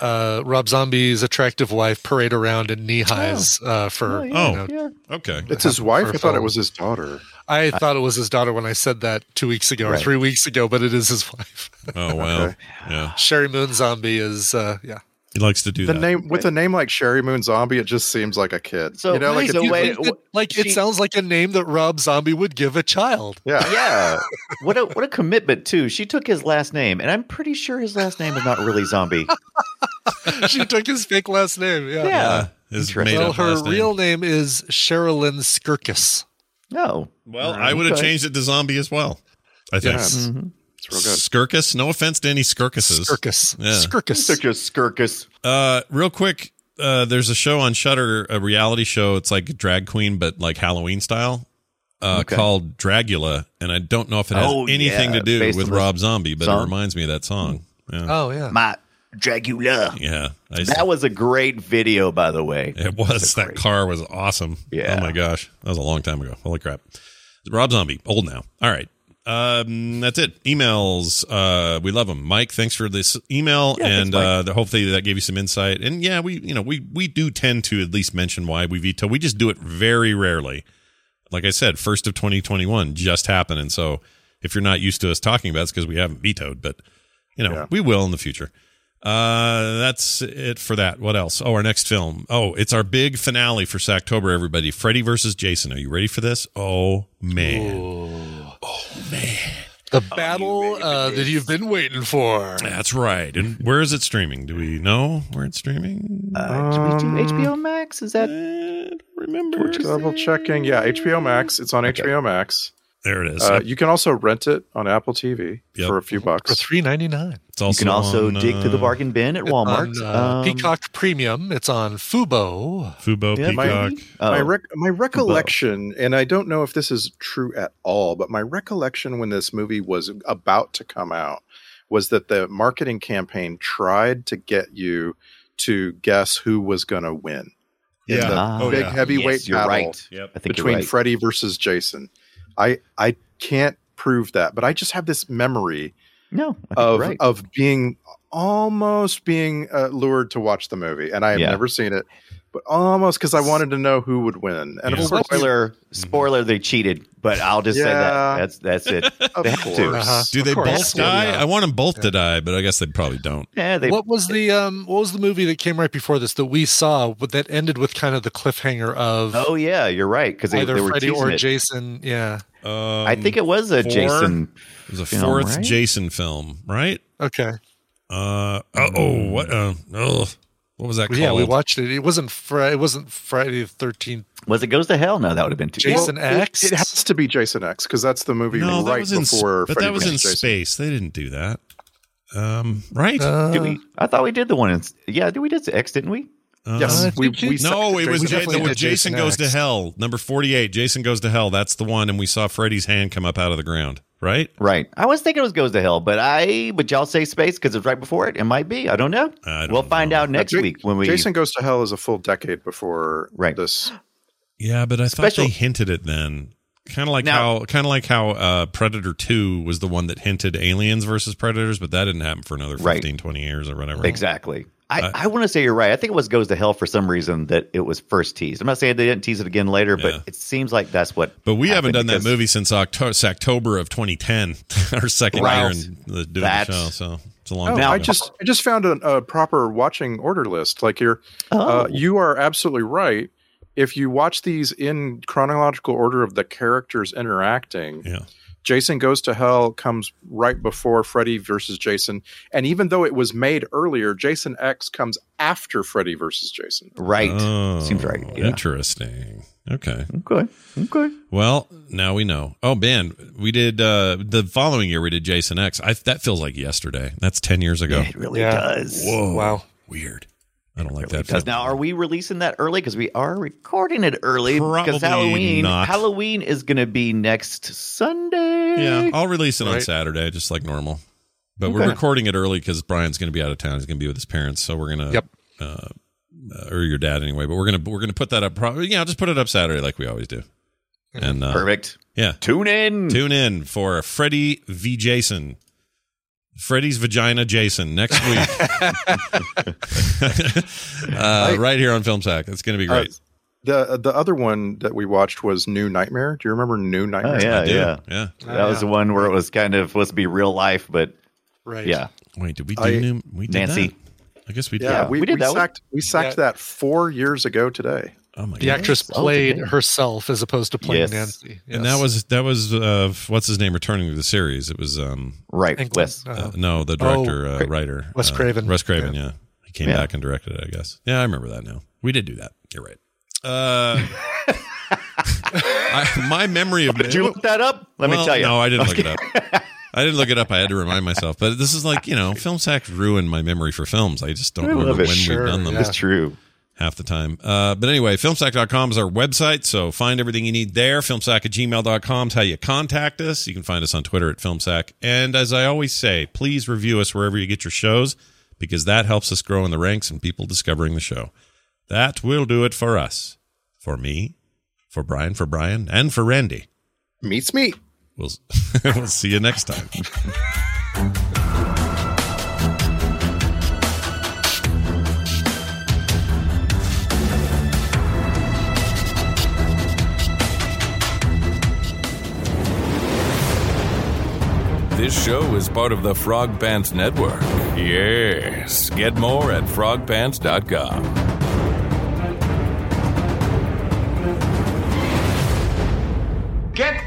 uh, uh, Rob Zombie's attractive wife parade around in knee highs uh, for. Oh, you know, okay. It's his wife. For I thought it film. was his daughter. I thought it was his daughter when I said that two weeks ago or Right. three weeks ago, but it is his wife. Oh wow. Yeah. Sherry Moon Zombie is uh, yeah. He likes to do The that. Uh, name with a name like Sherry Moon Zombie, it just seems like a kid. So- you know, like so it's- wait- Like it She- sounds like a name that Rob Zombie would give a child. Yeah. Yeah. What a what a commitment too. She took his last name, and I'm pretty sure his last name is not really zombie. she took his fake last name. Yeah. Yeah. His Interesting. Well, her real name is Sherilyn Skirkus. No. Well, I would have changed it to zombie as well. I think. Yes. Mhm. It's real good. Skirkus. No offense to any Skirkuses. Skirkus. Yeah. Skirkus. Such a skirkus. Uh, real quick, uh, there's a show on Shutter, a reality show. It's like drag queen, but like Halloween style. Uh, Okay. called Dragula, and I don't know if it has Oh, anything yeah, to do based with on this Rob Zombie, but song? it reminds me of that song. Yeah. Oh yeah. My Dracula. Yeah, I see. That was a great video, by the way. It was that car was awesome. Yeah. Oh my gosh, that was a long time ago. Holy crap. Rob Zombie, old now. All right. Um, that's it. Emails. Uh, we love them. Mike, thanks for this email, Yeah, thanks, and uh, the, hopefully that gave you some insight. And yeah, we you know we we do tend to at least mention why we veto. We just do it very rarely. Like I said, first of 2021 just happened, and so if you're not used to us talking about it, it's because we haven't vetoed. But you know, Yeah. we will in the future. Uh, that's it for that. What else? Oh, our next film. Oh, it's our big finale for Sacktober, everybody. Freddy versus Jason. Are you ready for this? Oh man. The battle uh, that you've been waiting for. That's right. And where is it streaming? Do we know where it's streaming? Uh, Um, HBO Max is that? remember? We're double checking. Yeah, HBO Max. It's on HBO Max. There it is. Uh, you can also rent it on Apple TV for a few bucks. For three ninety nine. It's also you can also on, dig to the uh, bargain bin at Walmart. On, uh, Um, Peacock Premium. It's on Fubo. Fubo Yeah, my, Peacock. my, Oh. rec- my recollection, and I don't know if this is true at all, but my recollection when this movie was about to come out was that the marketing campaign tried to get you to guess who was going to win. in Yeah. the Ah. Oh, big yeah. heavyweight Yes, you're battle right. Yep. I think you're between right. Freddy versus Jason. I I can't prove that, but I just have this memory no you're of right. of being almost being uh, lured to watch the movie, and I have Yeah. never seen it, but almost because I wanted to know who would win. And of course, spoiler, spoiler, they cheated. But I'll just say Yeah. that that's that's it. Of They had to. Do they both die? Uh-huh. yeah. I want them both to die, but I guess they probably don't. Yeah, what was the um what was the movie that came right before this that we saw but that ended with kind of the cliffhanger of Oh yeah, you're right because they, either they were Freddy teasing or it. Jason, yeah. I think it was a Four? Jason. Um, It was a film, fourth right? Jason film, right? Okay. Uh oh, what? Uh, ugh. what was that called? Yeah, we watched it. It wasn't Fr- it wasn't Friday the 13th. Was it Goes to Hell? No, that would have been too. Jason Well, it- X. It, has to be Jason X because that's the movie no, that right was in, s- before. but Freddy that was in versus Jason. space. They didn't do that. Um, right? Uh, Did we, I thought we did the one. In, yeah, did we did X? Didn't we? Yes, Uh, we, did you- we said no, it Jason was Ja- X. definitely no, did Jason Jason goes to X. hell. Number forty-eight. Jason goes to hell. That's the one, and we saw Freddy's hand come up out of the ground. Right? Right. I was thinking it was Goes to Hell, but I would y'all say space because it's right before it. It might be. I don't know. I don't we'll find out Uh, next Ja- week when we. Jason Goes to Hell is a full decade before Right. this. Yeah, but I Special- thought they hinted it then. Kind of like Now- how, kind of like how uh, Predator Two was the one that hinted aliens versus predators, but that didn't happen for another 15, Right. 20 years or whatever. Exactly. I, Uh, I want to say you're right. I think it was Goes to Hell for some reason that it was first teased. I'm not saying they didn't tease it again later, Yeah. but it seems like that's what. But we happened haven't done that because- movie since October, October of 2010, our second Right. year in the, doing the That's- show. So it's a long Oh, time. I ago. just I just found a, a proper watching order list. Like you're, Oh. uh, you are absolutely right. If you watch these in chronological order of the characters interacting, yeah. Jason Goes to Hell comes right before Freddy versus Jason, and even though it was made earlier, Jason X comes after Freddy versus Jason. Right. Oh, Seems right. Yeah. Interesting. Okay. Okay. Okay. Well, now we know. Oh man, we did uh the following year we did Jason X. I that feels like yesterday. That's 10 years ago. It really Yeah. does. Whoa. Wow. Weird. I don't like Really that. does. feeling. Now, are we releasing that early? Because we are recording it early. Probably Because Halloween, not. Halloween is going to be next Sunday. Yeah, I'll release it on Right. Saturday just like normal. But we're Okay. recording it early cuz Brian's going to be out of town. He's going to be with his parents, so we're going to Yep. uh uh, or your dad anyway, but we're gonna we're gonna put that up. Probably, yeah, I'll just put it up Saturday like we always do. And uh, Perfect. Hmm. yeah, Tune in. Tune in for Freddy v Jason. Freddy's vagina Jason next week. uh, right here on Film Sack. It's going to be Uh, great. the the other one that we watched was New Nightmare. Do you remember New Nightmare? Oh, yeah, Dude, yeah. Yeah. Uh, That was the one where it was kind of supposed to be real life, but Right. yeah. Wait, did we do I- new? We did Nancy. that? I guess we did. Yeah, we, we did did we that one. sacked we sacked Yeah. that four years ago today. Oh my The god. actress Oh, played okay. herself as opposed to playing Yes. Nancy. Yes. And that was that was uh, what's his name returning to the series. It was um Right. England. Wes. Uh, uh, no the director Oh, uh, Cra- writer Wes uh, Craven. Wes Craven. Yeah. he came Yeah. back and directed it. I guess. Yeah, I remember that now. We did do that. You're right. Uh, I, my memory of Did you look that up? Let me Well, tell you. No, I didn't look it up. I didn't look it up. I had to remind myself. But this is like, you know, Film Sack ruined my memory for films. I just don't I remember love it. when Sure, we've done them yeah. It's true. half the time. Uh, but anyway, filmsack.com is our website. So find everything you need there. Filmsack at gmail.com is how you contact us. You can find us on Twitter at Filmsack. And as I always say, please review us wherever you get your shows because that helps us grow in the ranks and people discovering the show. That will do it for us. For me, for Brian, for Brian, and for Randy. Meets me. We'll, we'll see you next time. This show is part of the Frog Pants Network. Yes. Get more at frogpants.com. Get